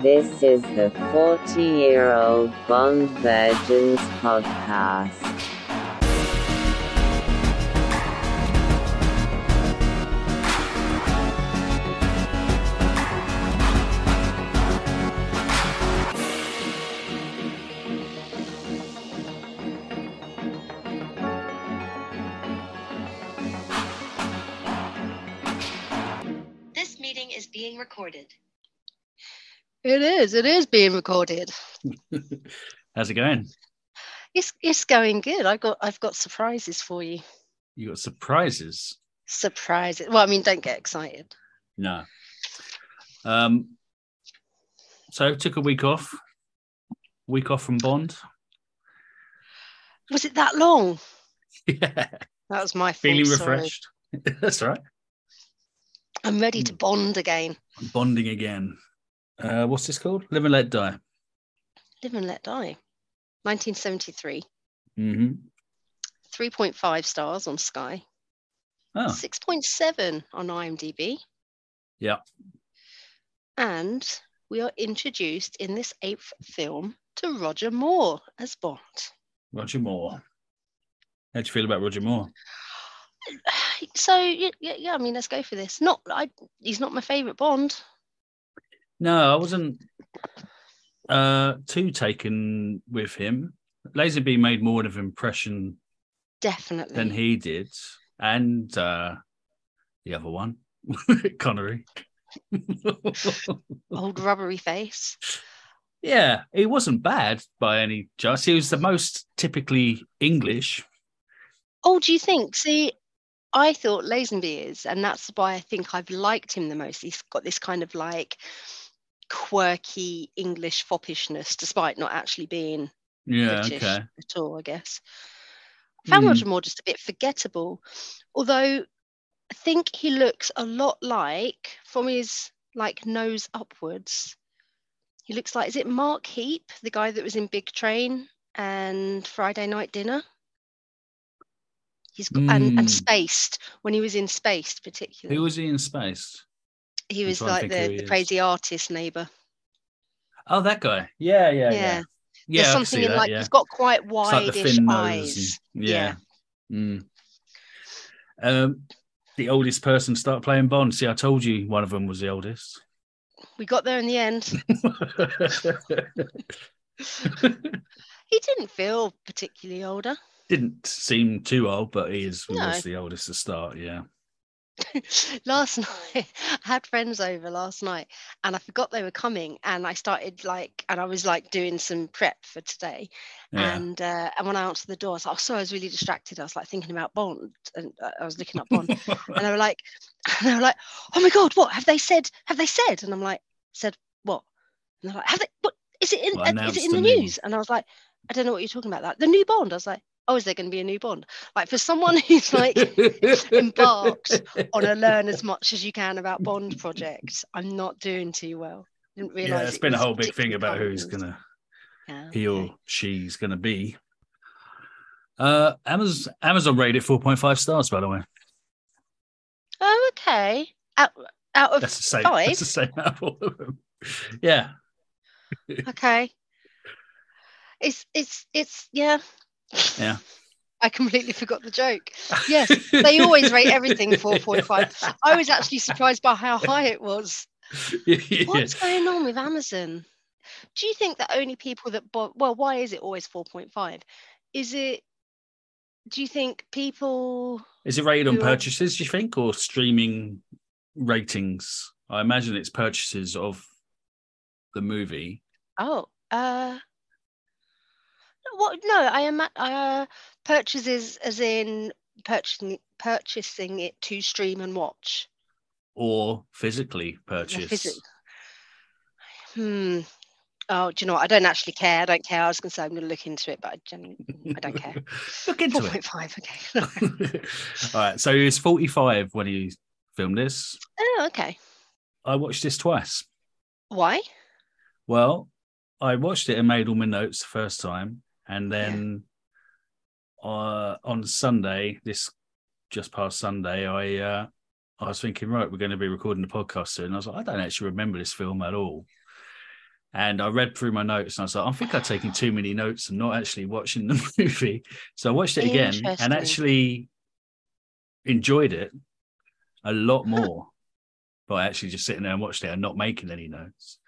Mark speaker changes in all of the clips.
Speaker 1: This is the 40 year old Bond Virgins podcast.
Speaker 2: This meeting is being recorded.
Speaker 3: It is. It is being recorded.
Speaker 4: How's it going?
Speaker 3: It's it's going good. I've got I've got surprises for you.
Speaker 4: You got surprises?
Speaker 3: Surprises. Well, I mean, don't get excited.
Speaker 4: No. Um. So took a week off. Week off from Bond.
Speaker 3: Was it that long?
Speaker 4: Yeah.
Speaker 3: That was my fault,
Speaker 4: Feeling
Speaker 3: Oh, sorry.
Speaker 4: refreshed. That's all right.
Speaker 3: I'm ready
Speaker 4: Hmm.
Speaker 3: to bond again.
Speaker 4: Bonding again. Uh, what's this called? Live and Let Die.
Speaker 3: Live and let die. 1973.
Speaker 4: Mm-hmm.
Speaker 3: 3.5 stars on Sky.
Speaker 4: Oh,
Speaker 3: 6.7 on IMDb.
Speaker 4: Yeah.
Speaker 3: And we are introduced in this eighth film to Roger Moore as Bond.
Speaker 4: Roger Moore. How do you feel about Roger Moore?
Speaker 3: So yeah, yeah, yeah, I mean, let's go for this. Not, I, he's not my favorite Bond.
Speaker 4: No, I wasn't uh too taken with him. Laserby made more of an impression
Speaker 3: Definitely.
Speaker 4: than he did, and uh, the other one, Connery.
Speaker 3: Old rubbery face.
Speaker 4: yeah, he wasn't bad by any chance. He was the most typically English.
Speaker 3: Oh, do you think? See, I thought Lazenby is, and that's why I think I've liked him the most. He's got this kind of like quirky English foppishness, despite not actually being
Speaker 4: Yeah,
Speaker 3: British
Speaker 4: okay.
Speaker 3: at all, I guess. I found
Speaker 4: Hmm.
Speaker 3: Roger Moore just a bit forgettable, although I think he looks a lot like from his like nose upwards. He looks like is it Mark Heap, the guy that was in Big Train and Friday Night Dinner? He's got and,
Speaker 4: Hmm.
Speaker 3: and Spaced when he was in Spaced, particularly.
Speaker 4: Who was he in space?
Speaker 3: he
Speaker 4: I'm
Speaker 3: was
Speaker 4: trying to
Speaker 3: like
Speaker 4: think who
Speaker 3: the,
Speaker 4: he
Speaker 3: the
Speaker 4: is.
Speaker 3: crazy artist neighbor.
Speaker 4: Oh, that guy. Yeah,
Speaker 3: Yeah.
Speaker 4: yeah, yeah. Yeah,
Speaker 3: There's
Speaker 4: I can
Speaker 3: something
Speaker 4: see
Speaker 3: in
Speaker 4: that,
Speaker 3: like
Speaker 4: yeah.
Speaker 3: he's got quite
Speaker 4: It's like the
Speaker 3: wide-ish
Speaker 4: thin
Speaker 3: eyes.
Speaker 4: nose. and- yeah. Mm. Um, the oldest person to start playing Bond. See, I told you one of them was the oldest.
Speaker 3: We got there in the end. He didn't feel particularly older.
Speaker 4: Didn't seem too old, but he is
Speaker 3: No.
Speaker 4: was the oldest to start. Yeah.
Speaker 3: last night, I had friends over last night and I forgot they were coming. And I started like, and I was like doing some prep for today.
Speaker 4: Yeah.
Speaker 3: And uh, and when I answered the door, I was like, oh, sorry, I was really distracted. I was like thinking about Bond and uh, I was looking up Bond. and they were like, and they were like, oh my God, what have they said? Have they said? And I'm like, said what? And they're like, have they, what is it in,
Speaker 4: Well,
Speaker 3: uh, is it
Speaker 4: announced
Speaker 3: in the
Speaker 4: the new one.
Speaker 3: news? And I was like, I don't know what you're talking about. That the new Bond. I was like, oh, is there going to be a new Bond? Like for someone who's like embarked on a learn as much as you can about Bond project. I'm not doing too well. Didn't realize.
Speaker 4: Yeah, it's
Speaker 3: it
Speaker 4: been a
Speaker 3: was
Speaker 4: whole big thing about who's
Speaker 3: particularly
Speaker 4: gonna
Speaker 3: complicated.
Speaker 4: he
Speaker 3: Yeah,
Speaker 4: or
Speaker 3: okay.
Speaker 4: she's gonna be. Uh, Amazon Amazon rated four point five stars. By the way,
Speaker 3: Oh, okay. Out, out of
Speaker 4: that's the same.
Speaker 3: Five?
Speaker 4: That's the same out of all of them. Yeah,
Speaker 3: okay. It's it's it's yeah.
Speaker 4: Yeah.
Speaker 3: I completely forgot the joke. Yes, they always rate everything four point five. I was actually surprised by how high it was.
Speaker 4: Yeah.
Speaker 3: What's going on with Amazon? Do you think that only people that bo- well, why is it always 4.5? Is it do you think people
Speaker 4: Is it rated on
Speaker 3: Who are-
Speaker 4: purchases, do you think, or streaming ratings? I imagine it's purchases of the movie.
Speaker 3: oh uh what no, I am uh purchases as in purchasing purchasing it to stream and watch.
Speaker 4: Or physically purchase.
Speaker 3: physic- Hmm. Oh, do you know what? I don't actually care. I don't care. I was gonna say I'm gonna look into it, but I generally I don't care.
Speaker 4: Look into it.
Speaker 3: 4.5, okay.
Speaker 4: All right. So he was 45 when he filmed this.
Speaker 3: oh, okay.
Speaker 4: I watched this twice.
Speaker 3: Why?
Speaker 4: Well, I watched it and made all my notes the first time. And then uh, on Sunday, this just past Sunday, I uh, I was thinking, right, we're going to be recording the podcast soon. I was like, I don't actually remember this film at all. And I read through my notes and I was like, I think I've taken too many notes and not actually watching the movie. So I watched it again
Speaker 3: Interesting.
Speaker 4: and actually enjoyed it a lot more by actually just sitting there and watching it and not making any notes.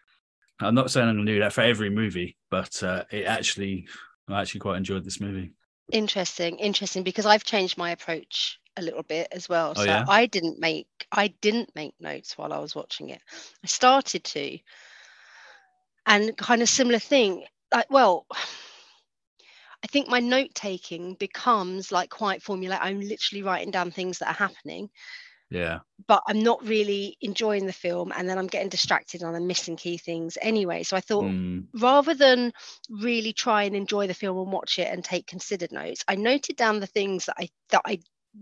Speaker 4: I'm not saying I'm going to do that for every movie, but uh, it actually, I actually quite enjoyed this movie.
Speaker 3: Interesting, interesting, because I've changed my approach a little bit as well.
Speaker 4: Oh,
Speaker 3: so
Speaker 4: yeah?
Speaker 3: I didn't make I didn't make notes while I was watching it. I started to. And kind of similar thing. Like, well, I think my note taking becomes like quite formulaic. I'm literally writing down things that are happening,
Speaker 4: Yeah.
Speaker 3: but I'm not really enjoying the film and then I'm getting distracted and I'm missing key things anyway. So I thought,
Speaker 4: Mm,
Speaker 3: rather than really try and enjoy the film and watch it and take considered notes i noted down the things that i that i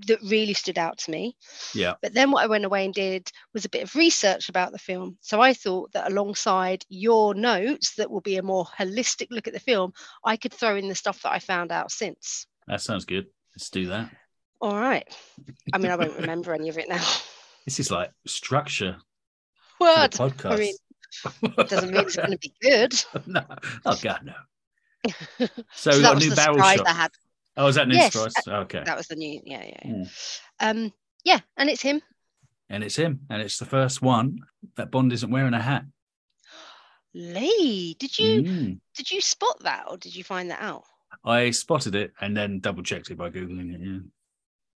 Speaker 3: that really stood out to me
Speaker 4: yeah.
Speaker 3: but then what i went away and did was a bit of research about the film so i thought that alongside your notes that will be a more holistic look at the film i could throw in the stuff that i found out since
Speaker 4: That sounds good. Let's do that.
Speaker 3: all right i mean i won't remember any of it now
Speaker 4: This is like structure for the
Speaker 3: word
Speaker 4: podcast.
Speaker 3: I mean, doesn't mean it's going to be good
Speaker 4: no. Oh God, no.
Speaker 3: so
Speaker 4: So, we
Speaker 3: that
Speaker 4: got a
Speaker 3: was
Speaker 4: new
Speaker 3: the
Speaker 4: barrel
Speaker 3: surprise
Speaker 4: shot.
Speaker 3: i had
Speaker 4: Oh, is that new
Speaker 3: Yes, uh,
Speaker 4: surprise? okay.
Speaker 3: that was the new yeah yeah,
Speaker 4: Hmm.
Speaker 3: yeah. um yeah and it's him
Speaker 4: And it's him, and it's the first one that Bond isn't wearing a hat.
Speaker 3: Lee, did you
Speaker 4: Mm.
Speaker 3: did you spot that or did you find that out?
Speaker 4: I spotted it and then double checked it by googling it. Yeah.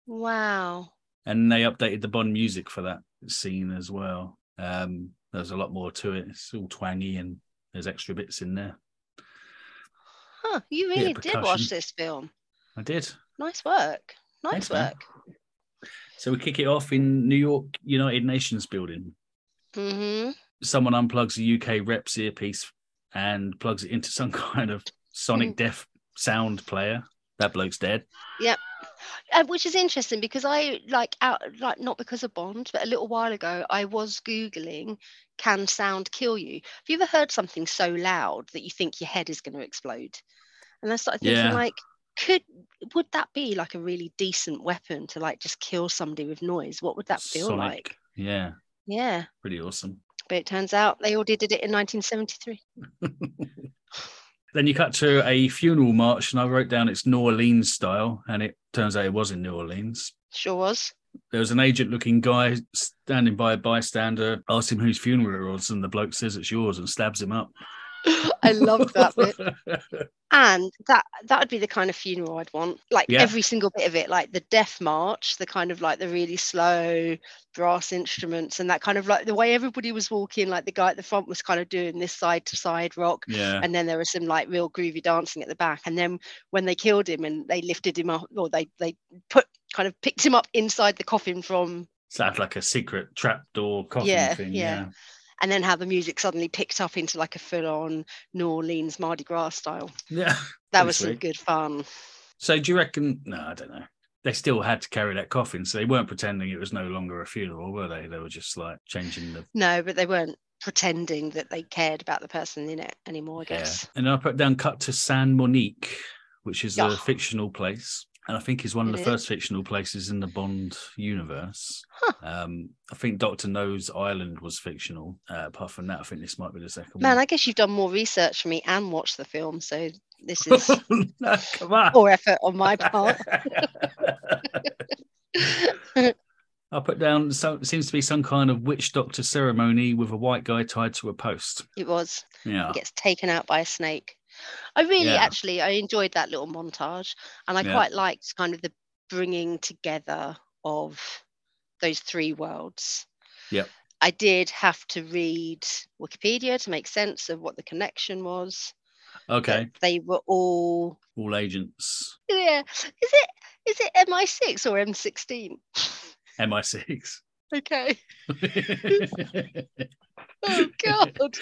Speaker 3: Wow.
Speaker 4: And they updated the Bond music for that scene as well. Um, there's a lot more to it. It's all twangy and there's extra bits in there.
Speaker 3: Huh, you really did watch
Speaker 4: percussion.
Speaker 3: this film.
Speaker 4: I did.
Speaker 3: Nice work. Nice
Speaker 4: Thanks, man.
Speaker 3: work.
Speaker 4: So we kick it off in New York United Nations building.
Speaker 3: Mm-hmm.
Speaker 4: someone unplugs a UK rep's earpiece and plugs it into some kind of
Speaker 3: Mm.
Speaker 4: sonic deaf sound player. That bloke's dead.
Speaker 3: Uh, which is interesting because I like out like not because of Bond, but a little while ago I was googling can sound kill you. Have you ever heard something so loud that you think your head is going to explode? And I started thinking
Speaker 4: Yeah.
Speaker 3: like could would that be like a really decent weapon to like just kill somebody with noise? What would that feel
Speaker 4: Sonic.
Speaker 3: like?
Speaker 4: Yeah,
Speaker 3: Yeah.
Speaker 4: pretty awesome.
Speaker 3: But it turns out they all did it in 1973.
Speaker 4: Then you cut to a funeral march, and I wrote down it's New Orleans style, and it turns out it was in New Orleans.
Speaker 3: Sure was.
Speaker 4: There was an agent looking guy standing by a bystander, asked him whose funeral it was, and the bloke says it's yours and stabs him up.
Speaker 3: I loved Oh, that bit. And that that would be the kind of funeral I'd want. Like
Speaker 4: Yeah.
Speaker 3: every single bit of it, like the death march, the kind of like the really slow brass instruments and that kind of like the way everybody was walking, like the guy at the front was kind of doing this side to side rock.
Speaker 4: yeah.
Speaker 3: And then there was some like real groovy dancing at the back. And then when they killed him and they lifted him up or they they put kind of picked him up inside the coffin from
Speaker 4: Sounds like a secret trapdoor coffin
Speaker 3: Yeah,
Speaker 4: thing.
Speaker 3: yeah. and then how the music suddenly picked up into like a full-on New Orleans Mardi Gras style.
Speaker 4: Yeah. yeah.
Speaker 3: That
Speaker 4: Pretty
Speaker 3: was some
Speaker 4: sweet.
Speaker 3: good fun.
Speaker 4: So do you reckon? No, I don't know. They still had to carry that coffin, so they weren't pretending it was no longer a funeral, were they? They were just like changing the
Speaker 3: No, but they weren't pretending that they cared about the person in it anymore, I
Speaker 4: hair.
Speaker 3: guess.
Speaker 4: And then I put down cut to San Monique, which is
Speaker 3: Yeah.
Speaker 4: a fictional place, and I think is one of
Speaker 3: It
Speaker 4: the
Speaker 3: is.
Speaker 4: first fictional places in the Bond universe.
Speaker 3: Huh.
Speaker 4: Um, I think Doctor No's Island was fictional. Uh, apart from that, I think this might be the second
Speaker 3: Man,
Speaker 4: one.
Speaker 3: I guess you've done more research for me and watched the film, so this is
Speaker 4: No, come on.
Speaker 3: more effort on my part.
Speaker 4: I put down so seems to be some kind of witch doctor ceremony with a white guy tied to a post.
Speaker 3: It was
Speaker 4: Yeah.
Speaker 3: he gets taken out by a snake. I really
Speaker 4: Oh. Yeah.
Speaker 3: actually I enjoyed that little montage and I
Speaker 4: Yeah.
Speaker 3: quite liked kind of the bringing together of those three worlds.
Speaker 4: Yep.
Speaker 3: I did have to read Wikipedia to make sense of what the connection was. but
Speaker 4: Okay.
Speaker 3: They were all
Speaker 4: All agents.
Speaker 3: yeah. Is it is it MI6 or M16?
Speaker 4: MI6.
Speaker 3: Okay. Oh god.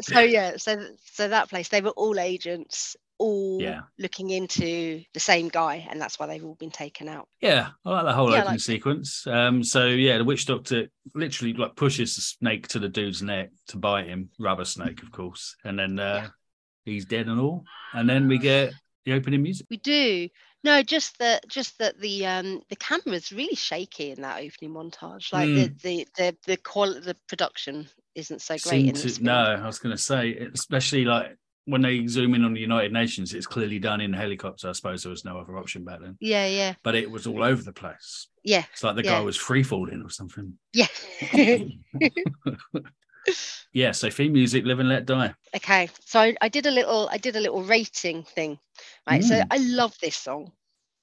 Speaker 3: so yeah, so so that place they were all agents, all
Speaker 4: Yeah.
Speaker 3: looking into the same guy, and that's why they've all been taken out.
Speaker 4: yeah, I like the whole
Speaker 3: Yeah, I
Speaker 4: opening
Speaker 3: like-
Speaker 4: sequence. Um, so yeah, the witch doctor literally like pushes the snake to the dude's neck to bite him, rubber snake, of course, and then uh,
Speaker 3: Yeah.
Speaker 4: he's dead and all. And then we get the opening music.
Speaker 3: We do. No, just that just that the um the
Speaker 4: Hmm.
Speaker 3: camera's really shaky in that opening montage. Like the the the the qual the production isn't so great
Speaker 4: Seem
Speaker 3: in
Speaker 4: to-
Speaker 3: this. film.
Speaker 4: no, I was going to say, especially like when they zoom in on the United Nations, it's clearly done in helicopter. I suppose there was no other option back then,
Speaker 3: Yeah, yeah,
Speaker 4: but it was all over the place.
Speaker 3: yeah,
Speaker 4: It's like the
Speaker 3: Yeah.
Speaker 4: guy was free falling or something.
Speaker 3: yeah.
Speaker 4: yeah, so theme music, live and let die.
Speaker 3: okay, so I, I did a little, I did a little rating thing, right? So
Speaker 4: Mm.
Speaker 3: I love this song.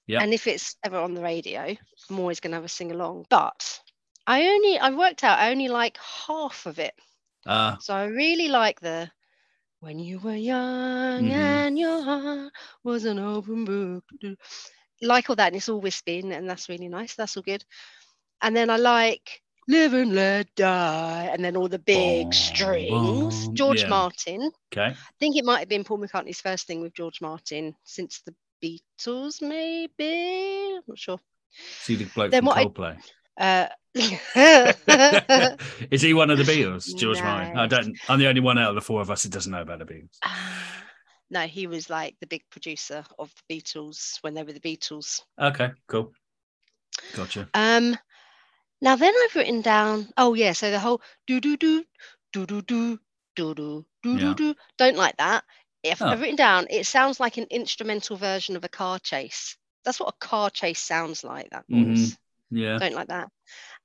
Speaker 4: Yeah.
Speaker 3: And if it's ever on the radio, I'm always going to have a sing along. But I only, I worked out, I only like half of it.
Speaker 4: Uh,
Speaker 3: So I really like the when you were young
Speaker 4: Mhm.
Speaker 3: and your heart was an open book. Like all that, and it's all wisping, and that's really nice. That's all good. And then I like live and let die, and then all the big
Speaker 4: Bum,
Speaker 3: strings.
Speaker 4: bum.
Speaker 3: George
Speaker 4: Oh, Yeah.
Speaker 3: Martin. I
Speaker 4: okay.
Speaker 3: think it might have been Paul McCartney's first thing with George Martin since the Beatles, maybe. I'm not sure.
Speaker 4: See the bloke
Speaker 3: Then
Speaker 4: from
Speaker 3: what I-
Speaker 4: Coldplay.
Speaker 3: Uh,
Speaker 4: Is he one of the Beatles, George Martin?
Speaker 3: No.
Speaker 4: I don't. I'm the only one out of the four of us who doesn't know about the Beatles.
Speaker 3: Ah, no, he was like the big producer of the Beatles when they were the Beatles.
Speaker 4: Okay, cool. Gotcha.
Speaker 3: Um, now then, I've written down. Oh yeah, so the whole do do do do do do do do do
Speaker 4: Yeah.
Speaker 3: do do. Don't like that. If
Speaker 4: Oh.
Speaker 3: I've written down, it sounds like an instrumental version of a car chase. That's what a car chase sounds like. That
Speaker 4: Mhm.
Speaker 3: noise.
Speaker 4: Yeah.
Speaker 3: Don't like that.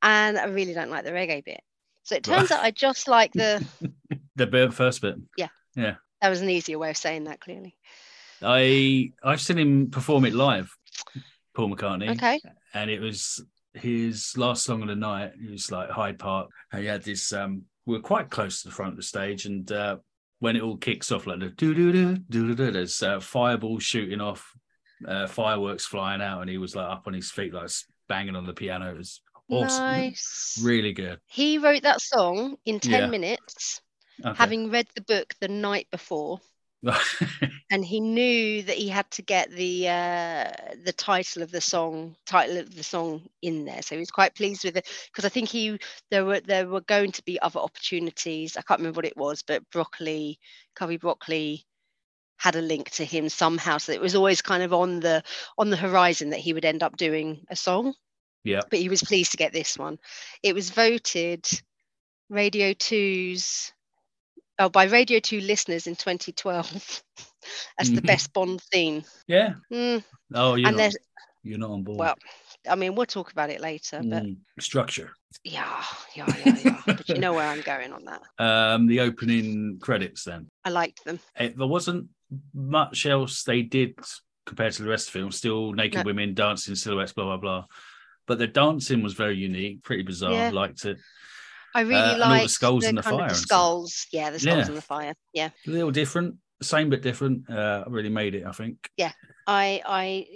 Speaker 3: And I really don't like the reggae bit. So it turns out I just like the.
Speaker 4: The bit, first bit.
Speaker 3: That was an easier way of saying that. Clearly.
Speaker 4: I I've seen him perform it live, Paul McCartney,
Speaker 3: Okay.
Speaker 4: and it was his last song of the night. It was like Hyde Park. And he had this. Um, we were quite close to the front of the stage, and uh, when it all kicks off, like the do do do do do, there's uh, fireballs shooting off, uh, fireworks flying out, and he was like up on his feet, like banging on the piano. It was awesome,
Speaker 3: Nice.
Speaker 4: really good.
Speaker 3: He wrote that song in 10
Speaker 4: Yeah.
Speaker 3: minutes,
Speaker 4: Okay.
Speaker 3: having read the book the night before. And he knew that he had to get the uh, the title of the song title of the song in there, so he was quite pleased with it because I think he there were there were going to be other opportunities. I can't remember what it was, but broccoli, curry broccoli, had a link to him somehow, so it was always kind of on the on the horizon that he would end up doing a song
Speaker 4: yeah,
Speaker 3: but he was pleased to get this one. It was voted Radio 2's oh by Radio 2 listeners in 2012 as
Speaker 4: Mm-hmm.
Speaker 3: the best Bond theme.
Speaker 4: yeah.
Speaker 3: Mm,
Speaker 4: Oh, you're
Speaker 3: And
Speaker 4: not,
Speaker 3: there's-
Speaker 4: you're not on board.
Speaker 3: well, I mean, we'll talk about it later, but
Speaker 4: Mm. structure.
Speaker 3: yeah, yeah, yeah, yeah. but you know where I'm going on that.
Speaker 4: Um, the opening credits then.
Speaker 3: I liked them.
Speaker 4: it, there wasn't much else they did compared to the rest of the film. Still naked
Speaker 3: No.
Speaker 4: women dancing silhouettes, blah blah blah. But the dancing was very unique, pretty bizarre.
Speaker 3: Yeah.
Speaker 4: Liked it.
Speaker 3: I really
Speaker 4: Uh, and all the
Speaker 3: liked
Speaker 4: skulls and the
Speaker 3: kind of
Speaker 4: fire and stuff.
Speaker 3: skulls. Yeah, the skulls
Speaker 4: Yeah.
Speaker 3: and the fire. Yeah.
Speaker 4: A little different, same but different. Uh, really made it, I think.
Speaker 3: I I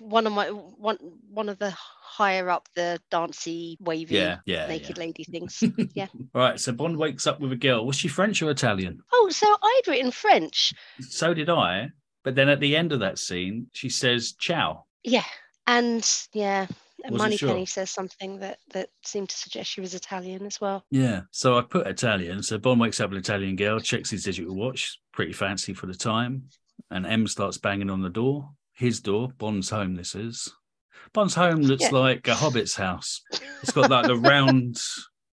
Speaker 3: one of my one one of the higher up the dancey wavy
Speaker 4: Yeah, yeah.
Speaker 3: naked lady things.
Speaker 4: yeah. All right. So Bond wakes up with a girl. Was she French or Italian?
Speaker 3: Oh, so I'd written French.
Speaker 4: So did I. But then at the end of that scene, she says "ciao."
Speaker 3: Yeah. And yeah, and
Speaker 4: Wasn't
Speaker 3: Moneypenny
Speaker 4: sure.
Speaker 3: says something that that seemed to suggest she was Italian as well.
Speaker 4: Yeah. So I put Italian. So Bond wakes up an Italian girl, checks his digital watch, pretty fancy for the time. And M starts banging on the door, his door, Bond's home, this is. Bond's home looks
Speaker 3: Yeah.
Speaker 4: like a hobbit's house. It's got like the round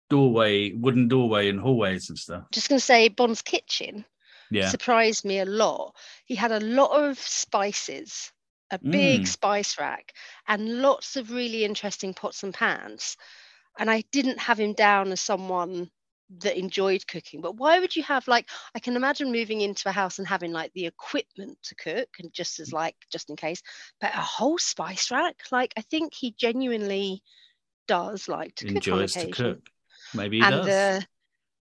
Speaker 4: doorway, wooden doorway and hallways and stuff.
Speaker 3: Just gonna say Bond's kitchen
Speaker 4: Yeah.
Speaker 3: surprised me a lot. He had a lot of spices, a big
Speaker 4: Mm.
Speaker 3: spice rack, and lots of really interesting pots and pans. And I didn't have him down as someone that enjoyed cooking. But why would you have like I can imagine moving into a house and having like the equipment to cook and just as like just in case, but a whole spice rack? Like I think he genuinely does like to
Speaker 4: Enjoys
Speaker 3: cook on
Speaker 4: to
Speaker 3: occasion.
Speaker 4: cook. Maybe he
Speaker 3: and uh,
Speaker 4: does.
Speaker 3: the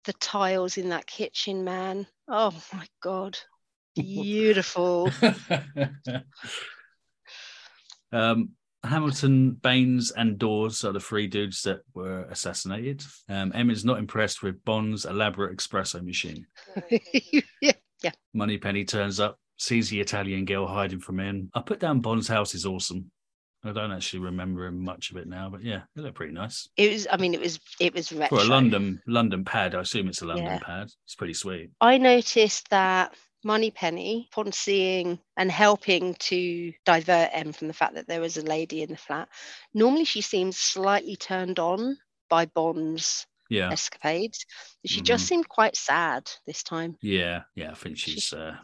Speaker 3: the tiles in that kitchen, man. Oh my god. Beautiful.
Speaker 4: um, Hamilton, Baines, and Dawes are the three dudes that were assassinated. Um, M is not impressed with Bond's elaborate espresso machine.
Speaker 3: yeah.
Speaker 4: Moneypenny turns up, sees the Italian girl hiding from him. I put down Bond's house is awesome. I don't actually remember him much of it now, but yeah, it looked pretty nice
Speaker 3: It was I mean it was it was retro.
Speaker 4: for a London London pad. I assume it's a London
Speaker 3: Yeah.
Speaker 4: pad. It's pretty sweet.
Speaker 3: I noticed that Moneypenny, upon seeing and helping to divert M from the fact that there was a lady in the flat, normally she seems slightly turned on by Bond's
Speaker 4: Yeah. Mm-hmm.
Speaker 3: escapades. She just seemed quite sad this time.
Speaker 4: Yeah. Yeah. I think she's uh,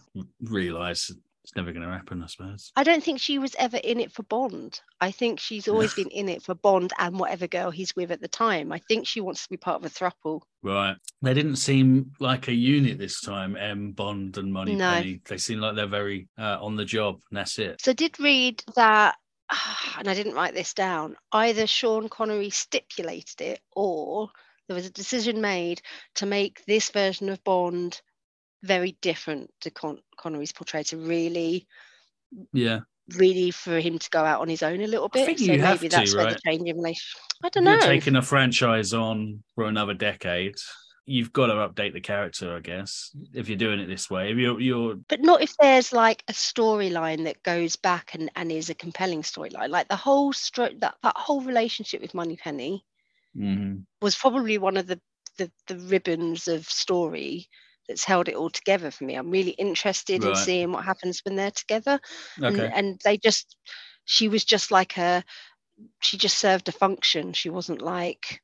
Speaker 4: realized it's never going to happen, I suppose.
Speaker 3: I don't think she was ever in it for Bond. I think she's always been in it for Bond and whatever girl he's with at the time. I think she wants to be part of a thruple.
Speaker 4: Right. They didn't seem like a unit this time, M, Bond, and Money
Speaker 3: No.
Speaker 4: Penny. They seem like they're very uh, on the job, and that's it.
Speaker 3: So I did read that, and I didn't write this down. Either Sean Connery stipulated it, or there was a decision made to make this version of Bond very different to Con- Connery's portrayal to really,
Speaker 4: Yeah.
Speaker 3: really for him to go out on his own a little bit.
Speaker 4: think
Speaker 3: so
Speaker 4: you
Speaker 3: maybe
Speaker 4: have to,
Speaker 3: that's where
Speaker 4: right?
Speaker 3: the change in relation. I
Speaker 4: If
Speaker 3: don't know.
Speaker 4: You're taking a franchise on for another decade. You've got to update the character, I guess, if you're doing it this way. If you're, you're
Speaker 3: but not if there's like a storyline that goes back and, and is a compelling storyline like the whole stro- that, that whole relationship with moneypenny
Speaker 4: Mhm.
Speaker 3: was probably one of the, the the ribbons of story that's held it all together for me i'm really interested in
Speaker 4: Right.
Speaker 3: seeing what happens when they're together
Speaker 4: okay.
Speaker 3: and, and they just she was just like a she just served a function she wasn't like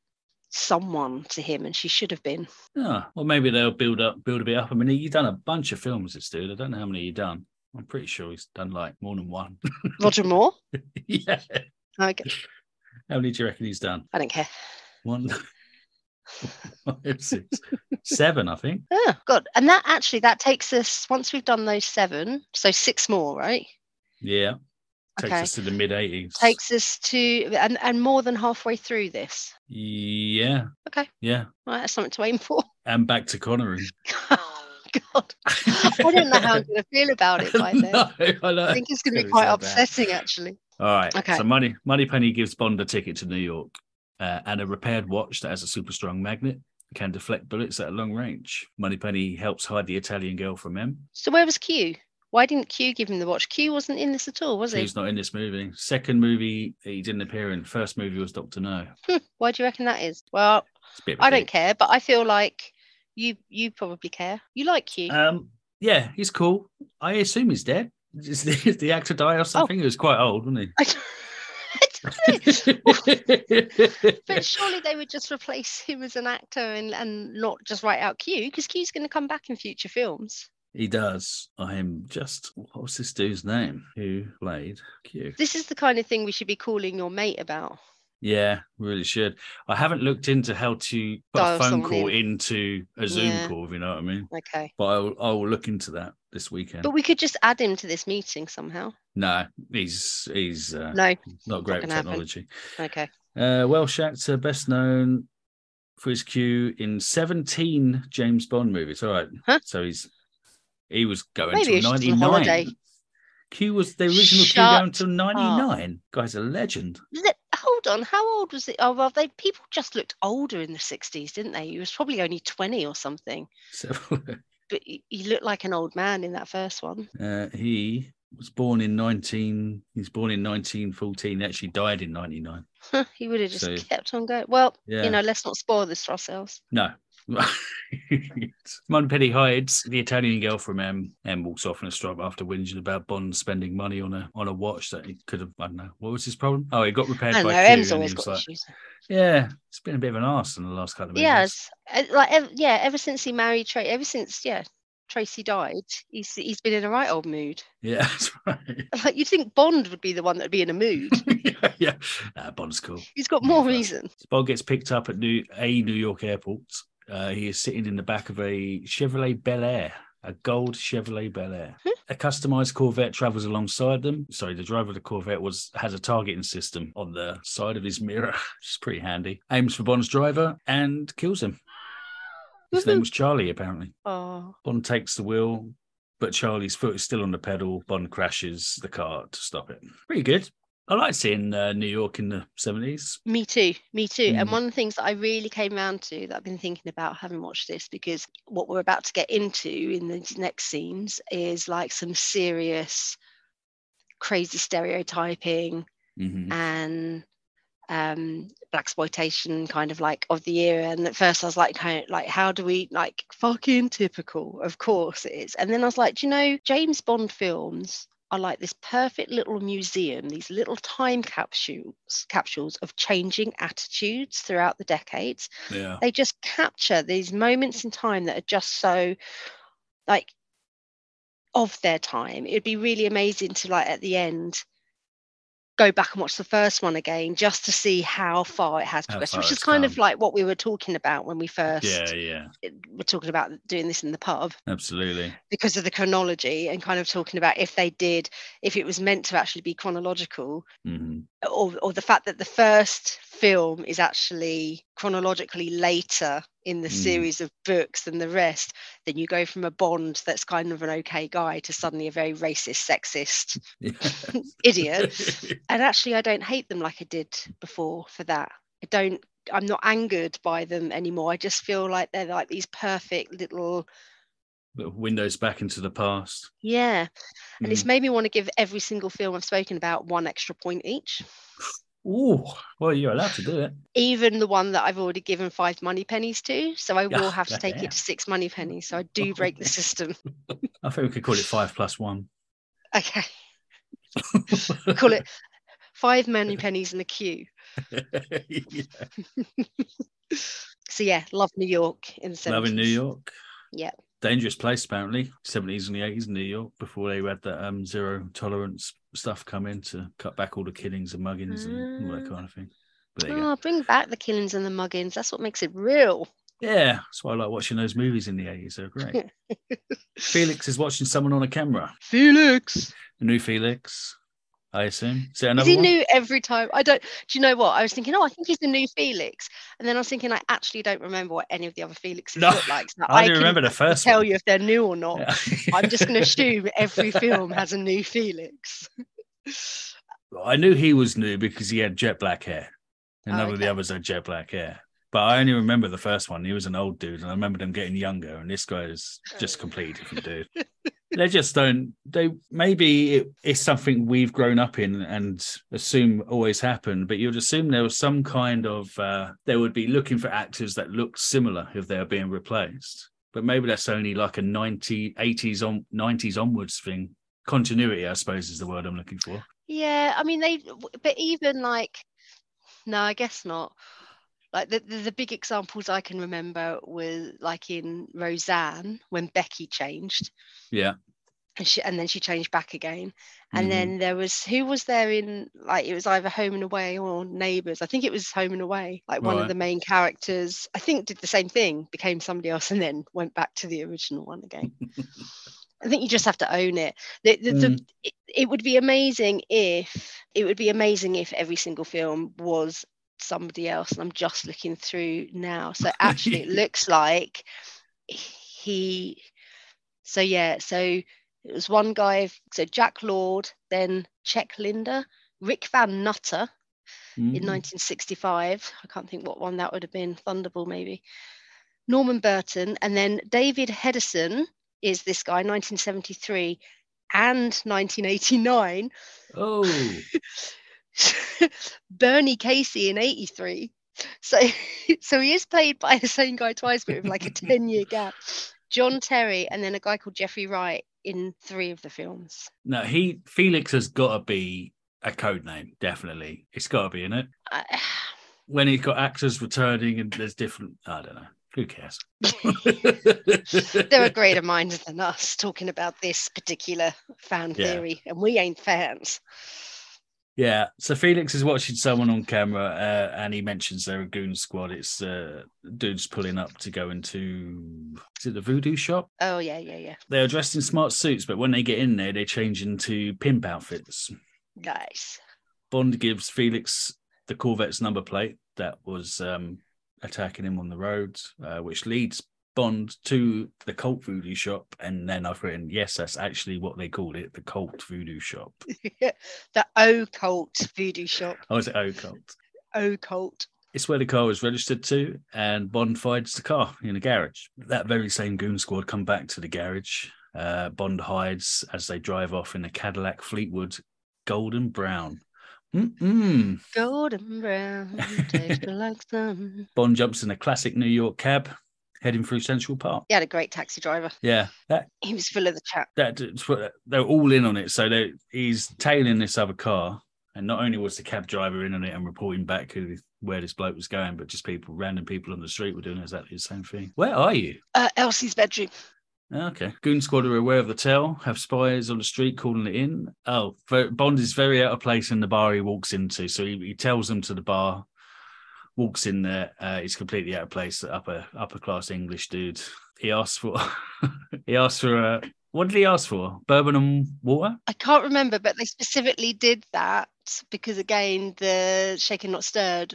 Speaker 3: someone to him and she should have been
Speaker 4: Ah, well, maybe they'll build up, build a bit up. I mean, he's done a bunch of films, this dude. I don't know how many he's done. I'm pretty sure he's done like more than one.
Speaker 3: roger moore
Speaker 4: yeah.
Speaker 3: I, g-
Speaker 4: How many do you reckon he's done?
Speaker 3: I don't care
Speaker 4: One, five, six, seven, I think.
Speaker 3: Oh, God. And that actually that takes us once we've done those seven, so six more, right?
Speaker 4: Yeah. Takes
Speaker 3: Okay.
Speaker 4: us to the mid 80s.
Speaker 3: Takes us to and, and more than halfway through this.
Speaker 4: Yeah.
Speaker 3: Okay.
Speaker 4: Yeah.
Speaker 3: Right, that's something to aim for. Oh,
Speaker 4: And back to Connery.
Speaker 3: God. I don't know how I'm gonna feel about it by then.
Speaker 4: no, I know.
Speaker 3: I think it's gonna
Speaker 4: It's
Speaker 3: be quite
Speaker 4: so bad.
Speaker 3: upsetting actually.
Speaker 4: All right.
Speaker 3: Okay.
Speaker 4: So Money Money Penny gives Bond a ticket to New York uh, and a repaired watch that has a super strong magnet can deflect bullets at a long range. Money Penny helps hide the Italian girl from him.
Speaker 3: So where was Q? Why didn't Q give him the watch? Q wasn't in this at all, was he?
Speaker 4: He's not in this movie. Second movie he didn't appear in. First movie was Doctor No.
Speaker 3: Hmm, Why do you reckon that is? Well,
Speaker 4: It's a bit of a
Speaker 3: I don't
Speaker 4: dig.
Speaker 3: care, but I feel like you you probably care. You like Q.
Speaker 4: Um, yeah, he's cool. I assume he's dead. Is the, is the actor die or
Speaker 3: Oh.
Speaker 4: something? He was quite old, wasn't
Speaker 3: I don't- I don't know.
Speaker 4: he?
Speaker 3: But surely they would just replace him as an actor and, and not just write out Q, because Q's going to come back in future films.
Speaker 4: he does. I am just what was this dude's name? Who played Q?
Speaker 3: This is the kind of thing we should be calling your mate about.
Speaker 4: Yeah, really should. I haven't looked into how to put
Speaker 3: Dial
Speaker 4: a phone
Speaker 3: someone
Speaker 4: call
Speaker 3: in.
Speaker 4: into a Zoom
Speaker 3: Yeah.
Speaker 4: call, if you know what I mean.
Speaker 3: Okay.
Speaker 4: But I will, I will look into that this weekend.
Speaker 3: But we could just add him to this meeting somehow.
Speaker 4: no, he's he's uh,
Speaker 3: No.
Speaker 4: not great with
Speaker 3: gonna happen.
Speaker 4: technology.
Speaker 3: Okay.
Speaker 4: Uh, Welsh actor, best known for his cue in 17 James Bond movies. All right.
Speaker 3: Huh?
Speaker 4: So he's he was going
Speaker 3: Maybe
Speaker 4: till
Speaker 3: he's just on
Speaker 4: 99.
Speaker 3: holiday.
Speaker 4: Q was the original Q
Speaker 3: Shut
Speaker 4: down till 99. Guy's a legend.
Speaker 3: Le- hold on. How old was it? Oh, well, they people just looked older in the 60s, didn't they? He was probably only 20 or something.
Speaker 4: So
Speaker 3: But he, he looked like an old man in that first one.
Speaker 4: Uh, he was born in 19. He was born in 1914. Actually, died in 99.
Speaker 3: he would have just
Speaker 4: So-
Speaker 3: kept on going. Well,
Speaker 4: Yeah.
Speaker 3: you know, let's not spoil this for ourselves.
Speaker 4: No. Monpenny hides the Italian girl from M and walks off in a strop after whinging about Bond spending money on a on a watch that he could have. I don't know what was his problem. Oh, he got repaired
Speaker 3: I don't
Speaker 4: by
Speaker 3: know.
Speaker 4: Q, and
Speaker 3: M's
Speaker 4: he
Speaker 3: always
Speaker 4: was
Speaker 3: got
Speaker 4: like,
Speaker 3: issues.
Speaker 4: Yeah, it's been a bit of an arse in the last couple of minutes.
Speaker 3: Yes, Uh, like ev- yeah, ever since he married Tracy, ever since yeah Tracy died, he's he's been in a right old mood.
Speaker 4: yeah, that's right.
Speaker 3: Like you'd think Bond would be the one that'd be in a mood.
Speaker 4: yeah, yeah. Nah, Bond's cool.
Speaker 3: He's got
Speaker 4: Yeah,
Speaker 3: more
Speaker 4: but-
Speaker 3: reason.
Speaker 4: Bond gets picked up at New a New York airport. Uh, he is sitting in the back of a Chevrolet Bel Air, a gold Chevrolet Bel Air. a customized Corvette travels alongside them. Sorry, the driver of the Corvette was has a targeting system on the side of his mirror, which is pretty handy. Aims for Bond's driver and kills him. His name
Speaker 3: Woohoo.
Speaker 4: was Charlie, apparently.
Speaker 3: Oh,
Speaker 4: Bond takes the wheel, but Charlie's foot is still on the pedal. Bond crashes the car to stop it. Pretty good. I like seeing uh, New York in the 70s.
Speaker 3: me too, me too. And
Speaker 4: Mm.
Speaker 3: one of the things that I really came round to that I've been thinking about having watched this because what we're about to get into in the next scenes is like some serious, crazy stereotyping,
Speaker 4: Mm-hmm.
Speaker 3: and um black exploitation kind of like of the era and at first i was like kind of like how do we like fucking typical of course it is and then i was like do you know james bond films are like this perfect little museum, these little time capsules, capsules of changing attitudes throughout the decades.
Speaker 4: Yeah.
Speaker 3: They just capture these moments in time that are just so like of their time. It would be really amazing to like at the end go back and watch the first one again just to see how far it has
Speaker 4: How
Speaker 3: progressed,
Speaker 4: far
Speaker 3: which is
Speaker 4: it's
Speaker 3: kind of
Speaker 4: come.
Speaker 3: like what we were talking about when we first
Speaker 4: Yeah. Yeah.
Speaker 3: were talking about doing this in the pub
Speaker 4: Absolutely.
Speaker 3: because of the chronology and kind of talking about if they did, if it was meant to actually be chronological,
Speaker 4: hmm
Speaker 3: or, or the fact that the first film is actually chronologically later in the
Speaker 4: Mm.
Speaker 3: series of books than the rest, then you go from a Bond that's kind of an okay guy to suddenly a very racist, sexist idiot. And actually, I don't hate them like I did before for that. I don't, I'm not angered by them anymore. I just feel like they're like these perfect little,
Speaker 4: Little windows back into the past.
Speaker 3: yeah. and
Speaker 4: Mm.
Speaker 3: it's made me want to give every single film I've spoken about one extra point each,
Speaker 4: Ooh, well, you're allowed to do it.
Speaker 3: even the one that I've already given five money pennies to. So I will
Speaker 4: Ah, Oh,
Speaker 3: have to take
Speaker 4: yeah.
Speaker 3: it to six money pennies. So I do break the system.
Speaker 4: I think we could call it five plus one.
Speaker 3: Okay, call it five money pennies in a queue.
Speaker 4: Yeah.
Speaker 3: So yeah, love New York in the 70s.
Speaker 4: Love in New York.
Speaker 3: Yeah.
Speaker 4: Dangerous place, apparently. 70s and the 80s in New York before they had that um, zero tolerance stuff come in to cut back all the killings and muggings and all that
Speaker 3: Ah.
Speaker 4: kind of thing. But there you go.
Speaker 3: Oh, bring back the killings and the muggins. That's what makes it real.
Speaker 4: Yeah, that's why I like watching those movies in the 80s. They're great. Felix is watching someone on a camera.
Speaker 3: Felix.
Speaker 4: The new Felix, I assume. Is there
Speaker 3: Is
Speaker 4: another
Speaker 3: he
Speaker 4: one?
Speaker 3: new every time? I don't. Do you know what? I was thinking, oh, I think he's the new Felix. And then I was thinking, I actually don't remember what any of the other Felixes
Speaker 4: No,
Speaker 3: look like. So
Speaker 4: I, do
Speaker 3: can
Speaker 4: remember the first
Speaker 3: tell
Speaker 4: one.
Speaker 3: you if they're new or not. I'm just going to assume every film has a new Felix.
Speaker 4: I knew he was new because he had jet black hair, and
Speaker 3: Oh,
Speaker 4: none of the
Speaker 3: okay.
Speaker 4: others had jet black hair. But I only remember the first one. He was an old dude, and I remember them getting younger. And this guy is just a completely different dude. they just don't. They maybe it, it's something we've grown up in and assume always happened. But you'd assume there was some kind of uh, they would be looking for actors that looked similar if they were being replaced. But maybe that's only like a 90, 80s on 90s onwards thing. Continuity, I suppose, is the word I'm looking for.
Speaker 3: yeah, I mean they, but even like, no, I guess not. Like the, the, the big examples I can remember were like in Roseanne when Becky changed.
Speaker 4: Yeah.
Speaker 3: And she and then she changed back again. And
Speaker 4: Mm.
Speaker 3: then there was who was there in like it was either Home and Away or Neighbours. I think it was Home and Away. Like one
Speaker 4: Right.
Speaker 3: of the main characters, I think, did the same thing, became somebody else, and then went back to the original one again. I think you just have to own it. The, the, the, it. It would be amazing if it would be amazing if every single film was somebody else. And I'm just looking through now, so actually it looks like he. So yeah, so it was one guy, so Jack Lord, then Czech Linda, Rick Van Nutter in
Speaker 4: Mm.
Speaker 3: 1965. I can't think what one that would have been, Thunderball maybe. Norman Burton, and then David Hedison is this guy, 1973 and 1989.
Speaker 4: Oh,
Speaker 3: Bernie Casey in 83. So, so he is played by the same guy twice, but with like a 10 year gap. John Terry, and then a guy called Jeffrey Wright in three of the films.
Speaker 4: no, he Felix has got to be a code name, definitely. It's got to be in it.
Speaker 3: I-
Speaker 4: When he's got actors returning and there's different, I don't know. Who cares?
Speaker 3: there are greater minds than us talking about this particular fan
Speaker 4: Yeah.
Speaker 3: theory, and we ain't fans.
Speaker 4: Yeah. So Felix is watching someone on camera, uh, and he mentions they're a goon squad. It's uh, dudes pulling up to go into is it the voodoo shop?
Speaker 3: Oh yeah, yeah, yeah.
Speaker 4: They're dressed in smart suits, but when they get in there, they change into pimp outfits.
Speaker 3: Nice.
Speaker 4: Bond gives Felix the Corvette's number plate that was um, attacking him on the road, uh, which leads Bond to the cult voodoo shop. And then I've written, yes, that's actually what they called it the cult voodoo shop.
Speaker 3: the occult voodoo shop.
Speaker 4: I was at Occult.
Speaker 3: Occult.
Speaker 4: Oh, It's where the car was registered to, and Bond finds the car in a garage. That very same goon squad come back to the garage. Uh, Bond hides as they drive off in a Cadillac Fleetwood golden brown. Mm-mm.
Speaker 3: Golden brown, taste like sun.
Speaker 4: Bond jumps in a classic New York cab heading through Central Park.
Speaker 3: He had a great taxi driver.
Speaker 4: Yeah, that
Speaker 3: He was full of the chat.
Speaker 4: that that's what- they're all in on it. So they, he's tailing this other car, and not only was the cab driver in on it and reporting back who where this bloke was going, but just people, random people on the street were doing exactly the same thing. Where are you?
Speaker 3: Uh, Elsie's bedroom.
Speaker 4: Okay. Goon squad are aware of the tell, have spies on the street calling it in. Oh, ver- Bond is very out of place in the bar he walks into. So he, he tells them to the bar, walks in there. Uh, he's completely out of place, the upper upper class English dude. He asks for, he asks for a, what did he ask for? Bourbon and water?
Speaker 3: I can't remember, but they specifically did that because, again, the shaken not stirred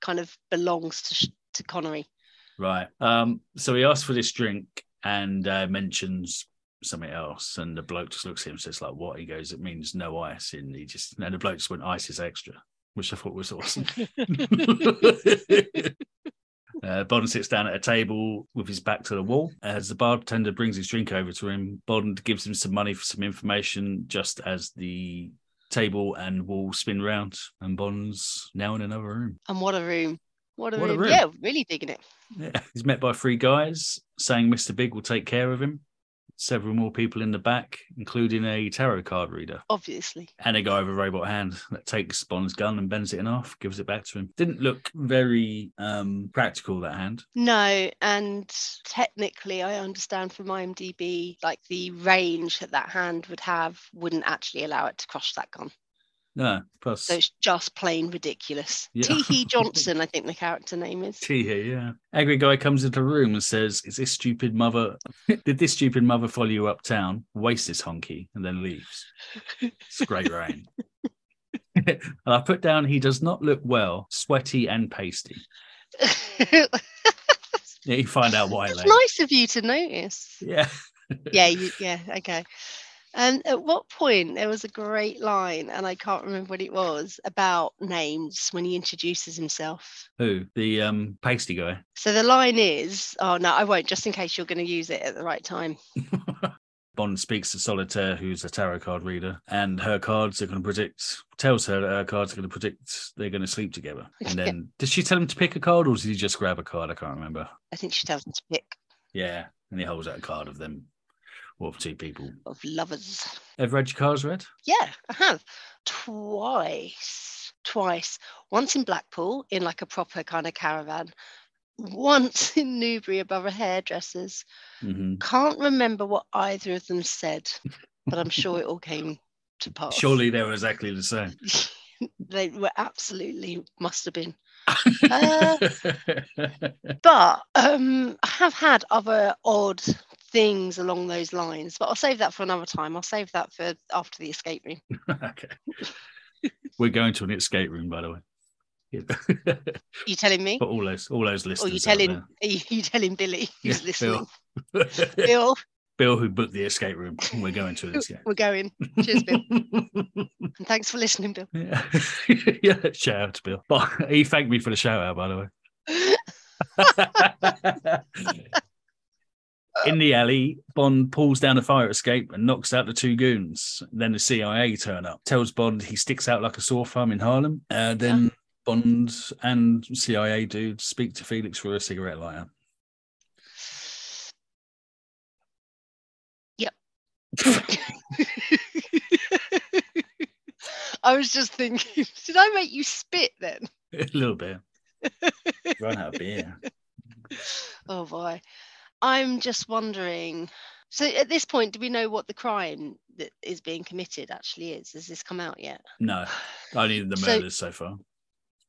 Speaker 3: kind of belongs to sh- to Connery.
Speaker 4: Right. Um, so he asks for this drink and uh, mentions something else, and the bloke just looks at him and says, like, what? He goes, it means no ice. And he just and the bloke just went, ice is extra, which I thought was awesome. Uh, Bond sits down at a table with his back to the wall. As the bartender brings his drink over to him, Bond gives him some money for some information just as the table and wall spin round. And Bond's now in another room.
Speaker 3: And what a room! What a,
Speaker 4: What a
Speaker 3: room.
Speaker 4: room.
Speaker 3: Yeah, really digging it.
Speaker 4: Yeah. He's met by three guys saying Mr. Big will take care of him. Several more people in the back, including a tarot card reader
Speaker 3: Obviously,
Speaker 4: and a guy with a robot hand that takes Bond's gun and bends it in half, gives it back to him. Didn't look very um, practical, that hand.
Speaker 3: no. And technically, I understand from IMDb, like the range that that hand would have wouldn't actually allow it to crush that gun.
Speaker 4: No, plus.
Speaker 3: So it's just plain ridiculous.
Speaker 4: Yeah.
Speaker 3: T. He Johnson, I think the character name is.
Speaker 4: Tea here, yeah. Angry guy comes into the room and says, Is this stupid mother did this stupid mother follow you uptown? Waste this honky and then leaves. It's great rain. and I put down he does not look well, sweaty and pasty. E Yeah, you find out why
Speaker 3: That's
Speaker 4: later.
Speaker 3: nice of you to notice.
Speaker 4: Yeah.
Speaker 3: yeah, you, yeah, okay. And at what point there was a great line, and I can't remember what it was about names when he introduces himself.
Speaker 4: Who? The um pasty guy.
Speaker 3: So the line is, oh no, I won't, just in case you're going to use it at the right time.
Speaker 4: Bond speaks to Solitaire, who's a tarot card reader, and her cards are going to predict, tells her that her cards are going to predict they're going to sleep together. And
Speaker 3: Yeah.
Speaker 4: then, did she tell him to pick a card or did he just grab a card? I can't remember.
Speaker 3: I think she tells him to pick
Speaker 4: Yeah, and he holds out a card of them, or of two people.
Speaker 3: of lovers.
Speaker 4: Ever had your cards read?
Speaker 3: Yeah, I have twice, twice. Once in Blackpool in like a proper kind of caravan. Once in Newbury above a hairdresser's.
Speaker 4: hmm
Speaker 3: Can't remember what either of them said, but I'm sure it all came to pass.
Speaker 4: Surely they were exactly the same.
Speaker 3: they were absolutely must have been. Uh, But um, I have had other odd things along those lines, but I'll save that for another time. I'll save that for after the escape room.
Speaker 4: okay. We're going to an escape room, by the way. Yeah. but
Speaker 3: You telling me?
Speaker 4: all those, all those
Speaker 3: Or
Speaker 4: listeners.
Speaker 3: you
Speaker 4: out
Speaker 3: telling are you, you telling Billy who's
Speaker 4: Yeah,
Speaker 3: listening?
Speaker 4: there.
Speaker 3: Bill.
Speaker 4: Bill, who booked the escape room. We're going to an escape.
Speaker 3: We're going. Cheers, Bill. and thanks for listening, Bill.
Speaker 4: Yeah. yeah, shout out to Bill. But he thanked me for the shout out, by the way. In the alley, Bond pulls down a fire escape and knocks out the two goons. Then the CIA turn up, tells Bond he sticks out like a sore thumb in Harlem. Uh, then
Speaker 3: Ah.
Speaker 4: Bond and CIA dude speak to Felix for a cigarette lighter.
Speaker 3: I was just thinking, did I make you spit then?
Speaker 4: a little bit. Run out of beer.
Speaker 3: Oh boy. I'm just wondering. So at this point, do we know what the crime that is being committed actually is? Has this come out yet?
Speaker 4: No, only the
Speaker 3: So-
Speaker 4: murders so far.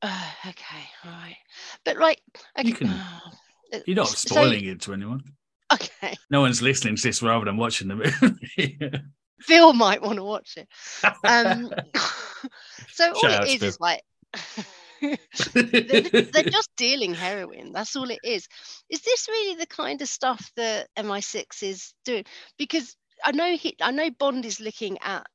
Speaker 3: Uh, okay, all right. But like, okay,
Speaker 4: You can-
Speaker 3: oh, uh,
Speaker 4: You're not
Speaker 3: s- so-
Speaker 4: spoiling it to anyone.
Speaker 3: okay,
Speaker 4: No one's listening to this rather than watching the movie.
Speaker 3: Phil might want to watch it. Um, so all
Speaker 4: Shout
Speaker 3: it
Speaker 4: out to
Speaker 3: is
Speaker 4: Phil.
Speaker 3: is like they're, they're just dealing heroin. That's all it is. Is this really the kind of stuff that MI6 is doing? Because I know he, I know Bond is looking at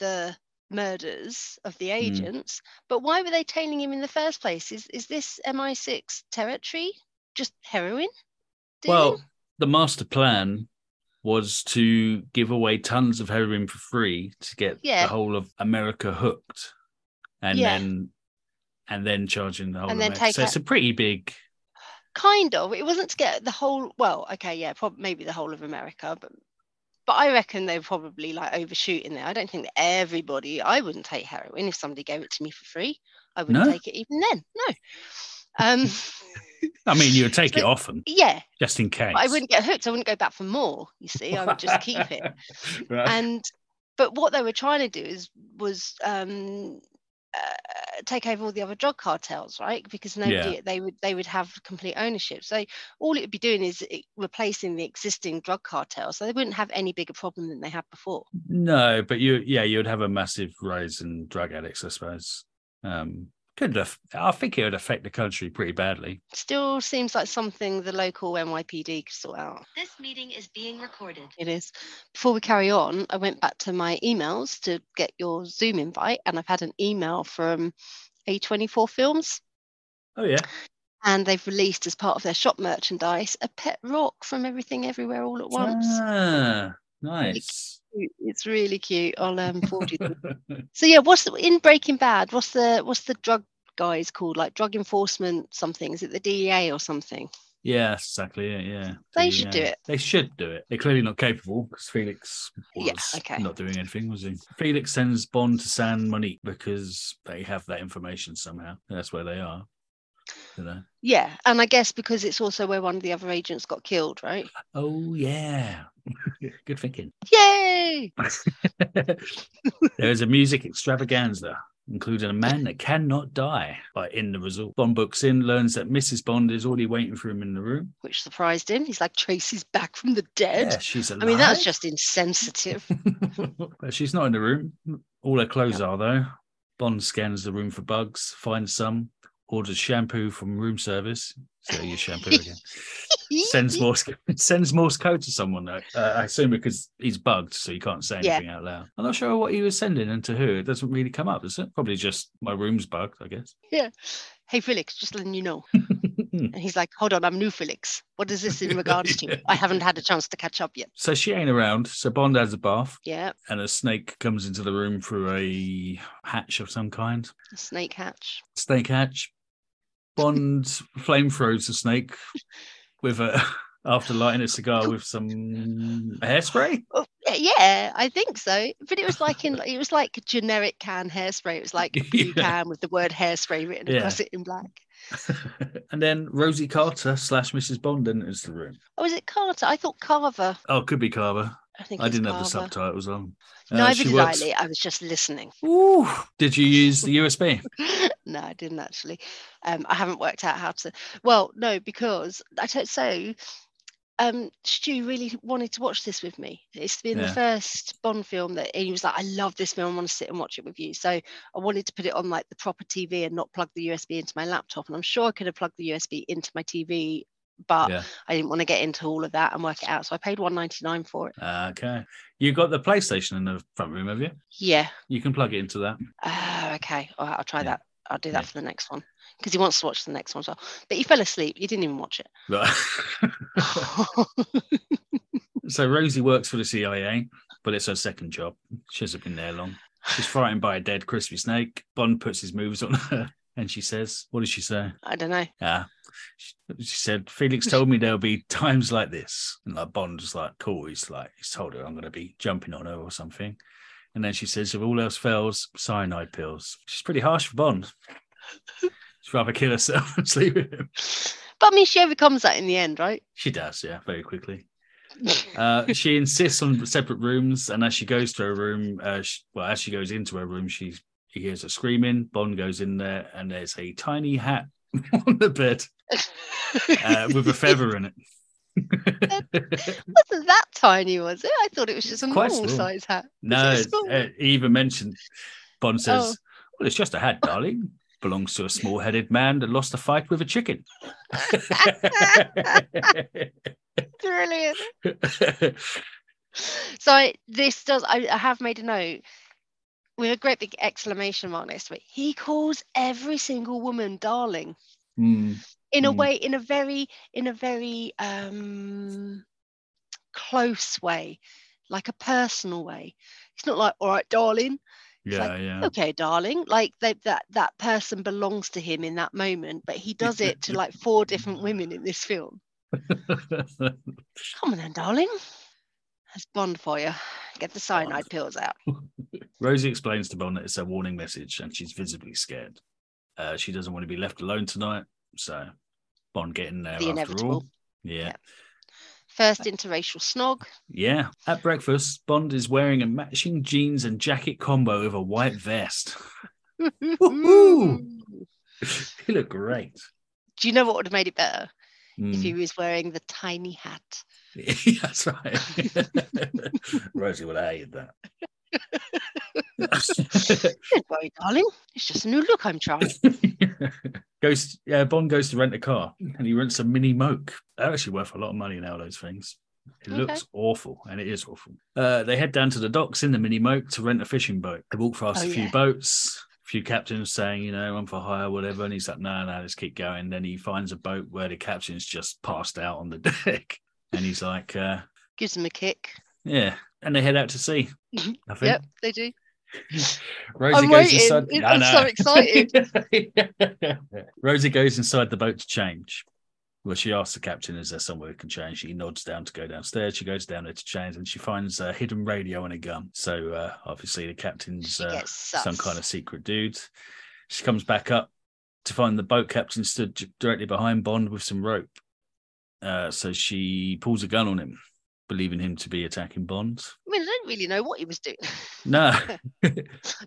Speaker 3: the murders of the agents, but why were they tailing him in the first place? Is is this MI6 territory? Just heroin? Dealing?
Speaker 4: well, the master plan was to give away tons of heroin for free to get
Speaker 3: Yeah.
Speaker 4: the whole of America hooked, and
Speaker 3: Yeah.
Speaker 4: then and then charging the whole.
Speaker 3: And
Speaker 4: of
Speaker 3: then
Speaker 4: America.
Speaker 3: take
Speaker 4: So it's a pretty big
Speaker 3: kind of. It wasn't to get the whole. Well, okay, yeah, prob- maybe the whole of America, but but I reckon they're probably like overshooting there. I don't think that everybody. I wouldn't take heroin if somebody gave it to me for free. I wouldn't
Speaker 4: No?
Speaker 3: take it even then. No. Um,
Speaker 4: I mean, you would take it
Speaker 3: But-
Speaker 4: often
Speaker 3: yeah,
Speaker 4: just in case.
Speaker 3: but I wouldn't get hooked. I wouldn't go back for more. You see, I would just keep it.
Speaker 4: Right.
Speaker 3: and but what they were trying to do is was um uh, take over all the other drug cartels right because nobody they would they would have complete ownership so all it would be doing is it, replacing the existing drug cartels so they wouldn't have any bigger problem than they had before
Speaker 4: No, but you, yeah, you'd have a massive rise in drug addicts, I suppose. Um, could have, I think it would affect the country pretty badly.
Speaker 3: still seems like something the local NYPD could sort out
Speaker 2: This meeting is being recorded.
Speaker 3: it is before we carry on I went back to my emails to get your zoom invite and I've had an email from A24 films
Speaker 4: Oh yeah,
Speaker 3: and they've released as part of their shop merchandise a pet rock from everything everywhere all at once
Speaker 4: Ah, nice.
Speaker 3: it's really cute i'll um forward you them. so yeah what's the, in breaking bad what's the what's the drug guys called like drug enforcement something is it the dea or something
Speaker 4: yeah, that's exactly. it, Yeah,
Speaker 3: They should do
Speaker 4: uh,
Speaker 3: it.
Speaker 4: They should do it. They're clearly not capable because Felix was
Speaker 3: Yeah, okay.
Speaker 4: not doing anything, was he? Felix sends Bond to San Monique because they have that information somehow. That's where they are. You know.
Speaker 3: yeah and i guess because it's also where one of the other agents got killed right
Speaker 4: Oh yeah, good thinking.
Speaker 3: yay
Speaker 4: there is a music extravaganza, including a man that cannot die by in the resort. Bond books in, learns that Mrs. Bond is already waiting for him in the room.
Speaker 3: which surprised him he's like tracy's back from the dead
Speaker 4: Yeah, she's alive.
Speaker 3: i mean that was just insensitive
Speaker 4: But she's not in the room. All her clothes are though. Bond scans the room for bugs, finds some, orders shampoo from room service. So you shampoo again. sends Morse sends Morse code to someone though. Uh, I assume because he's bugged, so you can't say
Speaker 3: Yeah.
Speaker 4: anything out loud. I'm not sure what he was sending and to who. It doesn't really come up, does it? Probably just my room's bugged, I guess.
Speaker 3: yeah hey felix just letting you know And he's like, hold on, I'm new, Felix. What is this in regards to? I haven't had a chance to catch up yet.
Speaker 4: so she ain't around. So Bond has a bath,
Speaker 3: Yeah,
Speaker 4: and a snake comes into the room through a hatch of some kind.
Speaker 3: snake hatch.
Speaker 4: snake hatch. Bond flame throws the snake with a after lighting a cigar with some hairspray.
Speaker 3: Oh, yeah, yeah, I think so. But it was like in, it was like generic can hairspray. It was like a blue
Speaker 4: Yeah.
Speaker 3: can with the word hairspray written
Speaker 4: Yeah.
Speaker 3: across it in black.
Speaker 4: and then Rosie Carter slash Mrs. Bond enters the room.
Speaker 3: Oh, is it Carter? I thought Carver.
Speaker 4: Oh, could be Carver.
Speaker 3: I think
Speaker 4: I
Speaker 3: it's
Speaker 4: didn't have the
Speaker 3: Carver.
Speaker 4: subtitles on. Uh,
Speaker 3: Neither
Speaker 4: she
Speaker 3: did
Speaker 4: works-
Speaker 3: I. Lee. I was just listening.
Speaker 4: Ooh, did you use the USB?
Speaker 3: no, I didn't actually. Um, I haven't worked out how to. Well, no, because I don't. So, um, Stu really wanted to watch this with me. It's been
Speaker 4: Yeah.
Speaker 3: the first Bond film that he was like, "I love this film. I want to sit and watch it with you." So I wanted to put it on like the proper TV and not plug the USB into my laptop. And I'm sure I could have plugged the USB into my TV, but
Speaker 4: Yeah.
Speaker 3: I didn't want to get into all of that and work it out. So I paid 1.99 for it.
Speaker 4: Okay. You got the PlayStation in the front room, have you?
Speaker 3: Yeah.
Speaker 4: You can plug it into that.
Speaker 3: Oh, okay. All right, I'll try
Speaker 4: Yeah.
Speaker 3: that. I'll do that
Speaker 4: Yeah.
Speaker 3: for the next one because he wants to watch the next one as well. But he fell asleep. He didn't even watch it.
Speaker 4: so Rosie works for the CIA, but it's her second job. She hasn't been there long. She's frightened by a dead crispy snake. Bond puts his moves on her and she says, What did she say?
Speaker 3: I don't know.
Speaker 4: Ah, she, she said, Felix told me there'll be times like this. And like Bond was like, Cool. He's like, He's told her I'm going to be jumping on her or something. And then she says, If all else fails, cyanide pills. She's pretty harsh for Bond. She'd rather kill herself and sleep with him.
Speaker 3: But I mean, she overcomes that in the end, right?
Speaker 4: She does, yeah, very quickly. Uh, she insists on separate rooms, and as she goes to her room, uh, she, well, as she goes into her room, she he hears her screaming. Bond goes in there, and there's a tiny hat on the bed uh, with a feather in it.
Speaker 3: wasn't that tiny, was it? I thought it was just a
Speaker 4: quite
Speaker 3: normal
Speaker 4: small.
Speaker 3: size hat.
Speaker 4: no,
Speaker 3: Is it small?
Speaker 4: uh, he even mentioned Bond says,
Speaker 3: Oh.
Speaker 4: "Well, it's just a hat, darling. Belongs to a small-headed man that lost a fight with a chicken."
Speaker 3: Brilliant. So I, this does. I, I have made a note with a great big exclamation mark next to it. He calls every single woman darling
Speaker 4: Hmm.
Speaker 3: in a
Speaker 4: Mm.
Speaker 3: way, in a very, in a very um, close way, like a personal way. It's not like, all right, darling.
Speaker 4: Yeah,
Speaker 3: like,
Speaker 4: yeah.
Speaker 3: okay darling like they, that that person belongs to him in that moment but he does it to like four different women in this film oh. come on then darling that's bond for you get the cyanide pills out
Speaker 4: Rosie explains to Bond that it's a warning message and she's visibly scared. Uh, she doesn't want to be left alone tonight. So Bond getting there
Speaker 3: The
Speaker 4: after all.
Speaker 3: inevitable.
Speaker 4: Yeah.
Speaker 3: Yeah. first interracial snog
Speaker 4: Yeah. At breakfast, Bond is wearing a matching jeans and jacket combo with a white vest. Woohoo! he looked great.
Speaker 3: do you know what would have made it better if
Speaker 4: Mm.
Speaker 3: he was wearing the tiny hat
Speaker 4: That's right. Rosie would have hated that.
Speaker 3: don't worry darling it's just a new look i'm trying
Speaker 4: goes yeah, Bond goes to rent a car and he rents a mini moke. They're actually worth a lot of money now, those things. It
Speaker 3: Okay.
Speaker 4: looks awful and it is awful. Uh, they head down to the docks in the mini moke to rent a fishing boat. They walk past
Speaker 3: Oh,
Speaker 4: a few
Speaker 3: yeah.
Speaker 4: boats, a few captains saying, you know, I'm for hire, whatever. And he's like, no, no, let's keep going. Then he finds a boat where the captain's just passed out on the deck. And he's like, uh,
Speaker 3: gives him a kick
Speaker 4: yeah. And they head out to sea. I think.
Speaker 3: yep they do
Speaker 4: Rosie
Speaker 3: I'm
Speaker 4: goes
Speaker 3: waiting.
Speaker 4: inside.
Speaker 3: It-
Speaker 4: I
Speaker 3: I'm so
Speaker 4: know.
Speaker 3: excited.
Speaker 4: Rosie goes inside the boat to change. Well, she asks the captain, "Is there somewhere we can change?" He nods down to go downstairs. She goes down there to change, and she finds a hidden radio and a gun. So uh, obviously, the captain's
Speaker 3: she
Speaker 4: uh,
Speaker 3: gets sus.
Speaker 4: some kind of secret dude. She comes back up to find the boat captain stood j- directly behind Bond with some rope. Uh, so she pulls a gun on him, believing him to be attacking Bond.
Speaker 3: I mean, I don't really know what he was doing.
Speaker 4: No,
Speaker 3: I don't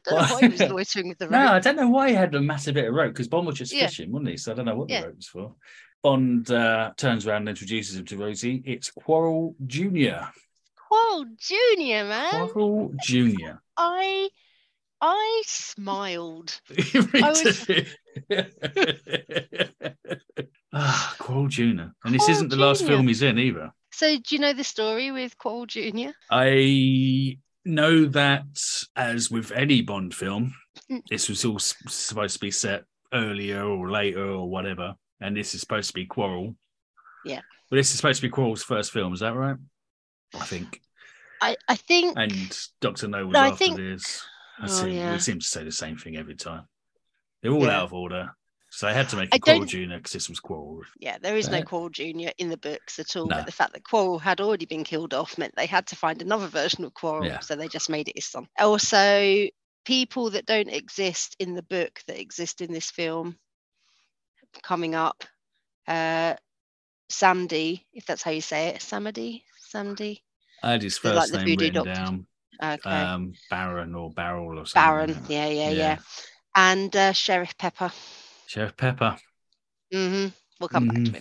Speaker 3: know why he was loitering with the rope.
Speaker 4: No, I don't know why he had a massive bit of rope because Bond was just
Speaker 3: Yeah.
Speaker 4: fishing, wasn't he? So I don't know what
Speaker 3: Yeah.
Speaker 4: the rope was for. Bond uh, turns around and introduces him to Rosie. It's Quarrel Junior.
Speaker 3: Quarrel Junior, man.
Speaker 4: Quarrel Junior.
Speaker 3: I I smiled.
Speaker 4: Me
Speaker 3: was-
Speaker 4: too. Ah, Quarrel Junior. And this
Speaker 3: Quarrel
Speaker 4: isn't the last
Speaker 3: Junior.
Speaker 4: film he's in either.
Speaker 3: So do you know the story with Quarrel Junior?
Speaker 4: I know that as with any Bond film,
Speaker 3: Mm.
Speaker 4: this was all s- supposed to be set earlier or later or whatever, and this is supposed to be Quarrel.
Speaker 3: Yeah.
Speaker 4: but this is supposed to be Quarrel's first film. Is that right? I think.
Speaker 3: I I think
Speaker 4: And Doctor No was
Speaker 3: No, I
Speaker 4: after
Speaker 3: think-
Speaker 4: this. I
Speaker 3: Oh,
Speaker 4: seem,
Speaker 3: yeah.
Speaker 4: We seem to say the same thing every time. They're all
Speaker 3: Yeah.
Speaker 4: out of order, so they had to make
Speaker 3: I
Speaker 4: it Quarrel
Speaker 3: don't-
Speaker 4: Junior because this was Quarrel.
Speaker 3: yeah, there is no
Speaker 4: Right.
Speaker 3: Quarrel Junior in the books at all.
Speaker 4: No.
Speaker 3: But the fact that Quarrel had already been killed off meant they had to find another version of Quarrel,
Speaker 4: Yeah.
Speaker 3: so they just made it his son. Also, people that don't exist in the book that exist in this film coming up. Uh Samdi, if that's how you say it. Samadi? Samdi.
Speaker 4: I had his
Speaker 3: They're like
Speaker 4: first
Speaker 3: the
Speaker 4: name
Speaker 3: voodoo
Speaker 4: written
Speaker 3: doctor.
Speaker 4: down,
Speaker 3: Okay.
Speaker 4: um, Baron or Barrel or something.
Speaker 3: Baron.
Speaker 4: like that.
Speaker 3: Yeah, yeah, yeah.
Speaker 4: Yeah.
Speaker 3: And uh, Sheriff Pepper.
Speaker 4: Sheriff Pepper.
Speaker 3: hmm We'll come back to
Speaker 4: Mhm.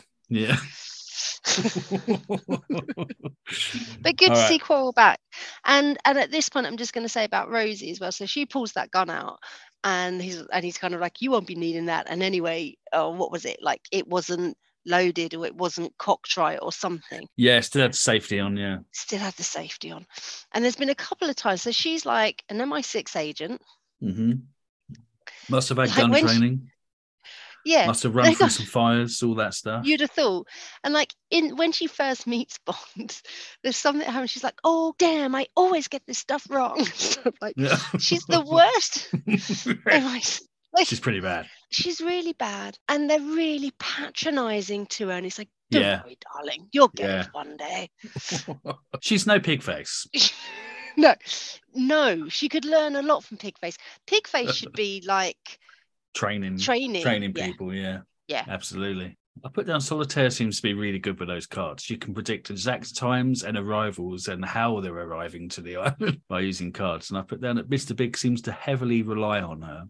Speaker 3: him.
Speaker 4: Yeah.
Speaker 3: but good
Speaker 4: All
Speaker 3: to
Speaker 4: right.
Speaker 3: see Quarrel back. And and at this point, I'm just going to say about Rosie as well. So she pulls that gun out, and he's and he's kind of like, "You won't be needing that." And anyway, oh, what was it like? It wasn't loaded or it wasn't cocktright or something.
Speaker 4: Yeah, still had safety on. Yeah.
Speaker 3: Still had the safety on. And there's been a couple of times. So she's like an MI6 agent.
Speaker 4: Mm-hmm. Must have had
Speaker 3: Like
Speaker 4: gun
Speaker 3: when she-
Speaker 4: training.
Speaker 3: Yeah. uh,
Speaker 4: Must have
Speaker 3: They
Speaker 4: run through
Speaker 3: got-
Speaker 4: some fires, all that stuff.
Speaker 3: You'd have thought. And like in when she first meets Bond, there's something that happens. She's like, oh damn, I always get this stuff wrong. So I'm like
Speaker 4: Yeah.
Speaker 3: she's the worst. And I s- like,
Speaker 4: She's pretty bad.
Speaker 3: she's really bad. And they're really patronizing to her. And it's like, don't
Speaker 4: Yeah.
Speaker 3: worry, darling, you'll get
Speaker 4: Yeah.
Speaker 3: it one day.
Speaker 4: She's no pig face.
Speaker 3: no, no, she could learn a lot from Pigface. Pigface should be like
Speaker 4: Training,
Speaker 3: training.
Speaker 4: Uh, mm, training
Speaker 3: yeah.
Speaker 4: people. Yeah.
Speaker 3: Yeah.
Speaker 4: Absolutely. I put down solitaire seems to be really good with those cards. You can predict exact times and arrivals and how they're arriving to the island by using cards. And I put down that Mr. Big seems to heavily rely on her.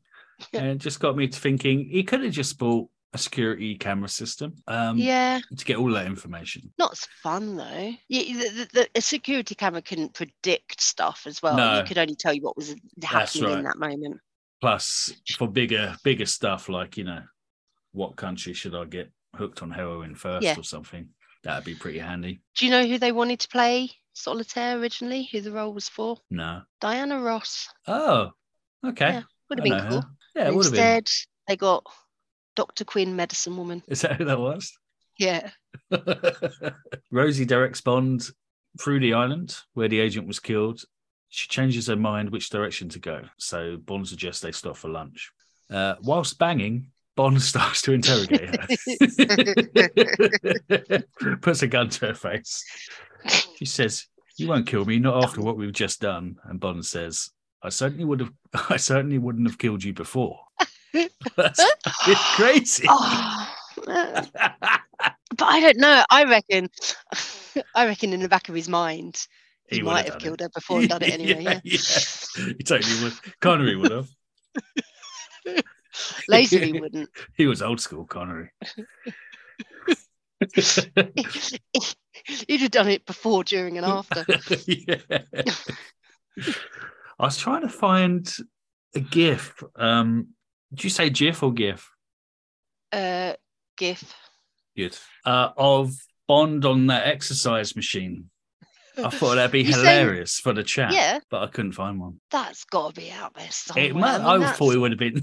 Speaker 3: Yeah.
Speaker 4: and it just got me to thinking he could have just bought a security camera system um,
Speaker 3: Yeah.
Speaker 4: to get all that information.
Speaker 3: Not as fun though. Yeah, the, the, the a security camera couldn't predict stuff as well.
Speaker 4: No.
Speaker 3: It could only tell you what was happening
Speaker 4: right.
Speaker 3: in that moment.
Speaker 4: Plus, for bigger, bigger stuff like, you know, what country should I get hooked on heroin first
Speaker 3: Yeah.
Speaker 4: or something? That'd be pretty handy.
Speaker 3: Do you know who they wanted to play solitaire originally? Who the role was for?
Speaker 4: No.
Speaker 3: Diana Ross
Speaker 4: Oh, okay.
Speaker 3: Yeah, would have
Speaker 4: I
Speaker 3: been
Speaker 4: know
Speaker 3: cool.
Speaker 4: her. Yeah, it would have been.
Speaker 3: Instead, they got Dr. Quinn, medicine woman.
Speaker 4: Is that who that was?
Speaker 3: Yeah.
Speaker 4: Rosie directs Bond through the island where the agent was killed She changes her mind which direction to go, so Bond suggests they stop for lunch. Uh, whilst banging, Bond starts to interrogate her. Puts a gun to her face. She says, "You won't kill me, not after what we've just done." And Bond says, "I certainly would have. I certainly wouldn't have killed you before." That's it's crazy.
Speaker 3: Oh, uh, but I don't know. I reckon, I reckon in the back of his mind, he,
Speaker 4: He would
Speaker 3: might
Speaker 4: have
Speaker 3: have,
Speaker 4: done
Speaker 3: killed her before and done it anyway.
Speaker 4: Yeah,
Speaker 3: yeah.
Speaker 4: yeah. He totally would. Connery would have.
Speaker 3: Lazily wouldn't.
Speaker 4: He was old school Connery.
Speaker 3: He'd have done it before, during, and after.
Speaker 4: yeah. I was trying to find a GIF. Um, did you say GIF or GIF?
Speaker 3: Uh, GIF.
Speaker 4: Good. Uh, of Bond on that exercise machine. I thought that'd be
Speaker 3: You say-
Speaker 4: hilarious for the chat,
Speaker 3: Yeah, Oh,
Speaker 4: but I couldn't find one.
Speaker 3: that's got to be out there somewhere.
Speaker 4: It might, I,
Speaker 3: mean,
Speaker 4: thought it would have been.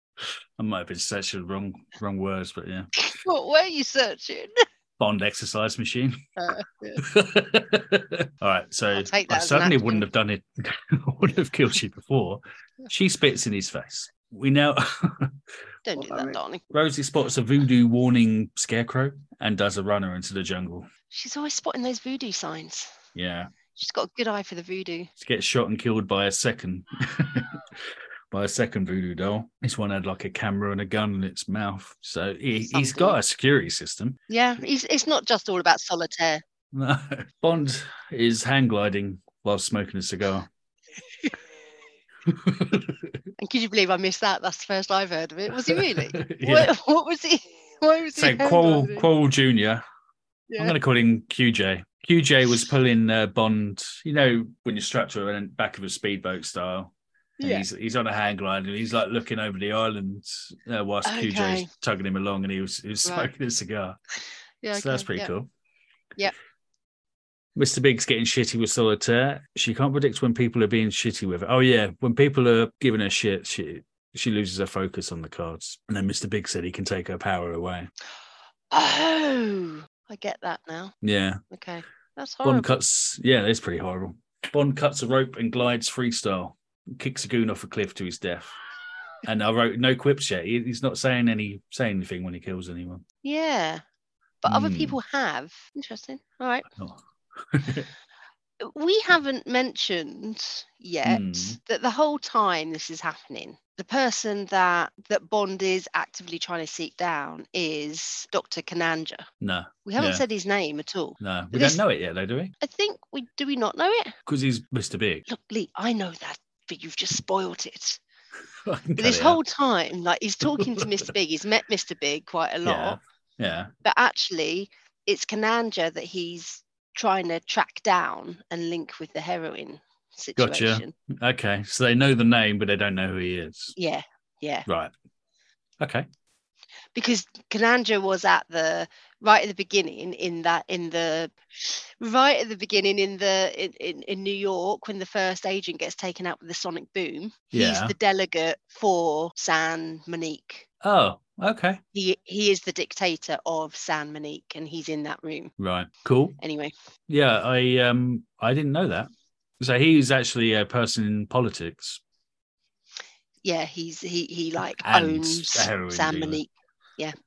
Speaker 4: I might have been searching wrong wrong words, but yeah,
Speaker 3: that's- What were you searching?
Speaker 4: Bond exercise machine.
Speaker 3: Uh, yeah.
Speaker 4: All right, so
Speaker 3: I'll take
Speaker 4: I
Speaker 3: that as an
Speaker 4: certainly
Speaker 3: action.
Speaker 4: wouldn't have done it. wouldn't have killed you before. She spits in his face. We now
Speaker 3: Don't do
Speaker 4: Well, I
Speaker 3: that,
Speaker 4: mean-
Speaker 3: darling.
Speaker 4: Rosie spots a voodoo warning scarecrow and does a runner into the jungle.
Speaker 3: She's always spotting those voodoo signs.
Speaker 4: Yeah,
Speaker 3: She's got a good eye for the voodoo.
Speaker 4: she gets shot and killed by a second by a second voodoo doll. This one had like a camera and a gun in its mouth, so he, he's
Speaker 3: Something.
Speaker 4: got a security system.
Speaker 3: Yeah, it's, it's not just all about solitaire.
Speaker 4: No. Bond is hang gliding while smoking a cigar.
Speaker 3: And could you believe I missed that? That's the first I've heard of it. Was he really?
Speaker 4: yeah.
Speaker 3: what, what was he? Why was
Speaker 4: So
Speaker 3: he? hanged
Speaker 4: Quoll,
Speaker 3: on it?
Speaker 4: Quoll Jr.
Speaker 3: Yeah.
Speaker 4: I'm going to call him QJ. QJ was pulling uh, Bond, you know, when you're strapped to the back of a speedboat style. And
Speaker 3: Yeah.
Speaker 4: he's, he's on a hang glide and he's like looking over the island uh, whilst
Speaker 3: Okay.
Speaker 4: QJ's tugging him along and he was, he was
Speaker 3: Right.
Speaker 4: smoking a cigar.
Speaker 3: Yeah,
Speaker 4: So that's
Speaker 3: okay,
Speaker 4: pretty
Speaker 3: yeah.
Speaker 4: cool.
Speaker 3: Yep.
Speaker 4: Mr. Big's getting shitty with solitaire. She can't predict when people are being shitty with it. Oh yeah, when people are giving her shit, she she loses her focus on the cards. And then Mr. Big said he can take her power away.
Speaker 3: Oh, I get that now.
Speaker 4: Yeah.
Speaker 3: Okay, that's
Speaker 4: Bond
Speaker 3: horrible.
Speaker 4: cuts yeah, that's pretty horrible. Bond cuts a rope and glides freestyle, kicks a goon off a cliff to his death. And I wrote no quips yet. He- he's not saying any saying anything when he kills anyone.
Speaker 3: Yeah, but other
Speaker 4: Hmm.
Speaker 3: people have. Interesting. All right,
Speaker 4: Oh.
Speaker 3: we haven't mentioned yet
Speaker 4: Hmm.
Speaker 3: that the whole time this is happening, the person that that Bond is actively trying to seek down is Dr. Kananja.
Speaker 4: No,
Speaker 3: We haven't
Speaker 4: Yeah.
Speaker 3: said his name at all.
Speaker 4: no. We
Speaker 3: This-
Speaker 4: don't know it yet though, do we?
Speaker 3: I think we do. We not know it.
Speaker 4: Because he's Mr. Big.
Speaker 3: Look, Lee, I know that, but you've just spoiled it.
Speaker 4: I can
Speaker 3: But
Speaker 4: cut
Speaker 3: this
Speaker 4: it out.
Speaker 3: whole time, like he's talking to Mr. Big, he's met Mr. Big quite a lot,
Speaker 4: Yeah.
Speaker 3: but actually, it's Kananja that he's trying to track down and link with the heroin
Speaker 4: Gotcha.
Speaker 3: situation.
Speaker 4: yeah. Okay. So they know the name, but they don't know who he is.
Speaker 3: Yeah, yeah.
Speaker 4: Right. Okay.
Speaker 3: Because Kananja was at the right at the beginning in that in the right at the beginning in the in, in, in New York when the first agent gets taken out with the sonic boom.
Speaker 4: Yeah.
Speaker 3: He's the delegate for San Monique.
Speaker 4: Oh, okay.
Speaker 3: He he is the dictator of San Monique and he's in that room.
Speaker 4: Right. Cool.
Speaker 3: Anyway,
Speaker 4: Yeah. I um I didn't know that. So he's actually a person in politics.
Speaker 3: yeah, he's he he like
Speaker 4: And
Speaker 3: owns
Speaker 4: a heroin
Speaker 3: San
Speaker 4: dealer.
Speaker 3: Monique.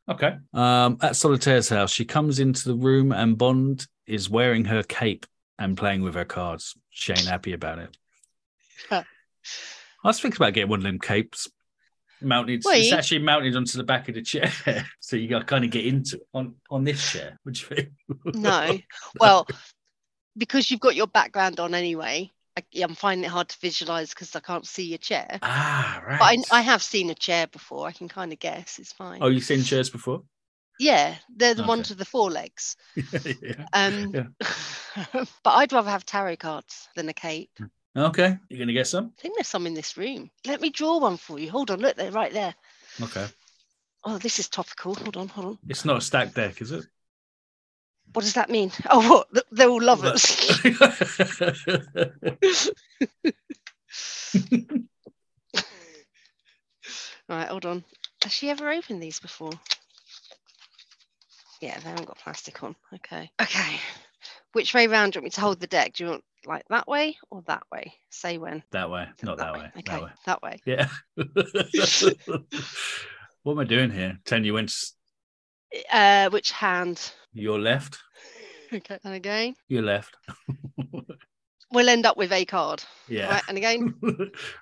Speaker 4: Okay. Um at Solitaire's house, she comes into the room and Bond is wearing her cape and playing with her cards. She ain't happy about it. I was thinking about getting one of them capes. Mounted, it's
Speaker 3: Wait.
Speaker 4: actually mounted onto the back of the chair, so you got kind of get into it on on this chair. Would you think?
Speaker 3: No, well, because you've got your background on anyway. I, I'm finding it hard to visualize because I can't see your chair.
Speaker 4: Ah, right.
Speaker 3: But I, I have seen a chair before. I can kind of guess. It's fine.
Speaker 4: oh, you've seen chairs before?
Speaker 3: yeah, they're the
Speaker 4: Okay.
Speaker 3: ones with the four legs.
Speaker 4: yeah.
Speaker 3: Um, but I'd rather have tarot cards than a cape. I
Speaker 4: Okay. You're going to get some?
Speaker 3: think there's some in this room. Let me draw one for you. Hold on, look, they're right there.
Speaker 4: Okay.
Speaker 3: Oh, this is topical. Hold on, hold on.
Speaker 4: It's not a stack deck, is it?
Speaker 3: What does that mean? Oh, what? Th- They're all lovers. right, hold on. Has she ever opened these before? Yeah, they haven't got plastic on. Okay. Okay. Which way round do you want me to hold the deck? Do you want like that way or that way? Say when.
Speaker 4: That way, not that, way.
Speaker 3: Okay,
Speaker 4: That way.
Speaker 3: that way.
Speaker 4: Yeah. what am I doing here? Ten, you went s-
Speaker 3: Uh, which hand?
Speaker 4: your left,
Speaker 3: Okay, and again,
Speaker 4: your left.
Speaker 3: we'll end up with a card.
Speaker 4: yeah.
Speaker 3: Right, and again.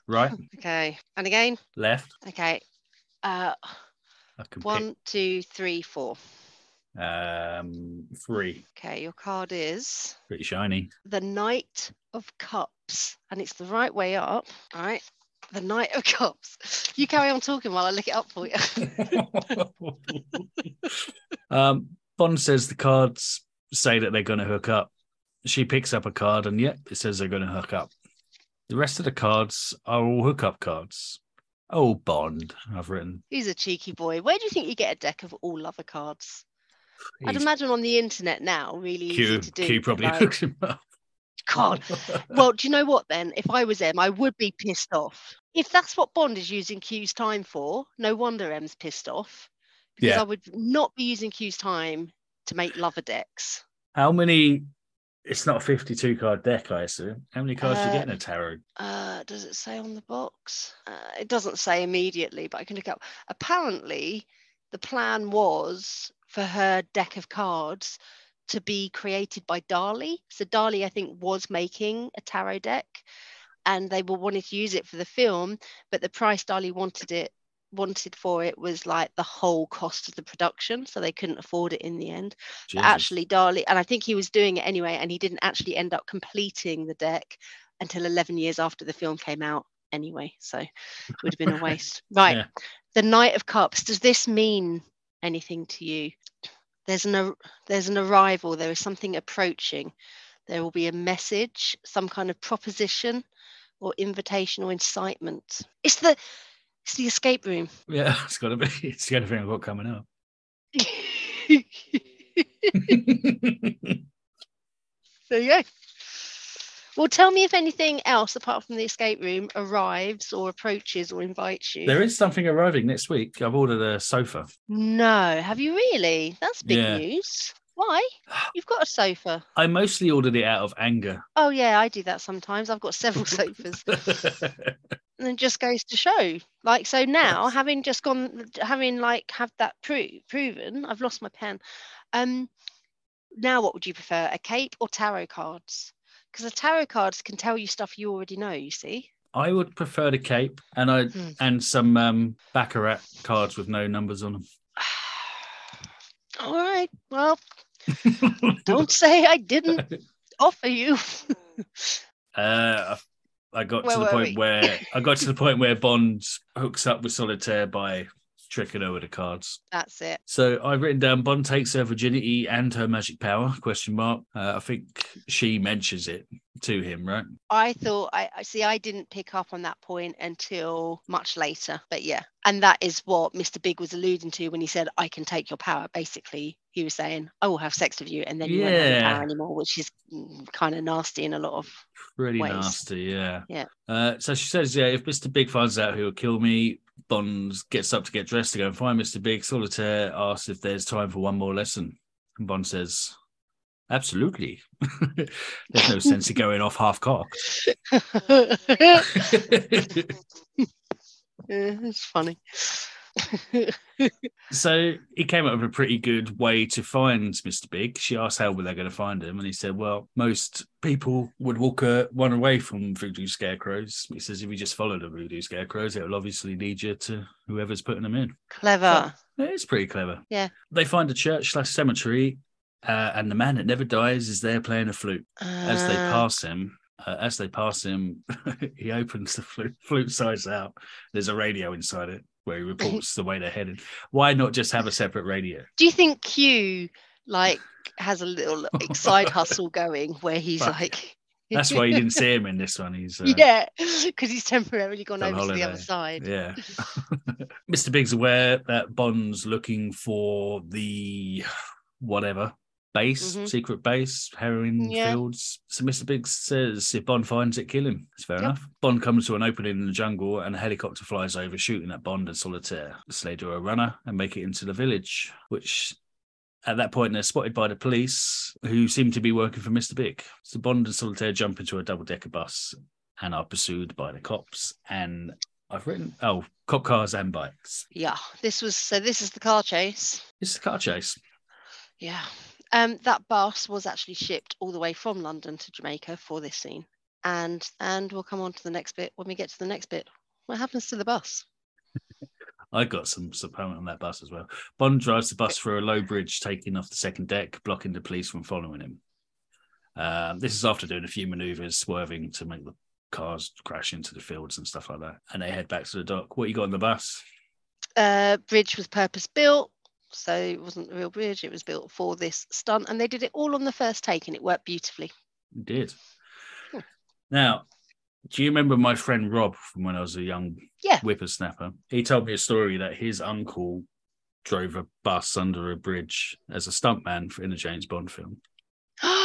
Speaker 4: Right.
Speaker 3: Okay, and again.
Speaker 4: left.
Speaker 3: Okay. Uh,
Speaker 4: I can
Speaker 3: one, two, three, four.
Speaker 4: pick um three.
Speaker 3: Okay, your card is
Speaker 4: Pretty shiny.
Speaker 3: the Knight of Cups, and it's the right way up. All right, the Knight of Cups. You carry on talking while I look it up for you.
Speaker 4: um, Bond says the cards say that they're going to hook up. She picks up a card, and yep, it says they're going to hook up. The rest of the cards are all hookup cards. Oh, Bond, I've written.
Speaker 3: He's a cheeky boy. Where do you think you get a deck of all lover cards? I'd
Speaker 4: He's-
Speaker 3: imagine on the internet now, really easy
Speaker 4: Q,
Speaker 3: to do.
Speaker 4: Q probably
Speaker 3: like,
Speaker 4: hooks him up.
Speaker 3: God. Well, do you know what then? If I was M, I would be pissed off. If that's what Bond is using Q's time for, no wonder M's pissed off. Because
Speaker 4: Yeah.
Speaker 3: I would not be using Q's time to make lover decks.
Speaker 4: How many? It's not a 52 card deck, I assume. How many cards do you
Speaker 3: Uh,
Speaker 4: get in a tarot?
Speaker 3: Uh, does it say on the box? Uh, it doesn't say immediately, but I can look up. Apparently, the plan was for her deck of cards to be created by Dali. So Dali, I think, was making a tarot deck, and they were wanted to use it for the film, but the price Dali wanted it wanted for it was like the whole cost of the production, so they couldn't afford it in the end
Speaker 4: Jesus.
Speaker 3: actually Dali, and I think he was doing it anyway, and he didn't actually end up completing the deck until 11 years after the film came out anyway. So it would have been a waste. Right.
Speaker 4: Yeah.
Speaker 3: The Knight of Cups. Does this mean anything to you? There's an ar- there's an arrival. There is something approaching. There will be a message, some kind of proposition, or invitation or incitement. It's the it's the escape room.
Speaker 4: yeah, it's got to be. It's the only thing I've got coming up.
Speaker 3: There you go. Well, tell me if anything else apart from the escape room arrives or approaches or invites you.
Speaker 4: there is something arriving next week. I've ordered a sofa.
Speaker 3: No, have you really? That's big
Speaker 4: Yeah.
Speaker 3: news. Why? You've got a sofa.
Speaker 4: I mostly ordered it out of anger.
Speaker 3: Oh, yeah, I do that sometimes. I've got several sofas. and it just goes to show. Like, so now,
Speaker 4: Yes.
Speaker 3: having just gone, having like had that pro- proven, I've lost my pen. Um, now, what would you prefer, a cape or tarot cards? Because the tarot cards can tell you stuff you already know, you see.
Speaker 4: I would prefer the cape and I
Speaker 3: Hmm.
Speaker 4: and some um baccarat cards with no numbers on
Speaker 3: All right. Well,
Speaker 4: them.
Speaker 3: don't say I didn't offer you.
Speaker 4: Uh, I I got
Speaker 3: Where
Speaker 4: to the
Speaker 3: were
Speaker 4: point
Speaker 3: we?
Speaker 4: where I got to the point where Bond hooks up with Solitaire by tricking her with the cards.
Speaker 3: That's it.
Speaker 4: So I've written down Bond takes her virginity and her magic power? Question mark. Uh, I think she mentions it to him, right?
Speaker 3: I thought I I- see. I didn't pick up on that point until much later. But yeah, and that is what Mr. Big was alluding to when he said, "I can take your power." Basically, he was saying, "I will have sex with you," and then you won't have your
Speaker 4: Yeah.
Speaker 3: power anymore, which is mm, kind of nasty in a lot of.
Speaker 4: Really
Speaker 3: ways.
Speaker 4: nasty, yeah.
Speaker 3: Yeah.
Speaker 4: Uh, so she says, yeah, if Mr. Big finds out, he'll kill me. Bond gets up to get dressed to go and find Mr. Big. Solitaire asks if there's time for one more lesson. And Bond says, absolutely. there's no sense in going off half cocked.
Speaker 3: Yeah, it's funny.
Speaker 4: so he came up with a pretty good way to find Mr. Big. She asked how were they going to find him, and he said, "Well, most people would walk uh, one away from voodoo scarecrows." He says, "If you just follow the voodoo scarecrows, it'll obviously lead you to whoever's putting them in."
Speaker 3: Clever.
Speaker 4: It's pretty clever.
Speaker 3: Yeah.
Speaker 4: They find a church slash cemetery, uh, and the man that never dies is there playing a flute. As they
Speaker 3: Uh,
Speaker 4: pass him, uh, as they pass him, he opens the flute, flute sides out. There's a radio inside it where he reports the way they're headed. Why not just have a separate radio?
Speaker 3: Do you think Q like has a little like, side hustle going where he's
Speaker 4: Fuck.
Speaker 3: like
Speaker 4: That's why you didn't see him in this one. He's uh,
Speaker 3: yeah, because he's temporarily gone
Speaker 4: On
Speaker 3: over to the other
Speaker 4: holiday.
Speaker 3: side.
Speaker 4: yeah. Mr. Big's aware that Bond's looking for the whatever base,
Speaker 3: Mhm.
Speaker 4: secret base, heroin
Speaker 3: Yeah.
Speaker 4: fields. So Mr. Big says if Bond finds it, kill him. It's fair
Speaker 3: Yep.
Speaker 4: enough. Bond comes to an opening in the jungle and a helicopter flies over, shooting at Bond and Solitaire. So they do a runner and make it into the village, which At that point, they're spotted by the police, who seem to be working for Mr. Big. So Bond and Solitaire jump into a double decker bus and are pursued by the cops. And I've written, oh, cop cars and bikes.
Speaker 3: Yeah, this was so. This is the car chase.
Speaker 4: It's a car chase.
Speaker 3: Yeah. Um, that bus was actually shipped all the way from London to Jamaica for this scene. And and we'll come on to the next bit when we get to the next bit. What happens to the bus?
Speaker 4: I got some supplement on that bus as well. Bond drives the bus through a low bridge, taking off the second deck, blocking the police from following him. Um, this is after doing a few maneuvers, swerving to make the cars crash into the fields and stuff like that. And they head back to the dock. What you got on the bus?
Speaker 3: Uh, bridge was purpose built, so it wasn't the real bridge. It was built for this stunt, and they did it all on the first take, and it worked beautifully.
Speaker 4: It did.
Speaker 3: Hmm.
Speaker 4: Now, do you remember my friend Rob from when I was a young
Speaker 3: Yeah.
Speaker 4: whippersnapper? He told me a story that his uncle drove a bus under a bridge as a stuntman for in a James Bond film.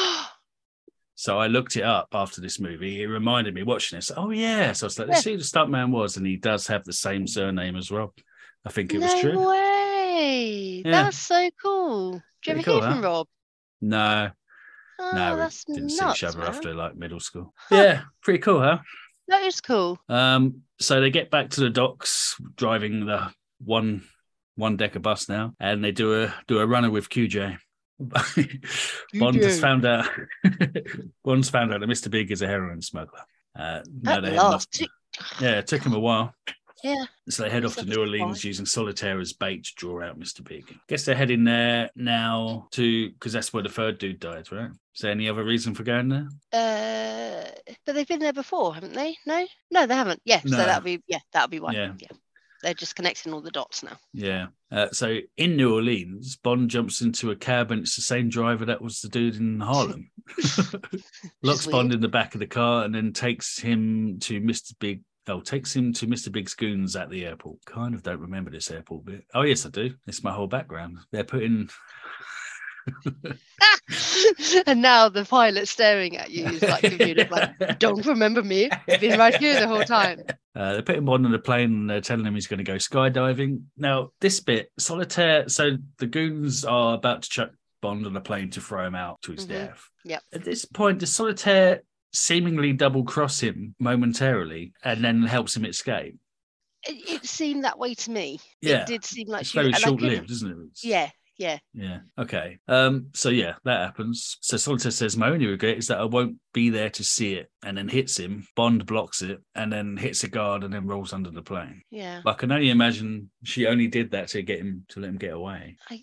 Speaker 4: So I looked it up after this movie. It reminded me watching this. Oh yeah. So I was like, let's see who the stuntman was. And he does have the same surname as Rob. I think it was
Speaker 3: no
Speaker 4: true.
Speaker 3: way!
Speaker 4: Yeah.
Speaker 3: That's so cool. Do you ever
Speaker 4: Pretty cool,
Speaker 3: hear from
Speaker 4: huh?
Speaker 3: Rob?
Speaker 4: No,
Speaker 3: Oh,
Speaker 4: no,
Speaker 3: that's
Speaker 4: we didn't
Speaker 3: nuts,
Speaker 4: see each other
Speaker 3: man.
Speaker 4: after like middle school. Yeah, pretty cool, huh?
Speaker 3: That is cool.
Speaker 4: Um, so they get back to the docks, driving the one one decker bus now, and they do a do a runner with QJ. Bond has
Speaker 3: QJ.
Speaker 4: found out. Bond's found out that Mister Big is a heroin smuggler. Uh, no,
Speaker 3: At
Speaker 4: they had
Speaker 3: last,
Speaker 4: not- yeah, it took him a while.
Speaker 3: Yeah.
Speaker 4: So they head off to
Speaker 3: Such
Speaker 4: New
Speaker 3: a
Speaker 4: Orleans using solitaire as bait to draw out Mr. Big. Guess they're heading there now to because that's where the third dude died, right? Is there any other reason for going there?
Speaker 3: Uh, but they've been there before, haven't they? No, no, they haven't. Yeah,
Speaker 4: No.
Speaker 3: so that'll be yeah, that'll be one.
Speaker 4: Yeah.
Speaker 3: they're just connecting all the dots now.
Speaker 4: Yeah. Uh, so in New Orleans, Bond jumps into a cab and it's the same driver that was the dude in Harlem. Locks Bond
Speaker 3: weird.
Speaker 4: in the back of the car and then takes him to Mr. Big. Oh, takes him to Mr. Big's goons at the airport. Kind of don't remember this airport bit. Oh, yes, I do. It's my whole background. They're putting.
Speaker 3: and now the pilot staring at you is like, confused, like don't remember me. I've been right here the whole time.
Speaker 4: Uh, they're putting Bond on a plane and they're telling him he's going to go skydiving. Now, this bit, Solitaire, so the goons are about to chuck Bond on a plane to throw him out to his
Speaker 3: Mhm.
Speaker 4: death.
Speaker 3: Yep.
Speaker 4: At this point, does Solitaire seemingly double cross him momentarily and then helps him escape?
Speaker 3: It, it seemed that way to me.
Speaker 4: Yeah.
Speaker 3: It did seem like
Speaker 4: it's
Speaker 3: Uh, she
Speaker 4: very
Speaker 3: and I
Speaker 4: short
Speaker 3: couldn't-
Speaker 4: lived, isn't it? It's-
Speaker 3: Yeah, yeah.
Speaker 4: Yeah. Okay. Um, so yeah, that happens. So Solitaire says, My only regret is that I won't be there to see it and then hits him. Bond blocks it and then hits a guard and then rolls under the plane.
Speaker 3: Yeah.
Speaker 4: I can only imagine she only did that to get him to let him get away,
Speaker 3: I,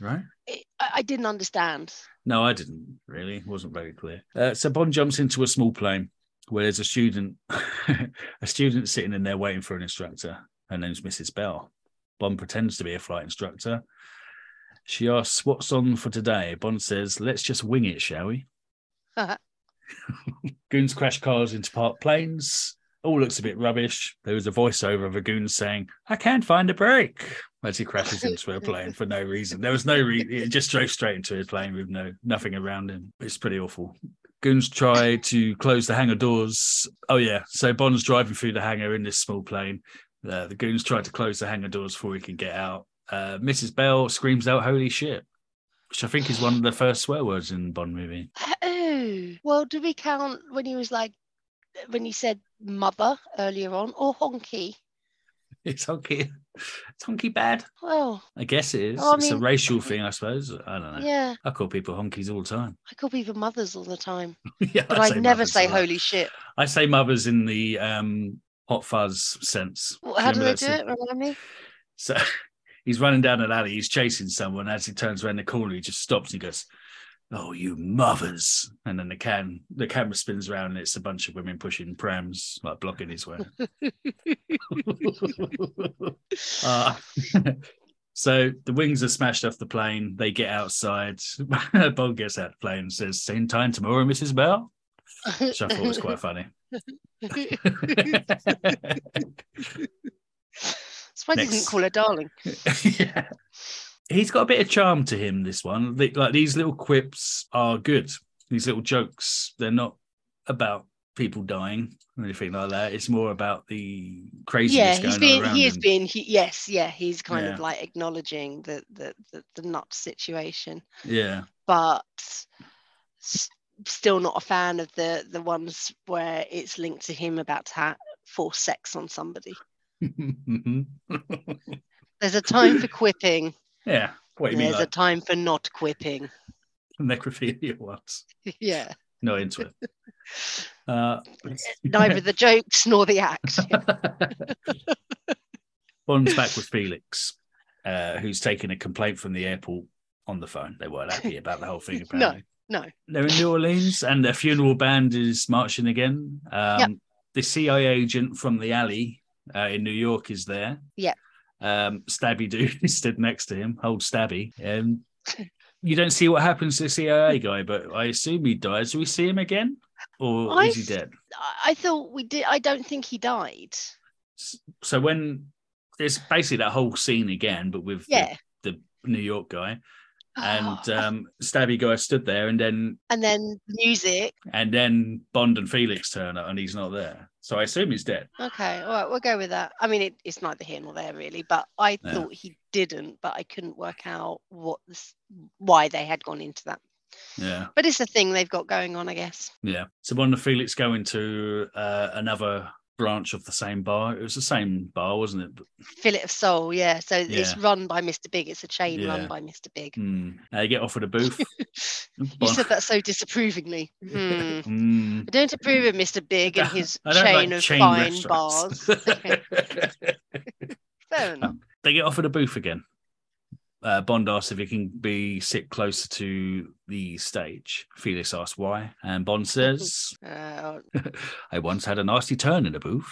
Speaker 4: right?
Speaker 3: it, I I didn't understand.
Speaker 4: No, I didn't really. It wasn't very clear. Uh, so Bond jumps into a small plane where there's a student, a student sitting in there waiting for an instructor. Her name's Mrs. Bell. Bond pretends to be a flight instructor. She asks, "What's on for today?" Bond says, "Let's just wing it, shall we?" Goons crash cars into parked planes. All looks a bit rubbish. There was a voiceover of a goon saying, I can't find a brake as he crashes into a plane for no reason. There was no reason. It just drove straight into his plane with no nothing around him. It's pretty awful. Goons try to close the hangar doors. Oh, yeah. So Bond's driving through the hangar in this small plane. Uh, the goons try to close the hangar doors before he can get out. Uh, Mrs. Bell screams out, Holy shit, which I think is one of the first swear words in the Bond movie.
Speaker 3: Oh, well, do we count when he was like, when he said mother earlier on or honky?
Speaker 4: It's honky, it's honky bad.
Speaker 3: Well,
Speaker 4: I guess it is.
Speaker 3: Oh, I
Speaker 4: it's a
Speaker 3: mean-
Speaker 4: racial thing, I suppose. I don't know.
Speaker 3: yeah,
Speaker 4: I call people honkies all the time.
Speaker 3: I call people mothers all the time,
Speaker 4: yeah,
Speaker 3: but I would never
Speaker 4: mothers
Speaker 3: say
Speaker 4: a lot.
Speaker 3: holy shit.
Speaker 4: I say mothers in the um, hot fuzz sense.
Speaker 3: Well, how do
Speaker 4: Remember
Speaker 3: they
Speaker 4: that
Speaker 3: do
Speaker 4: scene?
Speaker 3: it? Remind me.
Speaker 4: So he's running down an alley. He's chasing someone. As he turns around the corner, he just stops and he goes, "Oh, you mothers!" And then the can the camera spins around and it's a bunch of women pushing prams, like blocking his way. Uh, so the wings are smashed off the plane. They get outside. Bond gets out the plane and says, "Same time tomorrow, Mrs. Bell," which I thought was quite funny.
Speaker 3: Surprised he didn't
Speaker 4: Next.
Speaker 3: call her darling.
Speaker 4: yeah. He's got a bit of charm to him, this one. Like these little quips are good. These little jokes, they're not about people dying or anything like that. It's more about the craziness
Speaker 3: yeah,
Speaker 4: going
Speaker 3: he's
Speaker 4: on
Speaker 3: being
Speaker 4: around
Speaker 3: he is
Speaker 4: him.
Speaker 3: being he, yes, yeah, he's kind of
Speaker 4: Yeah.
Speaker 3: like acknowledging the the the, the nut situation,
Speaker 4: Yeah,
Speaker 3: but s- still not a fan of the the ones where it's linked to him about to ha- force sex on somebody. There's a time for quipping.
Speaker 4: yeah. What do you mean,
Speaker 3: There's a
Speaker 4: like
Speaker 3: time for not quipping.
Speaker 4: necrophilia ones?
Speaker 3: yeah,
Speaker 4: Not into it. Uh,
Speaker 3: neither the jokes nor the act.
Speaker 4: Bond's back with Felix, uh, who's taken a complaint from the airport on the phone. They weren't happy about the whole thing, apparently.
Speaker 3: no.
Speaker 4: They're in New Orleans and their funeral band is marching again. Um,
Speaker 3: Yep.
Speaker 4: The CIA agent from the alley uh, in New York is there.
Speaker 3: Yep.
Speaker 4: Um, Stabby Dude is stood next to him, old Stabby. Um, you don't see what happens to the CIA guy, but I assume he dies. Do we see him again? Or
Speaker 3: I
Speaker 4: is he dead?
Speaker 3: I- I thought we did. I don't think he died.
Speaker 4: So when it's basically that whole scene again, but with the
Speaker 3: Yeah.
Speaker 4: New York guy, and
Speaker 3: Oh,
Speaker 4: um, Stabby guy stood there, and then
Speaker 3: and then the music.
Speaker 4: and then Bond and Felix turn up, and he's not there. So I assume he's dead.
Speaker 3: Okay, all right, we'll go with that. I mean, it, it's neither here nor there really, but I
Speaker 4: Yeah.
Speaker 3: thought he didn't, but I couldn't work out what the s- why they had gone into that.
Speaker 4: Yeah,
Speaker 3: But it's the thing they've got going on, I guess.
Speaker 4: yeah. So Bond and Felix go into uh, another branch of the same bar. It was the same bar, wasn't it?
Speaker 3: Fillet of Soul, yeah. So it's
Speaker 4: Yeah.
Speaker 3: run by Mr. Big. It's a chain
Speaker 4: Yeah. Mm.
Speaker 3: run by Mr. Big.
Speaker 4: Hmm. They get offered a booth.
Speaker 3: You
Speaker 4: Bond-
Speaker 3: said that so disapprovingly. Hmm.
Speaker 4: Hmm.
Speaker 3: I don't approve of Mr. Big and his
Speaker 4: I don't
Speaker 3: chain
Speaker 4: like
Speaker 3: of
Speaker 4: chain
Speaker 3: fine
Speaker 4: restaurants.
Speaker 3: bars. Okay, fair enough.
Speaker 4: they get offered a booth again. Uh, Bond asks if he can be sit closer to the stage. Felix asks why, and Bond says,
Speaker 3: Uh,
Speaker 4: "I once had a nasty turn in a booth."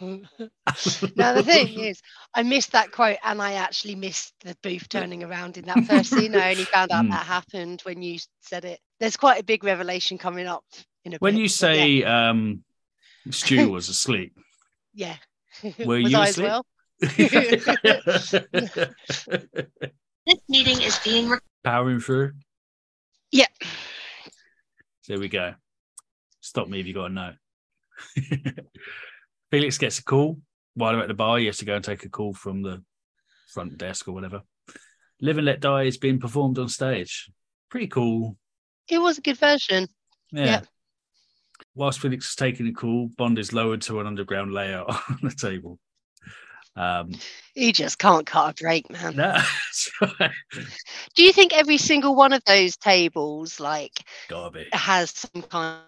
Speaker 3: now the thing is, I missed that quote, and I actually missed the booth turning around in that first scene. I only found out
Speaker 4: Mm.
Speaker 3: that happened when you said it. There's quite a big revelation coming up in a
Speaker 4: When
Speaker 3: bit,
Speaker 4: you
Speaker 3: but
Speaker 4: say um, Stu was asleep,
Speaker 3: yeah, yeah.
Speaker 4: Were
Speaker 3: Was
Speaker 4: you
Speaker 3: I as
Speaker 4: asleep?
Speaker 3: well?
Speaker 2: This meeting is being recorded.
Speaker 4: powering through.
Speaker 3: Yeah,
Speaker 4: There we go. Stop me if you got to know. Felix gets a call while they're at the bar. He has to go and take a call from the front desk or whatever. Live and Let Die is being performed on stage. Pretty cool.
Speaker 3: it was a good version.
Speaker 4: Yeah.
Speaker 3: Yeah.
Speaker 4: Whilst Felix is taking a call, Bond is lowered to an underground layer on the table. Um,
Speaker 3: You just can't cut a break, man.
Speaker 4: no,
Speaker 3: Do you think every single one of those tables like
Speaker 4: gotta be.
Speaker 3: has some kind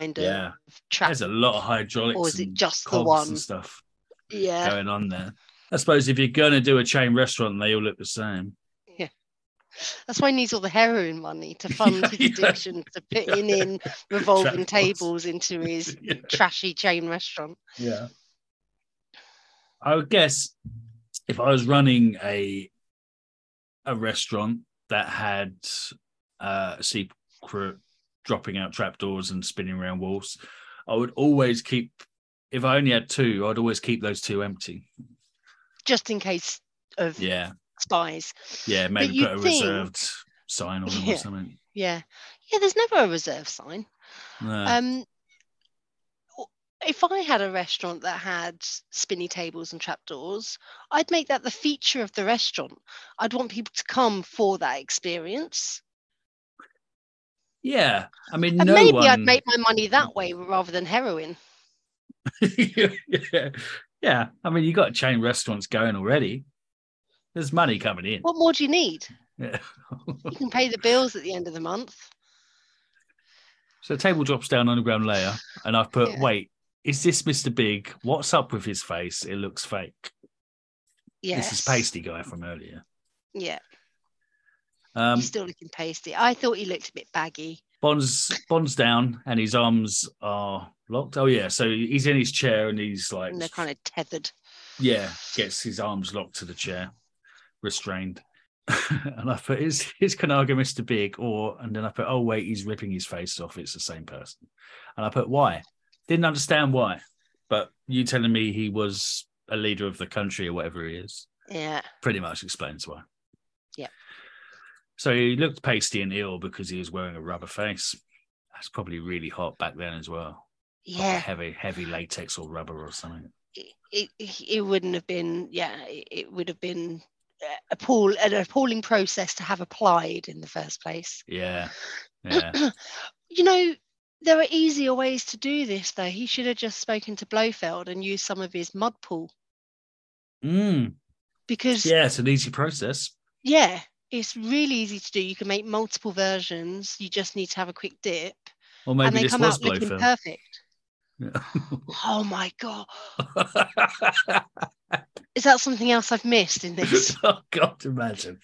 Speaker 3: of
Speaker 4: Yeah.
Speaker 3: trap,
Speaker 4: There's a lot of hydraulics
Speaker 3: or is it
Speaker 4: and
Speaker 3: just the
Speaker 4: cogs
Speaker 3: one?
Speaker 4: and stuff
Speaker 3: Yeah,
Speaker 4: going on there. I suppose if you're gonna do a chain restaurant, they all look the same.
Speaker 3: That's why he needs all the heroin money to fund his
Speaker 4: Yeah.
Speaker 3: addiction to putting in revolving
Speaker 4: Trap
Speaker 3: tables into his trashy chain restaurant.
Speaker 4: Yeah. I would guess if I was running a a restaurant that had uh secret dropping out trapdoors and spinning around walls, I would always keep if I only had two, I'd always keep those two empty.
Speaker 3: Just in case of
Speaker 4: Yeah.
Speaker 3: spies.
Speaker 4: Yeah. Maybe
Speaker 3: you'd
Speaker 4: put a
Speaker 3: think-
Speaker 4: reserved sign on them
Speaker 3: Yeah.
Speaker 4: or something.
Speaker 3: Yeah. Yeah, there's never a reserve sign.
Speaker 4: No.
Speaker 3: Um w- if I had a restaurant that had spinny tables and trapdoors, I'd make that the feature of the restaurant. I'd want people to come for that experience.
Speaker 4: yeah. I mean
Speaker 3: And
Speaker 4: no
Speaker 3: maybe
Speaker 4: one... Mm.
Speaker 3: I'd make my money that way rather than heroin.
Speaker 4: yeah. yeah. I mean, you got chain restaurants going already. There's money coming in.
Speaker 3: What more do you need?
Speaker 4: Yeah.
Speaker 3: You can pay the bills at the end of the month.
Speaker 4: so the table drops down underground layer, and I've put,
Speaker 3: Yeah.
Speaker 4: wait, is this Mr. Big? What's up with his face? It looks fake.
Speaker 3: Yes.
Speaker 4: This is pasty guy from earlier.
Speaker 3: Yeah,
Speaker 4: Um,
Speaker 3: he's still looking pasty. I thought he looked a bit baggy.
Speaker 4: Bond's Bond's down, and his arms are locked. Oh yeah, so he's in his chair, and he's like,
Speaker 3: And they're kind of tethered.
Speaker 4: yeah, gets his arms locked to the chair, restrained. and I put, is, is Kanaga Mr. Big? Or, and then I put, oh, wait, he's ripping his face off. It's the same person. And I put, why? Didn't understand why. But you telling me he was a leader of the country or whatever he is
Speaker 3: Yeah.
Speaker 4: pretty much explains why.
Speaker 3: Yeah.
Speaker 4: So he looked pasty and ill because he was wearing a rubber face. That's probably really hot back then as well.
Speaker 3: yeah,
Speaker 4: heavy, heavy latex or rubber or something.
Speaker 3: it, it, it wouldn't have been yeah it, it would have been uh, appall, an appalling process to have applied in the first place
Speaker 4: Yeah, yeah.
Speaker 3: you know there are easier ways to do this though he should have just spoken to blofeld and used some of his mud pool
Speaker 4: Mm,
Speaker 3: because yeah.
Speaker 4: yeah, it's an easy process.
Speaker 3: it's really easy to do you can make multiple versions you just need to have a quick dip
Speaker 4: Or
Speaker 3: and
Speaker 4: maybe
Speaker 3: they
Speaker 4: this
Speaker 3: come
Speaker 4: was
Speaker 3: out looking
Speaker 4: Blofeld.
Speaker 3: perfect oh my god
Speaker 4: oh
Speaker 3: is that something else i've missed in this
Speaker 4: God, imagine.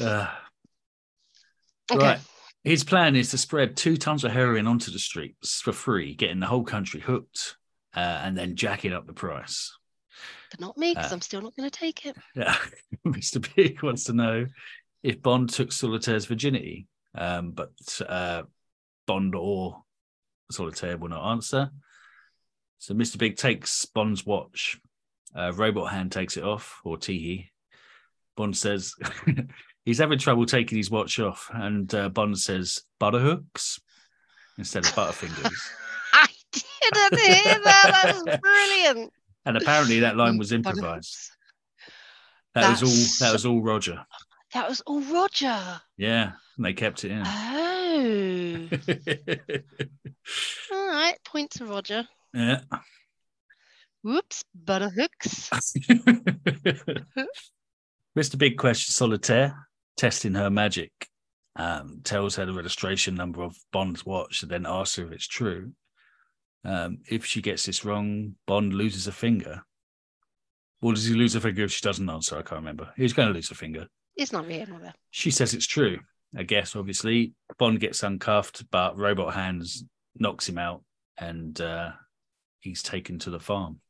Speaker 4: Ah.
Speaker 3: okay
Speaker 4: Right. His plan is to spread two tons of heroin onto the streets for free, getting the whole country hooked, uh, and then jacking up the price.
Speaker 3: but not me because
Speaker 4: Uh,
Speaker 3: i'm still not going to take it
Speaker 4: Yeah. Mr. Big wants to know if Bond took Solitaire's virginity, um, but uh, Bond or Solitaire will not answer. So Mr. Big takes Bond's watch. Uh, Robot Hand takes it off, or Teehee. Bond says he's having trouble taking his watch off, and uh, Bond says butterhooks instead of butterfingers.
Speaker 3: i didn't hear that that's brilliant
Speaker 4: and apparently that line was
Speaker 3: Butterhooks.
Speaker 4: improvised. That was
Speaker 3: That's-
Speaker 4: all. That was all Roger.
Speaker 3: That was all Roger.
Speaker 4: Yeah, and they kept it in.
Speaker 3: Oh, all right. Point to Roger.
Speaker 4: yeah.
Speaker 3: Whoops, butterhooks.
Speaker 4: Mr. Big Question Solitaire, testing her magic, um, tells her the registration number of Bond's watch and then asks her if it's true. Um, if she gets this wrong, Bond loses a finger. Or does he lose a finger if she doesn't answer? I can't remember. He's going to lose a finger.
Speaker 3: It's not really another.
Speaker 4: She says it's true. I guess, obviously. Bond gets uncuffed, but Robot Hands knocks him out and uh, he's taken to the farm.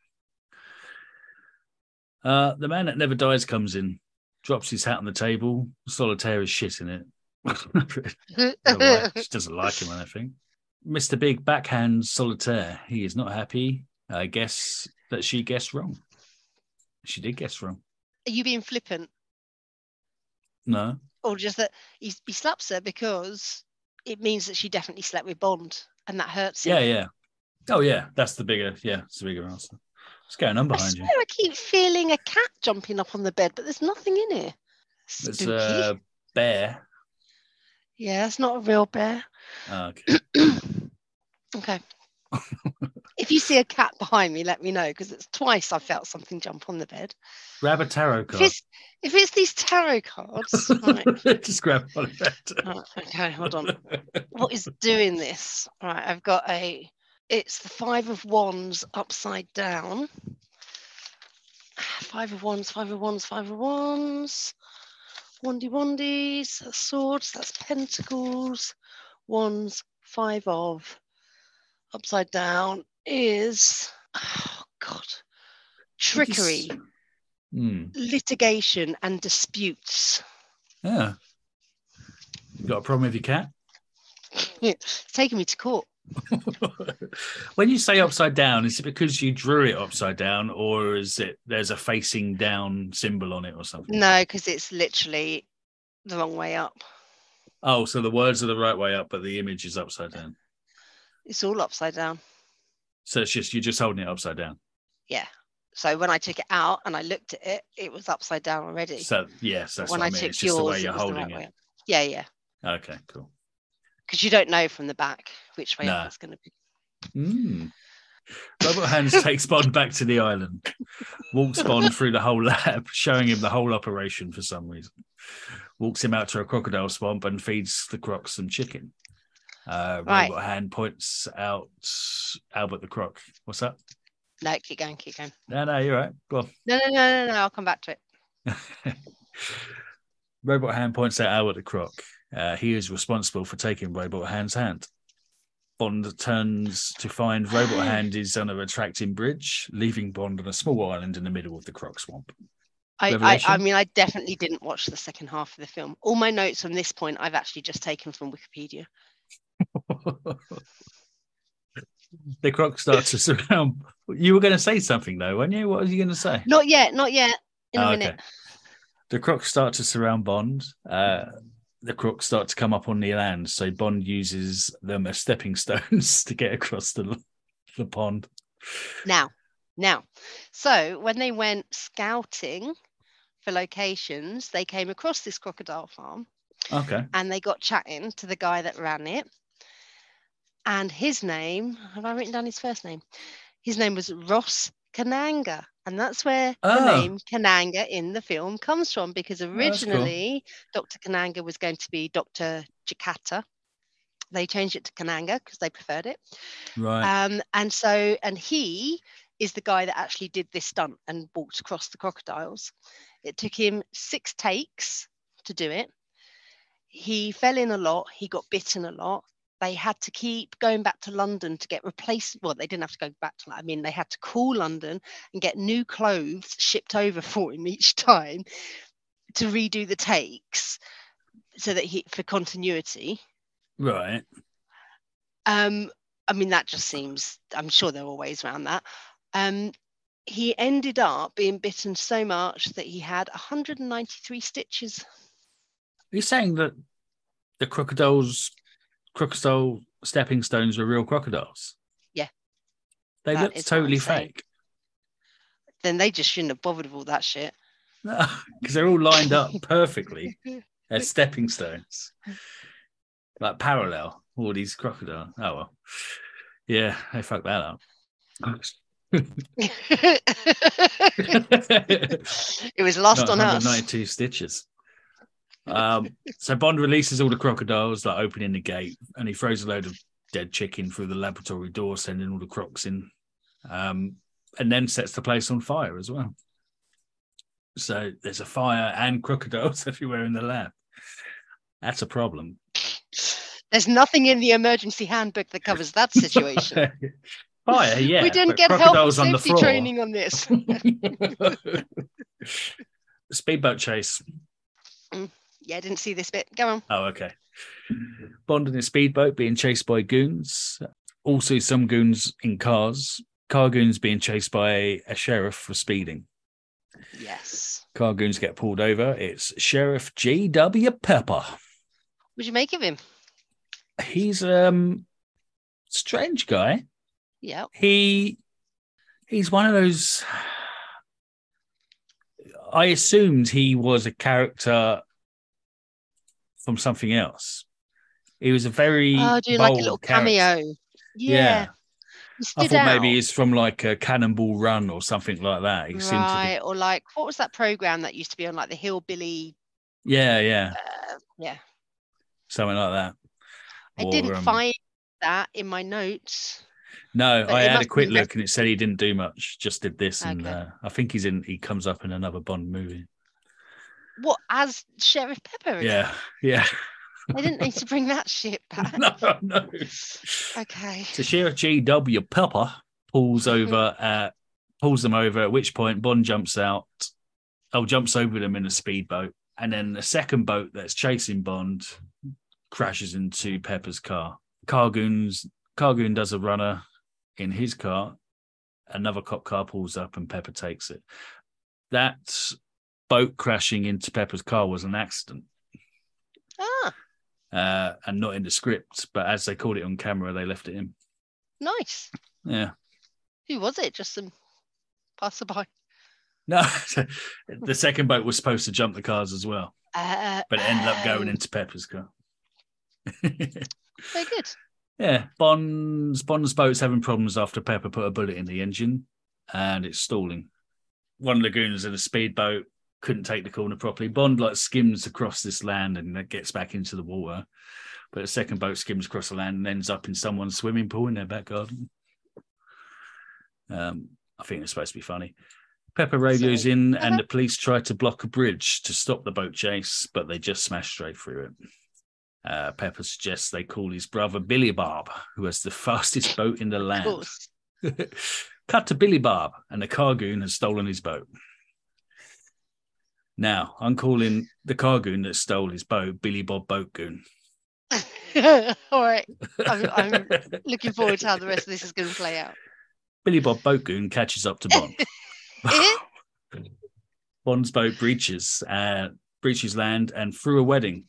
Speaker 4: Uh, the man that never dies comes in, drops his hat on the table. Solitaire is shit in it. Don't worry, she doesn't like him, I don't think. Mr. Big backhands Solitaire. He is not happy. I guess that she guessed wrong. She did guess wrong.
Speaker 3: Are you being flippant,
Speaker 4: No.
Speaker 3: or just that he, he slaps her because it means that she definitely slept with Bond, and that hurts him?
Speaker 4: Yeah, yeah. Oh, yeah. That's the bigger. Yeah, it's the bigger answer. What's going on
Speaker 3: I
Speaker 4: behind
Speaker 3: swear,
Speaker 4: you?
Speaker 3: I keep feeling a cat jumping up on the bed, but there's nothing in here.
Speaker 4: It's
Speaker 3: Spooky.
Speaker 4: a bear.
Speaker 3: Yeah, it's not a real bear.
Speaker 4: Oh, okay.
Speaker 3: Okay. if you see a cat behind me, let me know because it's twice I felt something jump on the bed.
Speaker 4: Grab a tarot
Speaker 3: If
Speaker 4: card.
Speaker 3: it's, if it's these tarot cards, right.
Speaker 4: Just grab one of that.
Speaker 3: right, Oh, Okay, hold on. What is doing this? Right, I've got a. It's the Five of Wands upside down. Five of Wands, Five of Wands, Five of Wands. Wandy Wandies, that's swords, that's pentacles. Wands, Five of. Upside down is. Oh, God. Trickery,
Speaker 4: Hmm.
Speaker 3: litigation, and disputes.
Speaker 4: Yeah. You got a problem with your cat?
Speaker 3: It's taking me to court.
Speaker 4: when you say upside down, is it because you drew it upside down, or is it there's a facing down symbol on it or something?
Speaker 3: No, because it's literally the wrong way up.
Speaker 4: Oh, so the words are the right way up, but the image is upside down.
Speaker 3: It's all upside down.
Speaker 4: So it's just you're just holding it upside down.
Speaker 3: So when I took it out and I looked at it, it was upside down already.
Speaker 4: So yes,
Speaker 3: But
Speaker 4: that's what I mean. It's just the way you're
Speaker 3: was the
Speaker 4: holding
Speaker 3: right way
Speaker 4: it.
Speaker 3: up. Yeah, yeah.
Speaker 4: Okay, cool.
Speaker 3: Because you don't know from the back which way
Speaker 4: No.
Speaker 3: up it's going to be.
Speaker 4: Mm. Robert Hands takes Bond back to the island, walks Bond through the whole lab, showing him the whole operation for some reason. Walks him out to a crocodile swamp and feeds the croc some chicken. Uh,
Speaker 3: Right.
Speaker 4: Robot Hand points out Albert the croc. What's up?
Speaker 3: No, keep going, keep going.
Speaker 4: No, no, you're right. Go on.
Speaker 3: No, no, no, no, no. I'll come back to it.
Speaker 4: Robot Hand points out Albert the Croc. Uh, he is responsible for taking Robot Hand's hand. Bond turns to find Robot Hand is on a retracting bridge, leaving Bond on a small island in the middle of the Croc Swamp.
Speaker 3: I, I, I
Speaker 4: Revelation?
Speaker 3: mean, I definitely didn't watch the second half of the film. All my notes from this point I've actually just taken from Wikipedia.
Speaker 4: the Croc starts to surround. You were going to say something though, weren't you? What were you going to say?
Speaker 3: Not yet, not yet. In a
Speaker 4: Oh,
Speaker 3: minute.
Speaker 4: The Crocs start to surround Bond. Uh, the crooks start to come up on the land. So Bond uses them as stepping stones to get across the, the pond.
Speaker 3: Now, now, so when they went scouting for locations, they came across this crocodile farm
Speaker 4: Okay.
Speaker 3: and they got chatting to the guy that ran it. And his name, have I written down his first name? His name was Ross Kananga. And that's where the
Speaker 4: Oh.
Speaker 3: name Kananga in the film comes from, because
Speaker 4: that's cool.
Speaker 3: originally Dr. Kananga was going to be Dr. Jakata. They changed it to Kananga because they preferred it.
Speaker 4: Right.
Speaker 3: Um, and so, and he is the guy that actually did this stunt and walked across the crocodiles. It took him six takes to do it. He fell in a lot. He got bitten a lot. They had to keep going back to London to get replaced. Well, they didn't have to go back to. Lon- I mean, they had to call London and get new clothes shipped over for him each time to redo the takes, so that he for continuity.
Speaker 4: right.
Speaker 3: Um, I mean, that just seems, I'm sure there are ways around that. Um, he ended up being bitten so much that he had 193 stitches.
Speaker 4: Are you saying that the crocodiles, crocodile stepping stones were real crocodiles?
Speaker 3: Yeah.
Speaker 4: They
Speaker 3: That
Speaker 4: looked
Speaker 3: is what I'm
Speaker 4: totally
Speaker 3: saying.
Speaker 4: fake.
Speaker 3: Then they just shouldn't have bothered with all that shit.
Speaker 4: No, because they're all lined up perfectly as stepping stones, like parallel. All these crocodile. Oh well, yeah, they fucked that up.
Speaker 3: it was lost
Speaker 4: Not
Speaker 3: on us.
Speaker 4: 192 stitches. Um, so Bond releases all the crocodiles, like opening the gate, and he throws a load of dead chicken through the laboratory door, sending all the crocs in, um, and then sets the place on fire as well. So there's a fire and crocodiles everywhere in the lab. That's a problem.
Speaker 3: There's nothing in the emergency handbook that covers that situation.
Speaker 4: fire, yeah.
Speaker 3: we didn't
Speaker 4: but
Speaker 3: get health and
Speaker 4: crocodiles on the
Speaker 3: safety
Speaker 4: floor.
Speaker 3: training on this.
Speaker 4: Speedboat chase.
Speaker 3: yeah, I didn't see this bit. Go on.
Speaker 4: Oh, okay. Bond in a speedboat being chased by goons. Also, some goons in cars. Car goons being chased by a sheriff for speeding.
Speaker 3: Yes.
Speaker 4: Car goons get pulled over. It's Sheriff G.W. Pepper.
Speaker 3: Would you make of him?
Speaker 4: He's um strange guy.
Speaker 3: Yeah.
Speaker 4: He he's one of those. I assumed he was a character from something else. He was a very
Speaker 3: Oh, do you like a
Speaker 4: bold
Speaker 3: little
Speaker 4: character.
Speaker 3: cameo? Yeah. He
Speaker 4: I
Speaker 3: stood
Speaker 4: thought
Speaker 3: out.
Speaker 4: maybe it's from like a Cannonball Run or something like that. He seemed to
Speaker 3: right, or like what was that program that used to be on like the hillbilly?
Speaker 4: be, yeah, yeah,
Speaker 3: Uh, yeah,
Speaker 4: something like that.
Speaker 3: I
Speaker 4: Or,
Speaker 3: didn't
Speaker 4: um,
Speaker 3: find that in my notes.
Speaker 4: No,
Speaker 3: but
Speaker 4: I
Speaker 3: it
Speaker 4: had
Speaker 3: must
Speaker 4: a
Speaker 3: be
Speaker 4: quick
Speaker 3: less-
Speaker 4: look and it said he didn't do much. Just did this, and
Speaker 3: Okay.
Speaker 4: uh, I think he's in. He comes up in another Bond movie.
Speaker 3: What as Sheriff Pepper? again?
Speaker 4: Yeah, yeah.
Speaker 3: I didn't need to bring that shit back.
Speaker 4: no, no.
Speaker 3: Okay.
Speaker 4: So Sheriff G.W. Pepper pulls over, uh, pulls them over, at which point Bond jumps out, oh, jumps over them in a speedboat. And then the second boat that's chasing Bond crashes into Pepper's car. Cargoon's Cargoon does a runner in his car. Another cop car pulls up and Pepper takes it. That boat crashing into Pepper's car was an accident
Speaker 3: Ah,
Speaker 4: uh, and not in the script, but as they called it on camera, they left it in.
Speaker 3: nice.
Speaker 4: Yeah.
Speaker 3: Who was it? Just some passerby.
Speaker 4: No, the second boat was supposed to jump the cars as well,
Speaker 3: Uh,
Speaker 4: but it ended up going
Speaker 3: um,
Speaker 4: into Pepper's car.
Speaker 3: Very good.
Speaker 4: yeah, Bond's Bond's boat's having problems after Pepper put a bullet in the engine, and it's stalling. One of the goons in a speedboat couldn't take the corner properly. Bond like skims across this land and that gets back into the water, but the second boat skims across the land and ends up in someone's swimming pool in their back garden. Um, I think it's supposed to be funny. Pepper radios
Speaker 3: So-
Speaker 4: in, and the police try to block a bridge to stop the boat chase, but they just smash straight through it. Uh, Pepper suggests they call his brother Billy Bob, who has the fastest boat in the
Speaker 3: Of
Speaker 4: land.
Speaker 3: course.
Speaker 4: Cut to Billy Bob, and the cargoon has stolen his boat. Now, I'm calling the cargoon that stole his boat Billy Bob Boat Goon.
Speaker 3: All right. I'm- I'm- Looking forward to how the rest of this is going to play out.
Speaker 4: Billy Bob Boat Goon catches up to Bond.
Speaker 3: Eh?
Speaker 4: Bond's boat breaches, uh, breaches land and through a wedding.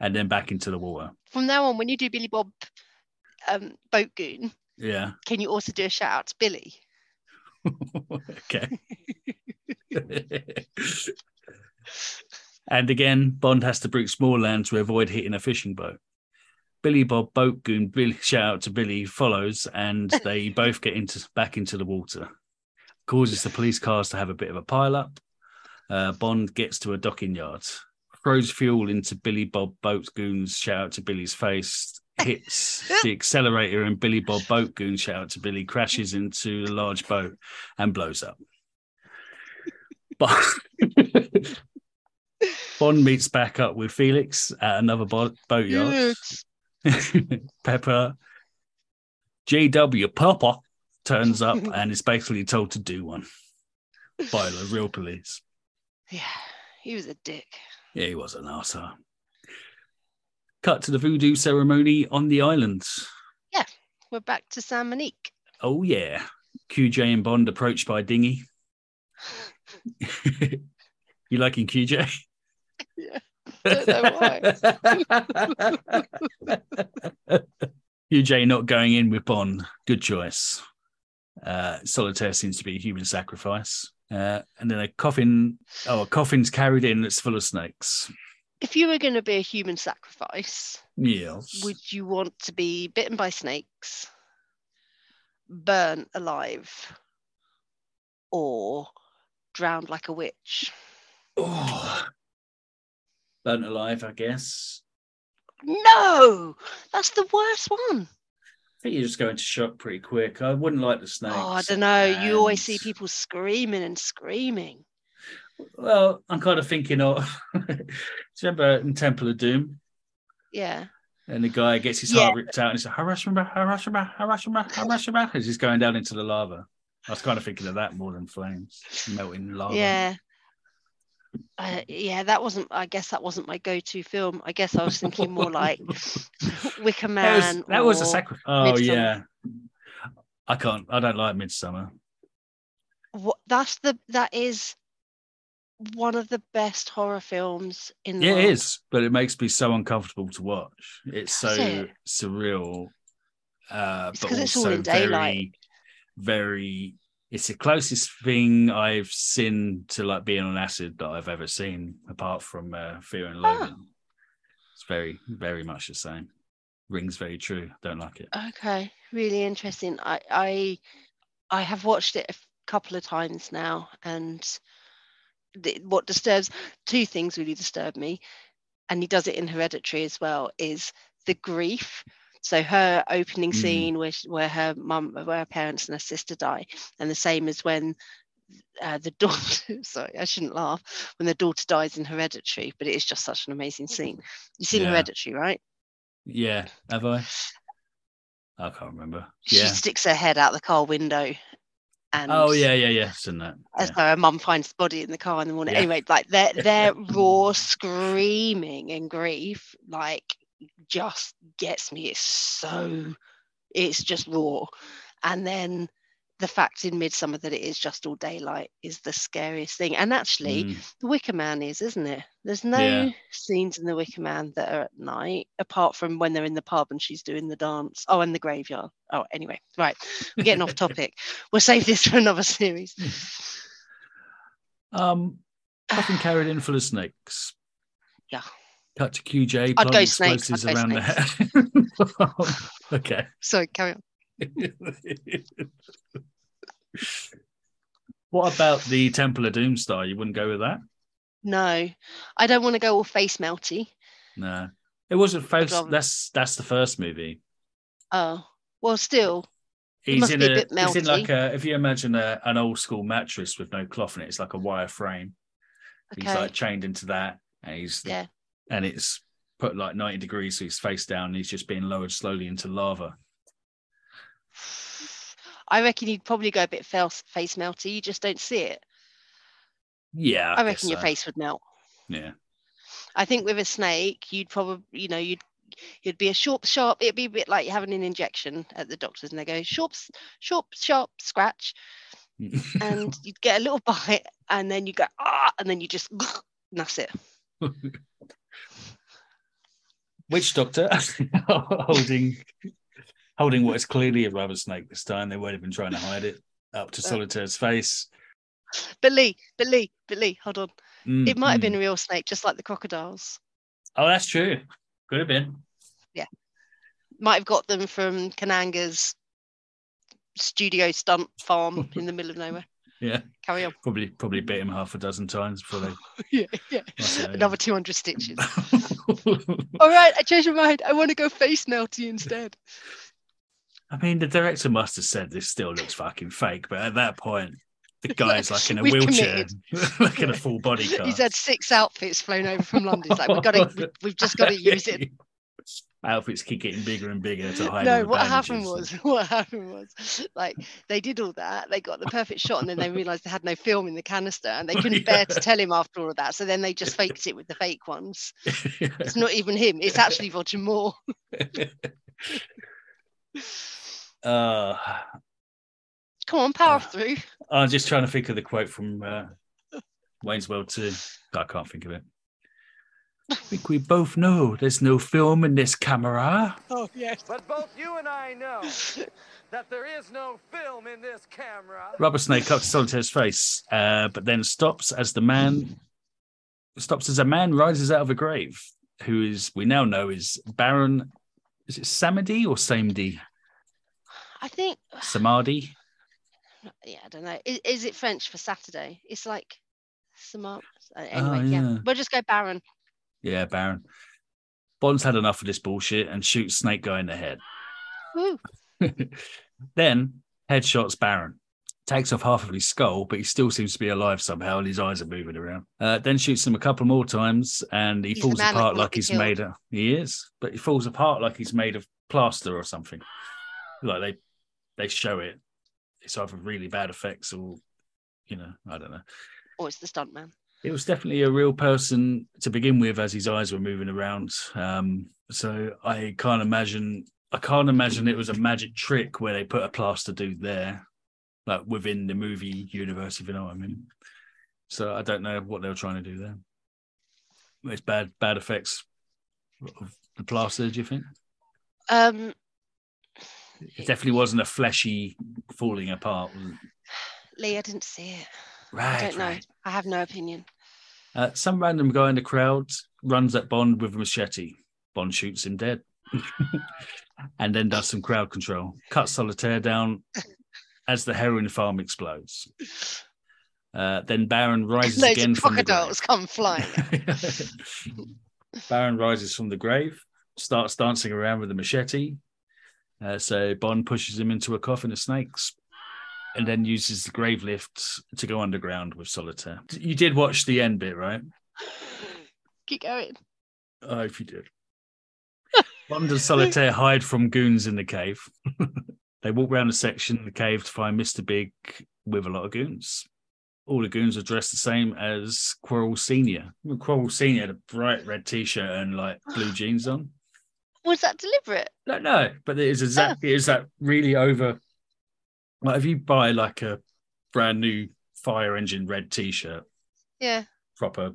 Speaker 4: and then back into the water.
Speaker 3: From now on, when you do Billy Bob um, Boat Goon,
Speaker 4: Yeah.
Speaker 3: can you also do a shout out to Billy?
Speaker 4: okay. and again, Bond has to break small land to avoid hitting a fishing boat. Billy Bob Boat Goon, Billy, shout out to Billy, follows, and they both get into back into the water. Causes the police cars to have a bit of a pile up. Uh, Bond gets to a docking yard, throws fuel into Billy Bob Boat Goon's shout out to Billy's face, hits the accelerator, and Billy Bob Boat Goon shout out to Billy crashes into a large boat and blows up. But Bond meets back up with Felix at another bo- boatyard. Pepper, JW Pepper turns up and is basically told to do one by the real police.
Speaker 3: Yeah, he was a dick.
Speaker 4: Yeah, he was an arsehole. Cut to the voodoo ceremony on the island.
Speaker 3: We're back to San Monique.
Speaker 4: Oh, yeah. QJ and Bond approached by dinghy. you liking QJ?
Speaker 3: Yeah, don't know why.
Speaker 4: QJ not going in with Bond. Good choice. Uh, solitaire seems to be a human sacrifice. Uh, and then a coffin. Oh, a coffin's carried in that's full of snakes.
Speaker 3: If you were going to be a human sacrifice,
Speaker 4: Yes.
Speaker 3: would you want to be bitten by snakes, burnt alive, or drowned like a witch?
Speaker 4: Oh. Burnt alive, I guess.
Speaker 3: No, that's the worst one.
Speaker 4: I think you're just going to shock pretty quick. I wouldn't like the snakes.
Speaker 3: Oh, I don't know. You always see
Speaker 4: and-
Speaker 3: people screaming and screaming.
Speaker 4: Well, I'm kind of thinking of. do you remember in Temple of Doom?
Speaker 3: Yeah.
Speaker 4: And the guy gets his heart ripped out and he's like, Harashima, Harashima, Harashima, Harashima, as he's going down into the lava. I was kind of thinking of that more than flames, melting lava.
Speaker 3: Yeah. Uh, yeah, that wasn't. I guess that wasn't my go-to film. I guess I was thinking more like Wicker
Speaker 4: that
Speaker 3: Man.
Speaker 4: was, that was a
Speaker 3: or-
Speaker 4: sacrifice. Oh,
Speaker 3: Midsummer.
Speaker 4: yeah. I can't, I don't like Midsummer.
Speaker 3: What, that's the. That is one of the best horror films in the
Speaker 4: Yeah, it
Speaker 3: world.
Speaker 4: is, but it makes me so uncomfortable to watch. It's so
Speaker 3: Does it?
Speaker 4: surreal, uh,
Speaker 3: It's
Speaker 4: but
Speaker 3: 'cause it's all
Speaker 4: also
Speaker 3: in daylight.
Speaker 4: very, very. It's the closest thing I've seen to like being on acid that I've ever seen, apart from uh, Fear and
Speaker 3: Ah.
Speaker 4: Loathing. It's very, very much the same. Rings very true. Don't like it.
Speaker 3: Okay, really interesting. I I I have watched it a f- couple of times now, and the, what disturbs two things really disturb me, and he does it in Hereditary as well. Is the grief. So her opening
Speaker 4: Mm.
Speaker 3: scene where she, where her mum, where her parents and her sister die, and the same as when uh, the daughter. Sorry, I shouldn't laugh when the daughter dies in Hereditary, but it is just such an amazing scene. You've seen
Speaker 4: Yeah.
Speaker 3: Hereditary, right?
Speaker 4: Yeah, have I? I can't remember.
Speaker 3: She
Speaker 4: Yeah.
Speaker 3: sticks her head out the car window. And
Speaker 4: Oh yeah, yeah, yeah. Seen that.
Speaker 3: uh,
Speaker 4: Yeah.
Speaker 3: So her mum finds the body in the car in the morning.
Speaker 4: Yeah.
Speaker 3: Anyway, like their their raw screaming and grief, like just gets me. It's so, it's just raw. And then the fact in Midsummer that it is just all daylight is the scariest thing. And actually,
Speaker 4: Mm.
Speaker 3: the Wicker Man is, isn't it? There's no
Speaker 4: Yeah.
Speaker 3: scenes in the Wicker Man that are at night, apart from when they're in the pub and she's doing the dance. Oh, and the graveyard. Oh, anyway, right. We're getting off topic. We'll save this for another series.
Speaker 4: Um, coffin carried in full of snakes.
Speaker 3: Yeah.
Speaker 4: Cut to QJ.
Speaker 3: I'd go
Speaker 4: planting
Speaker 3: snakes, I'd
Speaker 4: explosives
Speaker 3: go
Speaker 4: the- okay.
Speaker 3: So carry on.
Speaker 4: what about the Temple of Doom star? You wouldn't go with that?
Speaker 3: No, I don't want to go all face melty.
Speaker 4: No. It wasn't first.
Speaker 3: rather-
Speaker 4: That's that's the first movie.
Speaker 3: Oh, well, still, It
Speaker 4: He's
Speaker 3: must
Speaker 4: in
Speaker 3: be a
Speaker 4: a,
Speaker 3: bit
Speaker 4: he's in
Speaker 3: melty.
Speaker 4: like a if you imagine a, an old school mattress with no cloth in it, it's like a wire frame. He's
Speaker 3: okay.
Speaker 4: like chained into that, and he's
Speaker 3: Yeah.
Speaker 4: and it's put like ninety degrees, so he's face down. And he's just being lowered slowly into lava.
Speaker 3: I reckon you'd probably go a bit fel- face melty. You just don't see it.
Speaker 4: Yeah,
Speaker 3: I,
Speaker 4: guess
Speaker 3: reckon your
Speaker 4: so.
Speaker 3: face would melt.
Speaker 4: Yeah,
Speaker 3: I think with a snake, you'd probably, you know, you'd you'd be a sharp, sharp. It'd be a bit like having an injection at the doctor's, and they go sharp, s- sharp, sharp scratch, and you'd get a little bite, and then you go ah, and then you just and that's it.
Speaker 4: witch doctor holding holding what is clearly a rubber snake this time. They won't have been trying to hide it
Speaker 3: Uh,
Speaker 4: up to Solitaire's face.
Speaker 3: But Lee, but Lee, but Lee, hold on.
Speaker 4: Mm,
Speaker 3: It might have
Speaker 4: mm.
Speaker 3: been a real snake, just like the crocodiles.
Speaker 4: Oh, that's true. Could have been.
Speaker 3: Might have got them from Kananga's studio stunt farm in the middle of nowhere.
Speaker 4: Yeah.
Speaker 3: Carry on.
Speaker 4: Probably probably bit him half a dozen times before they.
Speaker 3: yeah, yeah.
Speaker 4: That's it, yeah.
Speaker 3: Another 200 stitches. All right, I changed my mind. I want to go face melty instead.
Speaker 4: I mean, the director must have said this still looks fucking fake, but at that point, the guy's like in a
Speaker 3: We've
Speaker 4: wheelchair, like in a
Speaker 3: Yeah.
Speaker 4: full body cast.
Speaker 3: He's had six outfits flown over from London. It's like we've got to, we've just got to use it.
Speaker 4: Outfits keep getting bigger and bigger to hide. all
Speaker 3: No,
Speaker 4: the
Speaker 3: what happened was,
Speaker 4: bandages.
Speaker 3: what happened was, like they did all that, they got the perfect shot, and then they realised they had no film in the canister, and they couldn't bear to tell him after all of that. So then they just faked it with the fake ones. It's not even him; it's actually Roger Moore.
Speaker 4: uh,
Speaker 3: Come on,
Speaker 4: Ah.
Speaker 3: power through.
Speaker 4: I'm just trying to think of the quote from uh, Wayne's World 2. I can't think of it. I think we both know there's no film in this camera.
Speaker 3: Oh yes.
Speaker 5: But both you and I know that there is no film in this camera.
Speaker 4: Rubber snake up to Solitaire's face, uh, but then stops as the man stops as a man rises out of a grave, who is we now know is Baron. Is it Samadi or Samedi?
Speaker 3: I think.
Speaker 4: Samadi.
Speaker 3: Yeah, I don't know. Is, is it French for Saturday? It's like some. uh, Anyway,
Speaker 4: Oh,
Speaker 3: yeah.
Speaker 4: yeah.
Speaker 3: We'll just go Baron.
Speaker 4: Yeah, Baron. Bond's had enough of this bullshit and shoots Snake Guy in the head.
Speaker 3: Woo.
Speaker 4: Then headshots Baron, takes off half of his skull, but he still seems to be alive somehow, and his eyes are moving around. Uh, then shoots him a couple more times, and he
Speaker 3: He's the
Speaker 4: falls
Speaker 3: man that
Speaker 4: apart
Speaker 3: cannot
Speaker 4: like
Speaker 3: be
Speaker 4: he's
Speaker 3: killed.
Speaker 4: made of. He is, but he falls apart like he's made of plaster or something. Like they they show it. It's either really bad effects or, you know, I don't know.
Speaker 3: Or it's the stunt man.
Speaker 4: It was definitely a real person to begin with, as his eyes were moving around. Um, so I can't imagine. I can't imagine it was a magic trick where they put a plaster dude there, like within the movie universe, if you know what I mean. So I don't know what they were trying to do there. It's bad, bad effects of the plaster. Do you think
Speaker 3: Um,
Speaker 4: it definitely wasn't a fleshy falling apart? Was it?
Speaker 3: Lee, I didn't see it.
Speaker 4: Right,
Speaker 3: I don't know.
Speaker 4: right.
Speaker 3: I have no opinion.
Speaker 4: Uh, some random guy in the crowd runs at Bond with a machete. Bond shoots him dead and then does some crowd control, cuts Solitaire down as the heroin farm explodes. Uh, then Baron rises
Speaker 3: Loads
Speaker 4: again
Speaker 3: of
Speaker 4: from the grave.
Speaker 3: crocodiles come flying.
Speaker 4: Baron rises from the grave, starts dancing around with a machete. Uh, so Bond pushes him into a coffin of snakes and then uses the grave lift to go underground with Solitaire. You did watch the end bit, right?
Speaker 3: Keep going.
Speaker 4: Oh, if you did. Bond and Solitaire hide from goons in the cave. they walk round a section in the cave to find Mr. Big with a lot of goons. All the goons are dressed the same as Quarrel Senior. Remember Quarrel Senior had a bright red T-shirt and like blue jeans on.
Speaker 3: Was that deliberate?
Speaker 4: No, no, but it is exactly it is that really over. Like if you buy like a brand new fire engine red T-shirt,
Speaker 3: Yeah.
Speaker 4: proper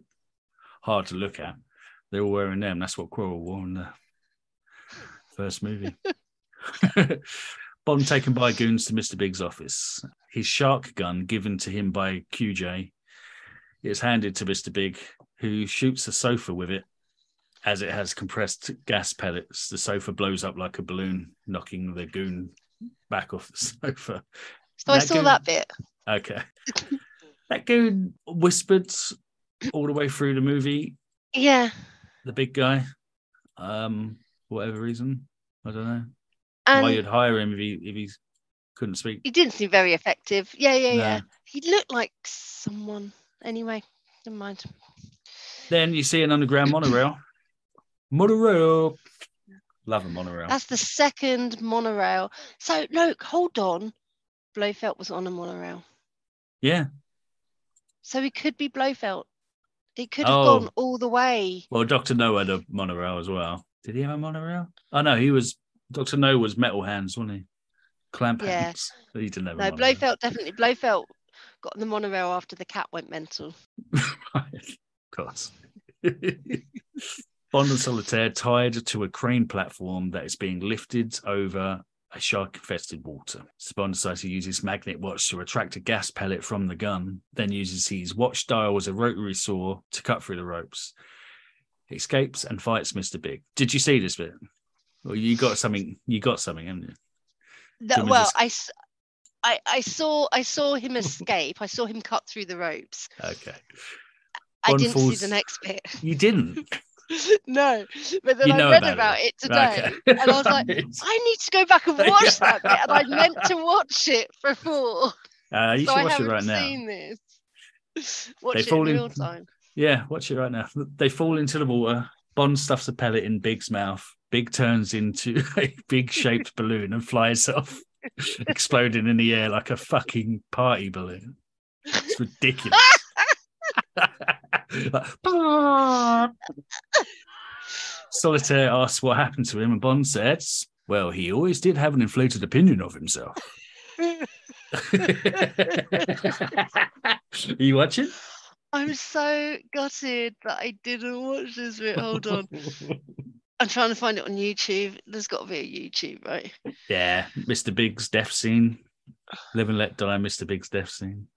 Speaker 4: hard to look at. They're all wearing them. That's what Quirrell wore in the first movie. Bond taken by goons to Mr. Big's office. His shark gun given to him by QJ is handed to Mr. Big, who shoots a sofa with it as it has compressed gas pellets. The sofa blows up like a balloon, knocking the goon back off the sofa.
Speaker 3: So I
Speaker 4: That
Speaker 3: saw
Speaker 4: goon-
Speaker 3: that bit.
Speaker 4: Okay. that goon whispered all the way through the movie,
Speaker 3: Yeah.
Speaker 4: the big guy. Um, for whatever reason. I don't know. Why
Speaker 3: And
Speaker 4: you'd hire him if he if he couldn't speak.
Speaker 3: he didn't seem very effective. Yeah, yeah,
Speaker 4: No.
Speaker 3: yeah. He looked like someone. Anyway, never mind.
Speaker 4: Then you see an underground monorail. Monorail. Love a monorail.
Speaker 3: That's the second monorail. So, look, hold on. Blofeld was on a monorail.
Speaker 4: yeah.
Speaker 3: So he could be Blofeld. It could have
Speaker 4: Oh.
Speaker 3: gone all the way.
Speaker 4: Well, Doctor No had a monorail as well. Did he have a monorail? Oh no, he was Doctor No was metal hands, wasn't he? Clamp
Speaker 3: Yeah.
Speaker 4: hands. He didn't have a
Speaker 3: No,
Speaker 4: monorail.
Speaker 3: Blofeld definitely. Blofeld got on the monorail after the cat went mental.
Speaker 4: Right. of course. Bond and Solitaire tied to a crane platform that is being lifted over a shark infested water. Bond decides to use his magnet watch to attract a gas pellet from the gun, then uses his watch dial as a rotary saw to cut through the ropes. He escapes and fights Mr. Big. Did you see this bit? Well, you got something, you got something, haven't you?
Speaker 3: That-
Speaker 4: Someone
Speaker 3: well,
Speaker 4: just-
Speaker 3: I, s- I, I saw I saw him escape. I saw him cut through the ropes.
Speaker 4: Okay.
Speaker 3: I
Speaker 4: Bond
Speaker 3: didn't
Speaker 4: falls-
Speaker 3: see the next bit.
Speaker 4: You didn't.
Speaker 3: no, but then
Speaker 4: You
Speaker 3: I
Speaker 4: know
Speaker 3: read
Speaker 4: about
Speaker 3: about,
Speaker 4: it.
Speaker 3: it, today,
Speaker 4: Okay.
Speaker 3: and I was like,
Speaker 4: Right.
Speaker 3: I need to go back and watch that bit, and I meant to watch it before,
Speaker 4: Uh, you
Speaker 3: so
Speaker 4: should
Speaker 3: I
Speaker 4: watch it
Speaker 3: haven't
Speaker 4: right now.
Speaker 3: seen this. Watch it in
Speaker 4: fall in-
Speaker 3: real time.
Speaker 4: Yeah, watch it right now. They fall into the water. Bond stuffs a pellet in Big's mouth. Big turns into a big shaped balloon and flies off, exploding in the air like a fucking party balloon. It's ridiculous. Like, Solitaire asks what happened to him, and Bond says, Well, he always did have an inflated opinion of himself. Are you watching?
Speaker 3: I'm so gutted that I didn't watch this bit. Hold on, I'm trying to find it on YouTube. There's got to be a YouTube, right?
Speaker 4: Yeah, Mr. Big's death scene. Live and let die, Mr. Big's death scene.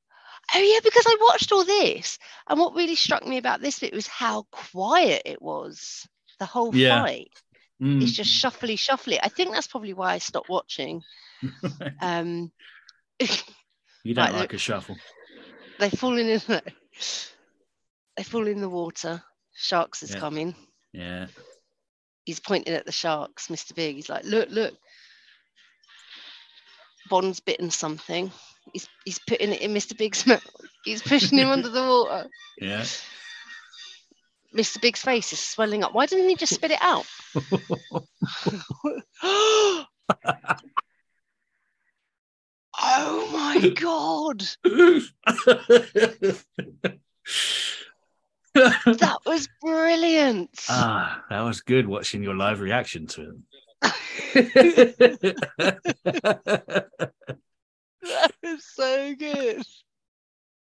Speaker 3: Oh yeah, because I watched all this, and what really struck me about this bit was how quiet it was. The whole
Speaker 4: Yeah.
Speaker 3: fight
Speaker 4: Mm.
Speaker 3: It's just shuffly, shuffly. I think that's probably why I stopped watching. Um,
Speaker 4: you don't
Speaker 3: Right,
Speaker 4: like a shuffle.
Speaker 3: they fall in. They fall in the water. Sharks is
Speaker 4: Yeah.
Speaker 3: coming.
Speaker 4: Yeah.
Speaker 3: He's pointing at the sharks, Mr. Big. He's like, look, look. Bond's bitten something. He's he's putting it in Mr. Big's mouth. He's pushing him under the water.
Speaker 4: Yeah.
Speaker 3: Mr. Big's face is swelling up. Why didn't he just spit it out? oh Oh my god. That was brilliant.
Speaker 4: ah, that was good watching your live reaction to it.
Speaker 3: that was so good.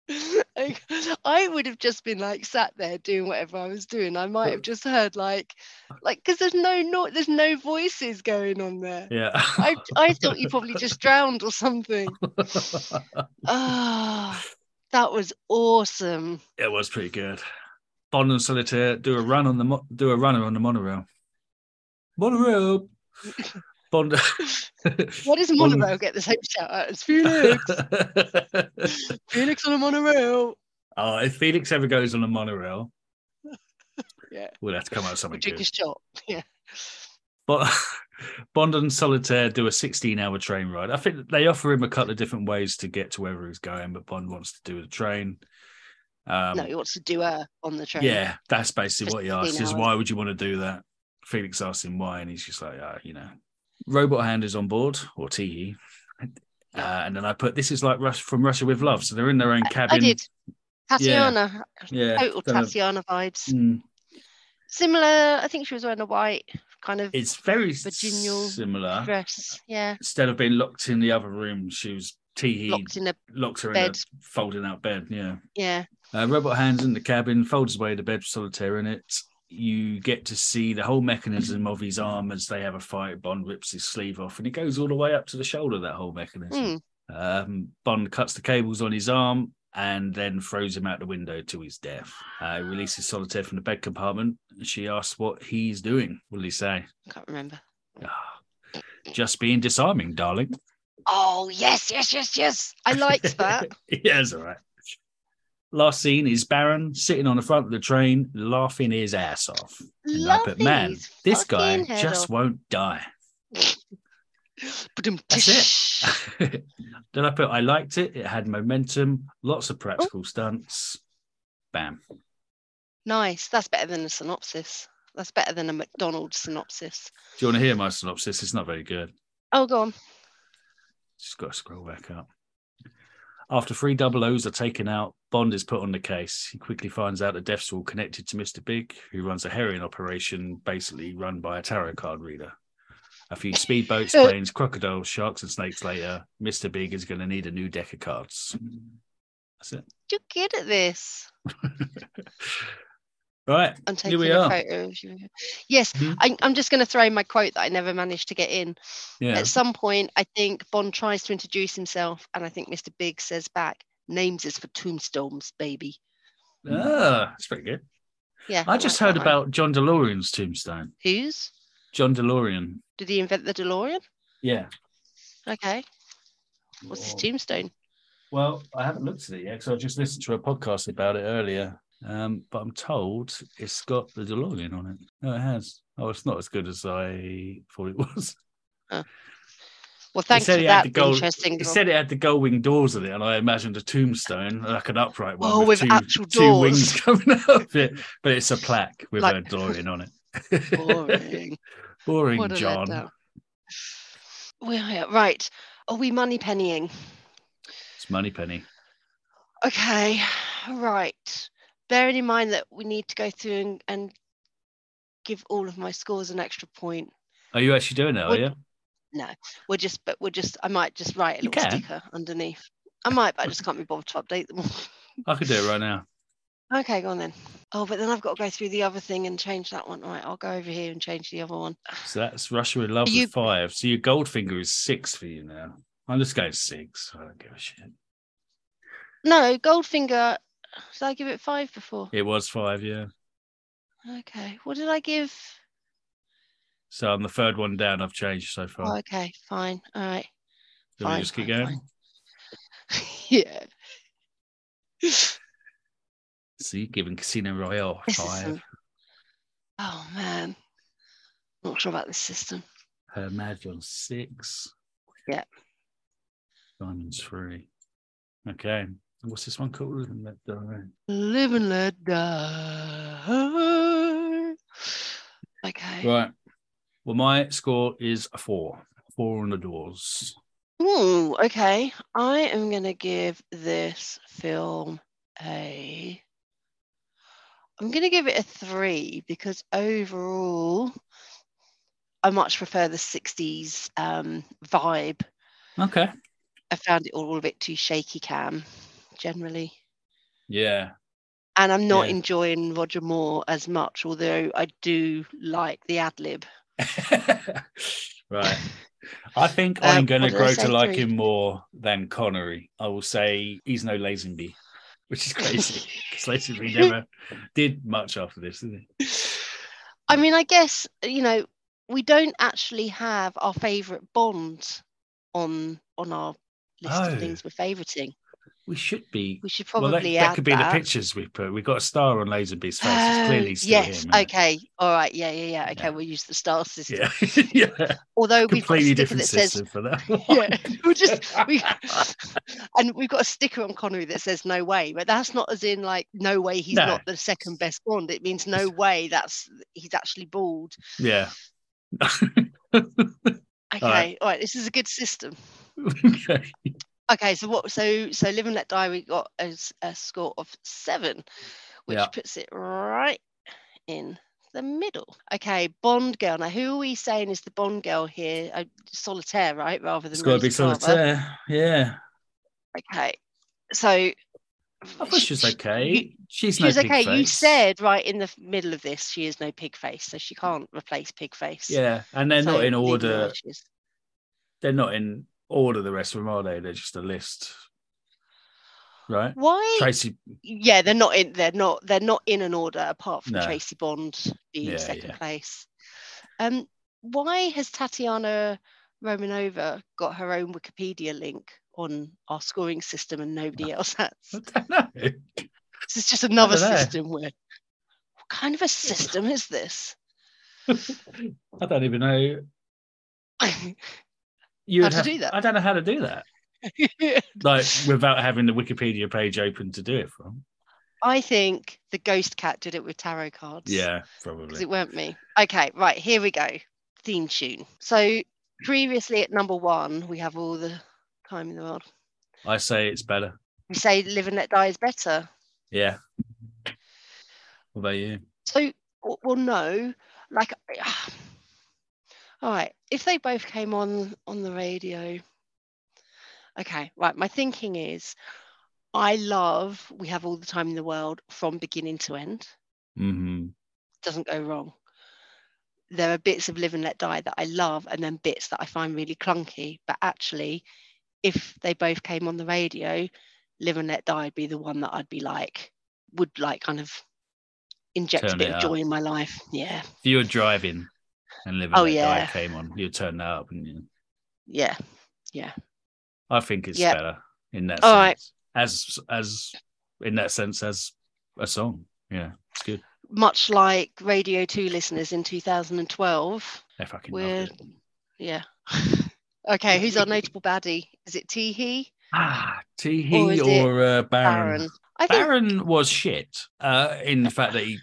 Speaker 3: Like, I would have just been like sat there doing whatever I was doing. I might have just heard like, like because there's no no there's no voices going on there.
Speaker 4: yeah.
Speaker 3: I I thought you probably just drowned or something. Ah, that was awesome.
Speaker 4: it was pretty good. Bond and Solitaire do a run on the mo- do a runner on the monorail. Monorail. Bond.
Speaker 3: What does
Speaker 4: One of-
Speaker 3: monorail get the same shout out as Felix? Felix on a monorail.
Speaker 4: oh, if Felix ever goes on a monorail,
Speaker 3: Yeah.
Speaker 4: we'll have to come up with
Speaker 3: We'll
Speaker 4: something
Speaker 3: drink a
Speaker 4: good.
Speaker 3: shot. Yeah.
Speaker 4: But Bond and Solitaire do a 16-hour train ride. I think they offer him a couple of different ways to get to wherever he's going, but Bond wants to do the train. Um,
Speaker 3: no, he wants to do her on the train.
Speaker 4: Yeah, that's basically
Speaker 3: For
Speaker 4: what he
Speaker 3: 16
Speaker 4: asked. Is
Speaker 3: hours.
Speaker 4: why would you want to do that? Felix asks him why, and he's just like, uh, you know, robot hand is on board or Teehee. Uh, and then I put this is like Rush from Russia with Love, so they're in their own cabin.
Speaker 3: I did.
Speaker 4: Yeah.
Speaker 3: Tatiana,
Speaker 4: Yeah,
Speaker 3: total
Speaker 4: don't know.
Speaker 3: Tatiana vibes.
Speaker 4: Mm,
Speaker 3: Similar, I think she was wearing a white kind of
Speaker 4: it's very
Speaker 3: Virginial
Speaker 4: similar.
Speaker 3: dress. Yeah,
Speaker 4: Instead of being locked in the other room, she was Teehee locked,
Speaker 3: locked in a
Speaker 4: her in
Speaker 3: bed.
Speaker 4: a folding out bed. Yeah.
Speaker 3: yeah.
Speaker 4: Uh, robot hands in the cabin, folds away the bed with solitaire in it. You get to see the whole mechanism of his arm as they have a fight. Bond rips his sleeve off and it goes all the way up to the shoulder, that whole mechanism.
Speaker 3: Mm.
Speaker 4: Um, Bond cuts the cables on his arm and then throws him out the window to his death. Uh, he releases solitaire from the bed compartment. She asks what he's doing. What did he say?
Speaker 3: I can't remember.
Speaker 4: Ah, Just being disarming, darling.
Speaker 3: Oh yes, yes, yes, yes. I liked that.
Speaker 4: yeah, it's all right. Last scene is Baron sitting on the front of the train, laughing his ass off. And I
Speaker 3: Love
Speaker 4: put, man,
Speaker 3: these
Speaker 4: this guy
Speaker 3: fucking head
Speaker 4: just
Speaker 3: off."
Speaker 4: won't die.
Speaker 3: Ba-dum-tish.
Speaker 4: then I put, I liked it. It had momentum, lots of practical
Speaker 3: Oh.
Speaker 4: stunts. Bam.
Speaker 3: Nice. That's better than a synopsis. That's better than a McDonald's synopsis.
Speaker 4: Do you want to hear my synopsis? It's not very good.
Speaker 3: Oh, go on.
Speaker 4: Just got to scroll back up. After three double O's are taken out, Bond is put on the case. He quickly finds out the death's all connected to Mr. Big, who runs a heroin operation basically run by a tarot card reader. A few speedboats, planes, crocodiles, sharks, and snakes later, Mr. Big is going to need a new deck of cards. That's it.
Speaker 3: You're good at this.
Speaker 4: Right.
Speaker 3: I'm
Speaker 4: Here
Speaker 3: taking
Speaker 4: we
Speaker 3: a
Speaker 4: are.
Speaker 3: photo of you. Yes,
Speaker 4: Mhm.
Speaker 3: I, I'm just going to throw in my quote that I never managed to get in.
Speaker 4: Yeah.
Speaker 3: At some point, I think Bond tries to introduce himself, and I think Mr. Big says back, "Names is for tombstones, baby."
Speaker 4: Ah, that's pretty good.
Speaker 3: Yeah.
Speaker 4: I just
Speaker 3: like
Speaker 4: heard
Speaker 3: that one.
Speaker 4: about John DeLorean's tombstone.
Speaker 3: whose?
Speaker 4: John DeLorean.
Speaker 3: Did he invent the DeLorean?
Speaker 4: Yeah.
Speaker 3: Okay. What's his
Speaker 4: Or-
Speaker 3: tombstone?
Speaker 4: Well, I haven't looked at it yet because I just listened to a podcast about it earlier. Um, but I'm told it's got the DeLorean on it. No, it has. Oh, it's not as good as I thought it was.
Speaker 3: Well, thanks
Speaker 4: said
Speaker 3: for
Speaker 4: he
Speaker 3: that
Speaker 4: had the gold-
Speaker 3: interesting.
Speaker 4: It said it had the gold wing doors in it, and I imagined a tombstone, like an upright one,
Speaker 3: Oh, with
Speaker 4: two,
Speaker 3: actual
Speaker 4: two
Speaker 3: doors.
Speaker 4: wings coming out of it. But it's a plaque with
Speaker 3: Like-
Speaker 4: a DeLorean on it.
Speaker 3: Boring.
Speaker 4: Boring,
Speaker 3: what a
Speaker 4: John.
Speaker 3: letdown. Well, right. Are we money pennying?
Speaker 4: It's Moneypenny.
Speaker 3: Okay, right. Bearing in mind that we need to go through and, and give all of my scores an extra point.
Speaker 4: Are you actually doing that? Are
Speaker 3: What-
Speaker 4: you?
Speaker 3: We're just, but we're just. I might just write a
Speaker 4: You
Speaker 3: little
Speaker 4: can.
Speaker 3: sticker underneath. I might, but I just can't be bothered to update them. all.
Speaker 4: I could do it right now.
Speaker 3: okay, go on then. Oh, but then I've got to go through the other thing and change that one. All right, I'll go over here and change the other one.
Speaker 4: So that's Russia in Love
Speaker 3: You-
Speaker 4: with five. So your Goldfinger is six for you now. I'm just going six. I don't give a shit.
Speaker 3: No, Goldfinger. Did I give it five before?
Speaker 4: It was five, yeah.
Speaker 3: Okay. What did I give?
Speaker 4: So on the third one down, I've changed so far.
Speaker 3: Oh, okay, fine. All right.
Speaker 4: Do we
Speaker 3: fine,
Speaker 4: just keep
Speaker 3: fine,
Speaker 4: going?
Speaker 3: yeah.
Speaker 4: So you're giving Casino Royale
Speaker 3: This is
Speaker 4: five.
Speaker 3: some- Oh man, not sure about this system.
Speaker 4: Her Madrigal six.
Speaker 3: Yep.
Speaker 4: Diamonds three. Okay. And What's this one called? Living Let Die.
Speaker 3: Live and let die. Okay.
Speaker 4: Right. Well, my score is a four. Four on the doors.
Speaker 3: Ooh, okay. I am gonna give this film a. I'm gonna give it a three because overall, I much prefer the '60s um, vibe.
Speaker 4: Okay.
Speaker 3: I found it all a bit too shaky cam, generally.
Speaker 4: Yeah.
Speaker 3: and I'm not
Speaker 4: Yeah.
Speaker 3: enjoying Roger Moore as much, although I do like the ad lib.
Speaker 4: right. I think
Speaker 3: Uh,
Speaker 4: I'm going
Speaker 3: what
Speaker 4: to
Speaker 3: did I
Speaker 4: grow
Speaker 3: say?
Speaker 4: to like
Speaker 3: Three.
Speaker 4: him more than Connery. I will say he's no Lazenby, which is crazy because Lazenby never did much after this, did he?
Speaker 3: I mean, I guess you know we don't actually have our favourite Bond on on our list
Speaker 4: No.
Speaker 3: of things we're favouriting.
Speaker 4: We should be.
Speaker 3: We should
Speaker 4: Oh. Well,
Speaker 3: probably
Speaker 4: that, that
Speaker 3: add
Speaker 4: could be
Speaker 3: that.
Speaker 4: the pictures we put. We got a star on Lazenby's face. It's clearly
Speaker 3: Oh,
Speaker 4: still
Speaker 3: yes.
Speaker 4: him. isn't it?
Speaker 3: okay. All right. Yeah. Yeah. Yeah. Okay.
Speaker 4: Yeah.
Speaker 3: We'll use the star system.
Speaker 4: Yeah. yeah.
Speaker 3: Although we've got a
Speaker 4: Completely
Speaker 3: sticker
Speaker 4: different
Speaker 3: that says,
Speaker 4: system for that.
Speaker 3: yeah,
Speaker 4: one.
Speaker 3: we'll just we, and we've got a sticker on Connery that says no way, but that's not as in like no way he's
Speaker 4: No.
Speaker 3: not the second best Bond. It means no way that's he's actually bald.
Speaker 4: yeah.
Speaker 3: Okay, all
Speaker 4: right.
Speaker 3: right. this is a good system. Okay, so what? So so Live and Let Die, we got a, s- a score of seven, which
Speaker 4: Yeah.
Speaker 3: puts it right in the middle. Okay, Bond girl. Now, who are we saying is the Bond girl here? Uh, solitaire, right? Rather than
Speaker 4: it's got to be
Speaker 3: Rose Carver.
Speaker 4: solitaire. Yeah.
Speaker 3: Okay, so.
Speaker 4: I thought she was okay. She's
Speaker 3: She
Speaker 4: no
Speaker 3: was
Speaker 4: pig
Speaker 3: okay. You
Speaker 4: face.
Speaker 3: said right in the f- middle of this, she is no pig face, so she can't replace pig face.
Speaker 4: Yeah, and they're
Speaker 3: So
Speaker 4: not
Speaker 3: leave
Speaker 4: in
Speaker 3: her
Speaker 4: order.
Speaker 3: where she is.
Speaker 4: They're not in order. The rest of them are they? They're just a list, right?
Speaker 3: Why?
Speaker 4: Tracy.
Speaker 3: yeah, they're not in. They're not. They're not in an order apart from
Speaker 4: No.
Speaker 3: Tracy Bond being
Speaker 4: Yeah,
Speaker 3: second
Speaker 4: yeah.
Speaker 3: place. Um, why has Tatiana Romanova got her own Wikipedia link on our scoring system and nobody else has?
Speaker 4: I don't know.
Speaker 3: This is just another
Speaker 4: dunno.
Speaker 3: system where. What kind of a system is this?
Speaker 4: I don't even know. You
Speaker 3: How
Speaker 4: would
Speaker 3: to
Speaker 4: have-
Speaker 3: do that?
Speaker 4: I don't know how to do that. Like without having the Wikipedia page open to do it from.
Speaker 3: I think the ghost cat did it with tarot cards.
Speaker 4: Yeah,
Speaker 3: Because
Speaker 4: probably.
Speaker 3: it weren't me. Okay, right, here we go. Theme tune. So previously at number one, we have all the time in the world.
Speaker 4: I say it's better.
Speaker 3: We say live and let die is better.
Speaker 4: Yeah. What about you?
Speaker 3: So w- well no, like all right, if they both came on on the radio. Okay, right. My thinking is I love We Have All the Time in the World from beginning to end.
Speaker 4: hmm
Speaker 3: doesn't go wrong. There are bits of Live and Let Die that I love, and then bits that I find really clunky. But actually, if they both came on the radio, Live and Let Die would be the one that I'd be like, would like kind of inject
Speaker 4: Turn
Speaker 3: a bit
Speaker 4: it
Speaker 3: of joy in my life. Yeah,
Speaker 4: If you were driving and living,
Speaker 3: Oh,
Speaker 4: oh, yeah.
Speaker 3: yeah.
Speaker 4: guy came on, you'd turn that up, wouldn't you?
Speaker 3: yeah.
Speaker 4: I think it's
Speaker 3: Yeah.
Speaker 4: better in that
Speaker 3: All right.
Speaker 4: sense. As as in that sense as a song. Yeah. It's good.
Speaker 3: Much like Radio 2 listeners in 2012.
Speaker 4: I fucking
Speaker 3: We're,
Speaker 4: love it.
Speaker 3: yeah. okay, who's our notable baddie? Is it Teehee?
Speaker 4: Ah,
Speaker 3: Or
Speaker 4: Teehee
Speaker 3: is it
Speaker 4: or, uh, Baron.
Speaker 3: Baron. I think
Speaker 4: Baron was shit. Uh, in the fact that he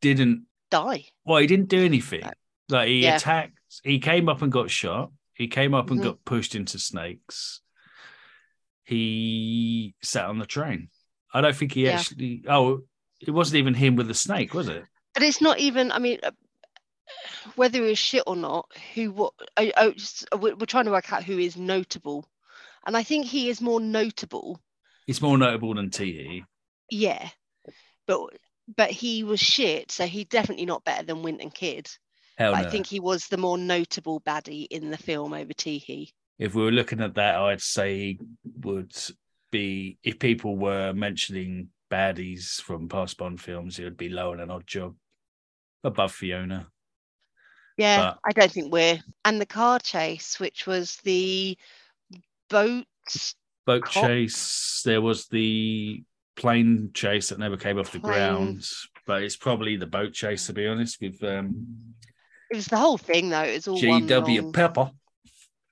Speaker 4: didn't.
Speaker 3: die.
Speaker 4: Well, he didn't do anything. Like he
Speaker 3: Yeah.
Speaker 4: attacked. He came up and got shot. He came up and
Speaker 3: Mhm.
Speaker 4: got pushed into snakes. He sat on the train. I don't think he
Speaker 3: Yeah.
Speaker 4: actually. Oh, it wasn't even him with the snake, was it?
Speaker 3: But it's not even. I mean, uh, whether it was shit or not, who what? I, I, just- we're we're trying to work out who is notable, and I think he is more notable.
Speaker 4: It's more notable than E. Teehee.
Speaker 3: Yeah, but but he was shit, so he definitely not better than Winton Kid.
Speaker 4: Hell
Speaker 3: But
Speaker 4: Oh, no.
Speaker 3: I think he was the more notable baddie in the film over Teehee.
Speaker 4: if we were looking at that, I'd say he would be if people were mentioning baddies from past Bond films, it would be lower than Odd Job, above Fiona.
Speaker 3: Yeah,
Speaker 4: But-
Speaker 3: I don't think we're and the car chase, which was the boat.
Speaker 4: Boat
Speaker 3: Cop.
Speaker 4: chase. There was the plane chase that never came off the
Speaker 3: Plane.
Speaker 4: ground, but it's probably the boat chase to be honest. With um,
Speaker 3: It was the whole thing though. It was all one
Speaker 4: G.W.
Speaker 3: long-
Speaker 4: Pepper.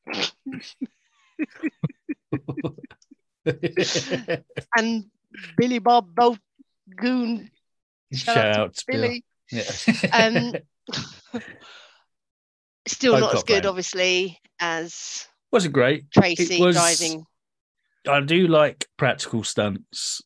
Speaker 3: and Billy Bob Boat Goon
Speaker 4: Shout
Speaker 3: Shout out to
Speaker 4: out to Bill.
Speaker 3: Billy.
Speaker 4: Yeah.
Speaker 3: Um, Still
Speaker 4: Boat
Speaker 3: not as
Speaker 4: Cop
Speaker 3: good,
Speaker 4: Man.
Speaker 3: obviously, as
Speaker 4: Wasn't great.
Speaker 3: Tracy
Speaker 4: was-
Speaker 3: driving.
Speaker 4: I do like practical stunts.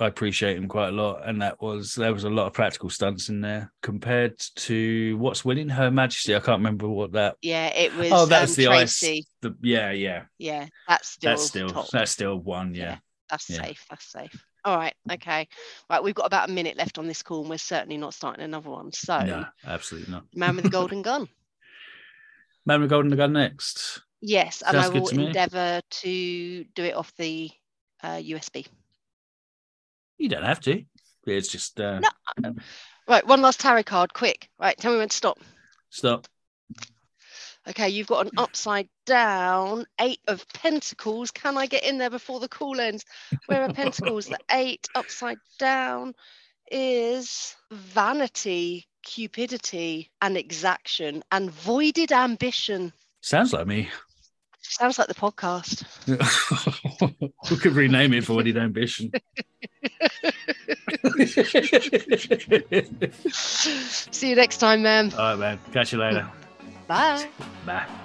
Speaker 4: I appreciate them quite a lot, and that was there was a lot of practical stunts in there compared to what's winning Her Majesty. I can't remember what that.
Speaker 3: Yeah, it was.
Speaker 4: oh, that's
Speaker 3: um,
Speaker 4: the
Speaker 3: Tracy.
Speaker 4: ice. The yeah, yeah.
Speaker 3: Yeah, that's still
Speaker 4: that's still
Speaker 3: top.
Speaker 4: that's still one. Yeah.
Speaker 3: Yeah. That's
Speaker 4: yeah.
Speaker 3: safe. That's safe. All right. Okay. Right. We've got about a minute left on this call, and we're certainly not starting another one. So,
Speaker 4: No, absolutely not.
Speaker 3: man with the golden gun.
Speaker 4: Man with Golden Gun next.
Speaker 3: Yes, and
Speaker 4: Sounds
Speaker 3: I
Speaker 4: good
Speaker 3: will
Speaker 4: to me.
Speaker 3: endeavour to do it off the uh, USB.
Speaker 4: You don't have to. It's just uh,
Speaker 3: No. Right. One last tarot card, quick. Right. Tell me when to stop.
Speaker 4: stop.
Speaker 3: Okay, you've got an upside down eight of pentacles. Can I get in there before the call ends? Where are pentacles? The eight upside down is vanity, cupidity, and exaction, and voided ambition.
Speaker 4: Sounds like me.
Speaker 3: Sounds like the podcast.
Speaker 4: we could rename it Voided Ambition.
Speaker 3: See you next time, ma'am.
Speaker 4: All right, man. Catch you later.
Speaker 3: Bye.
Speaker 4: Bye.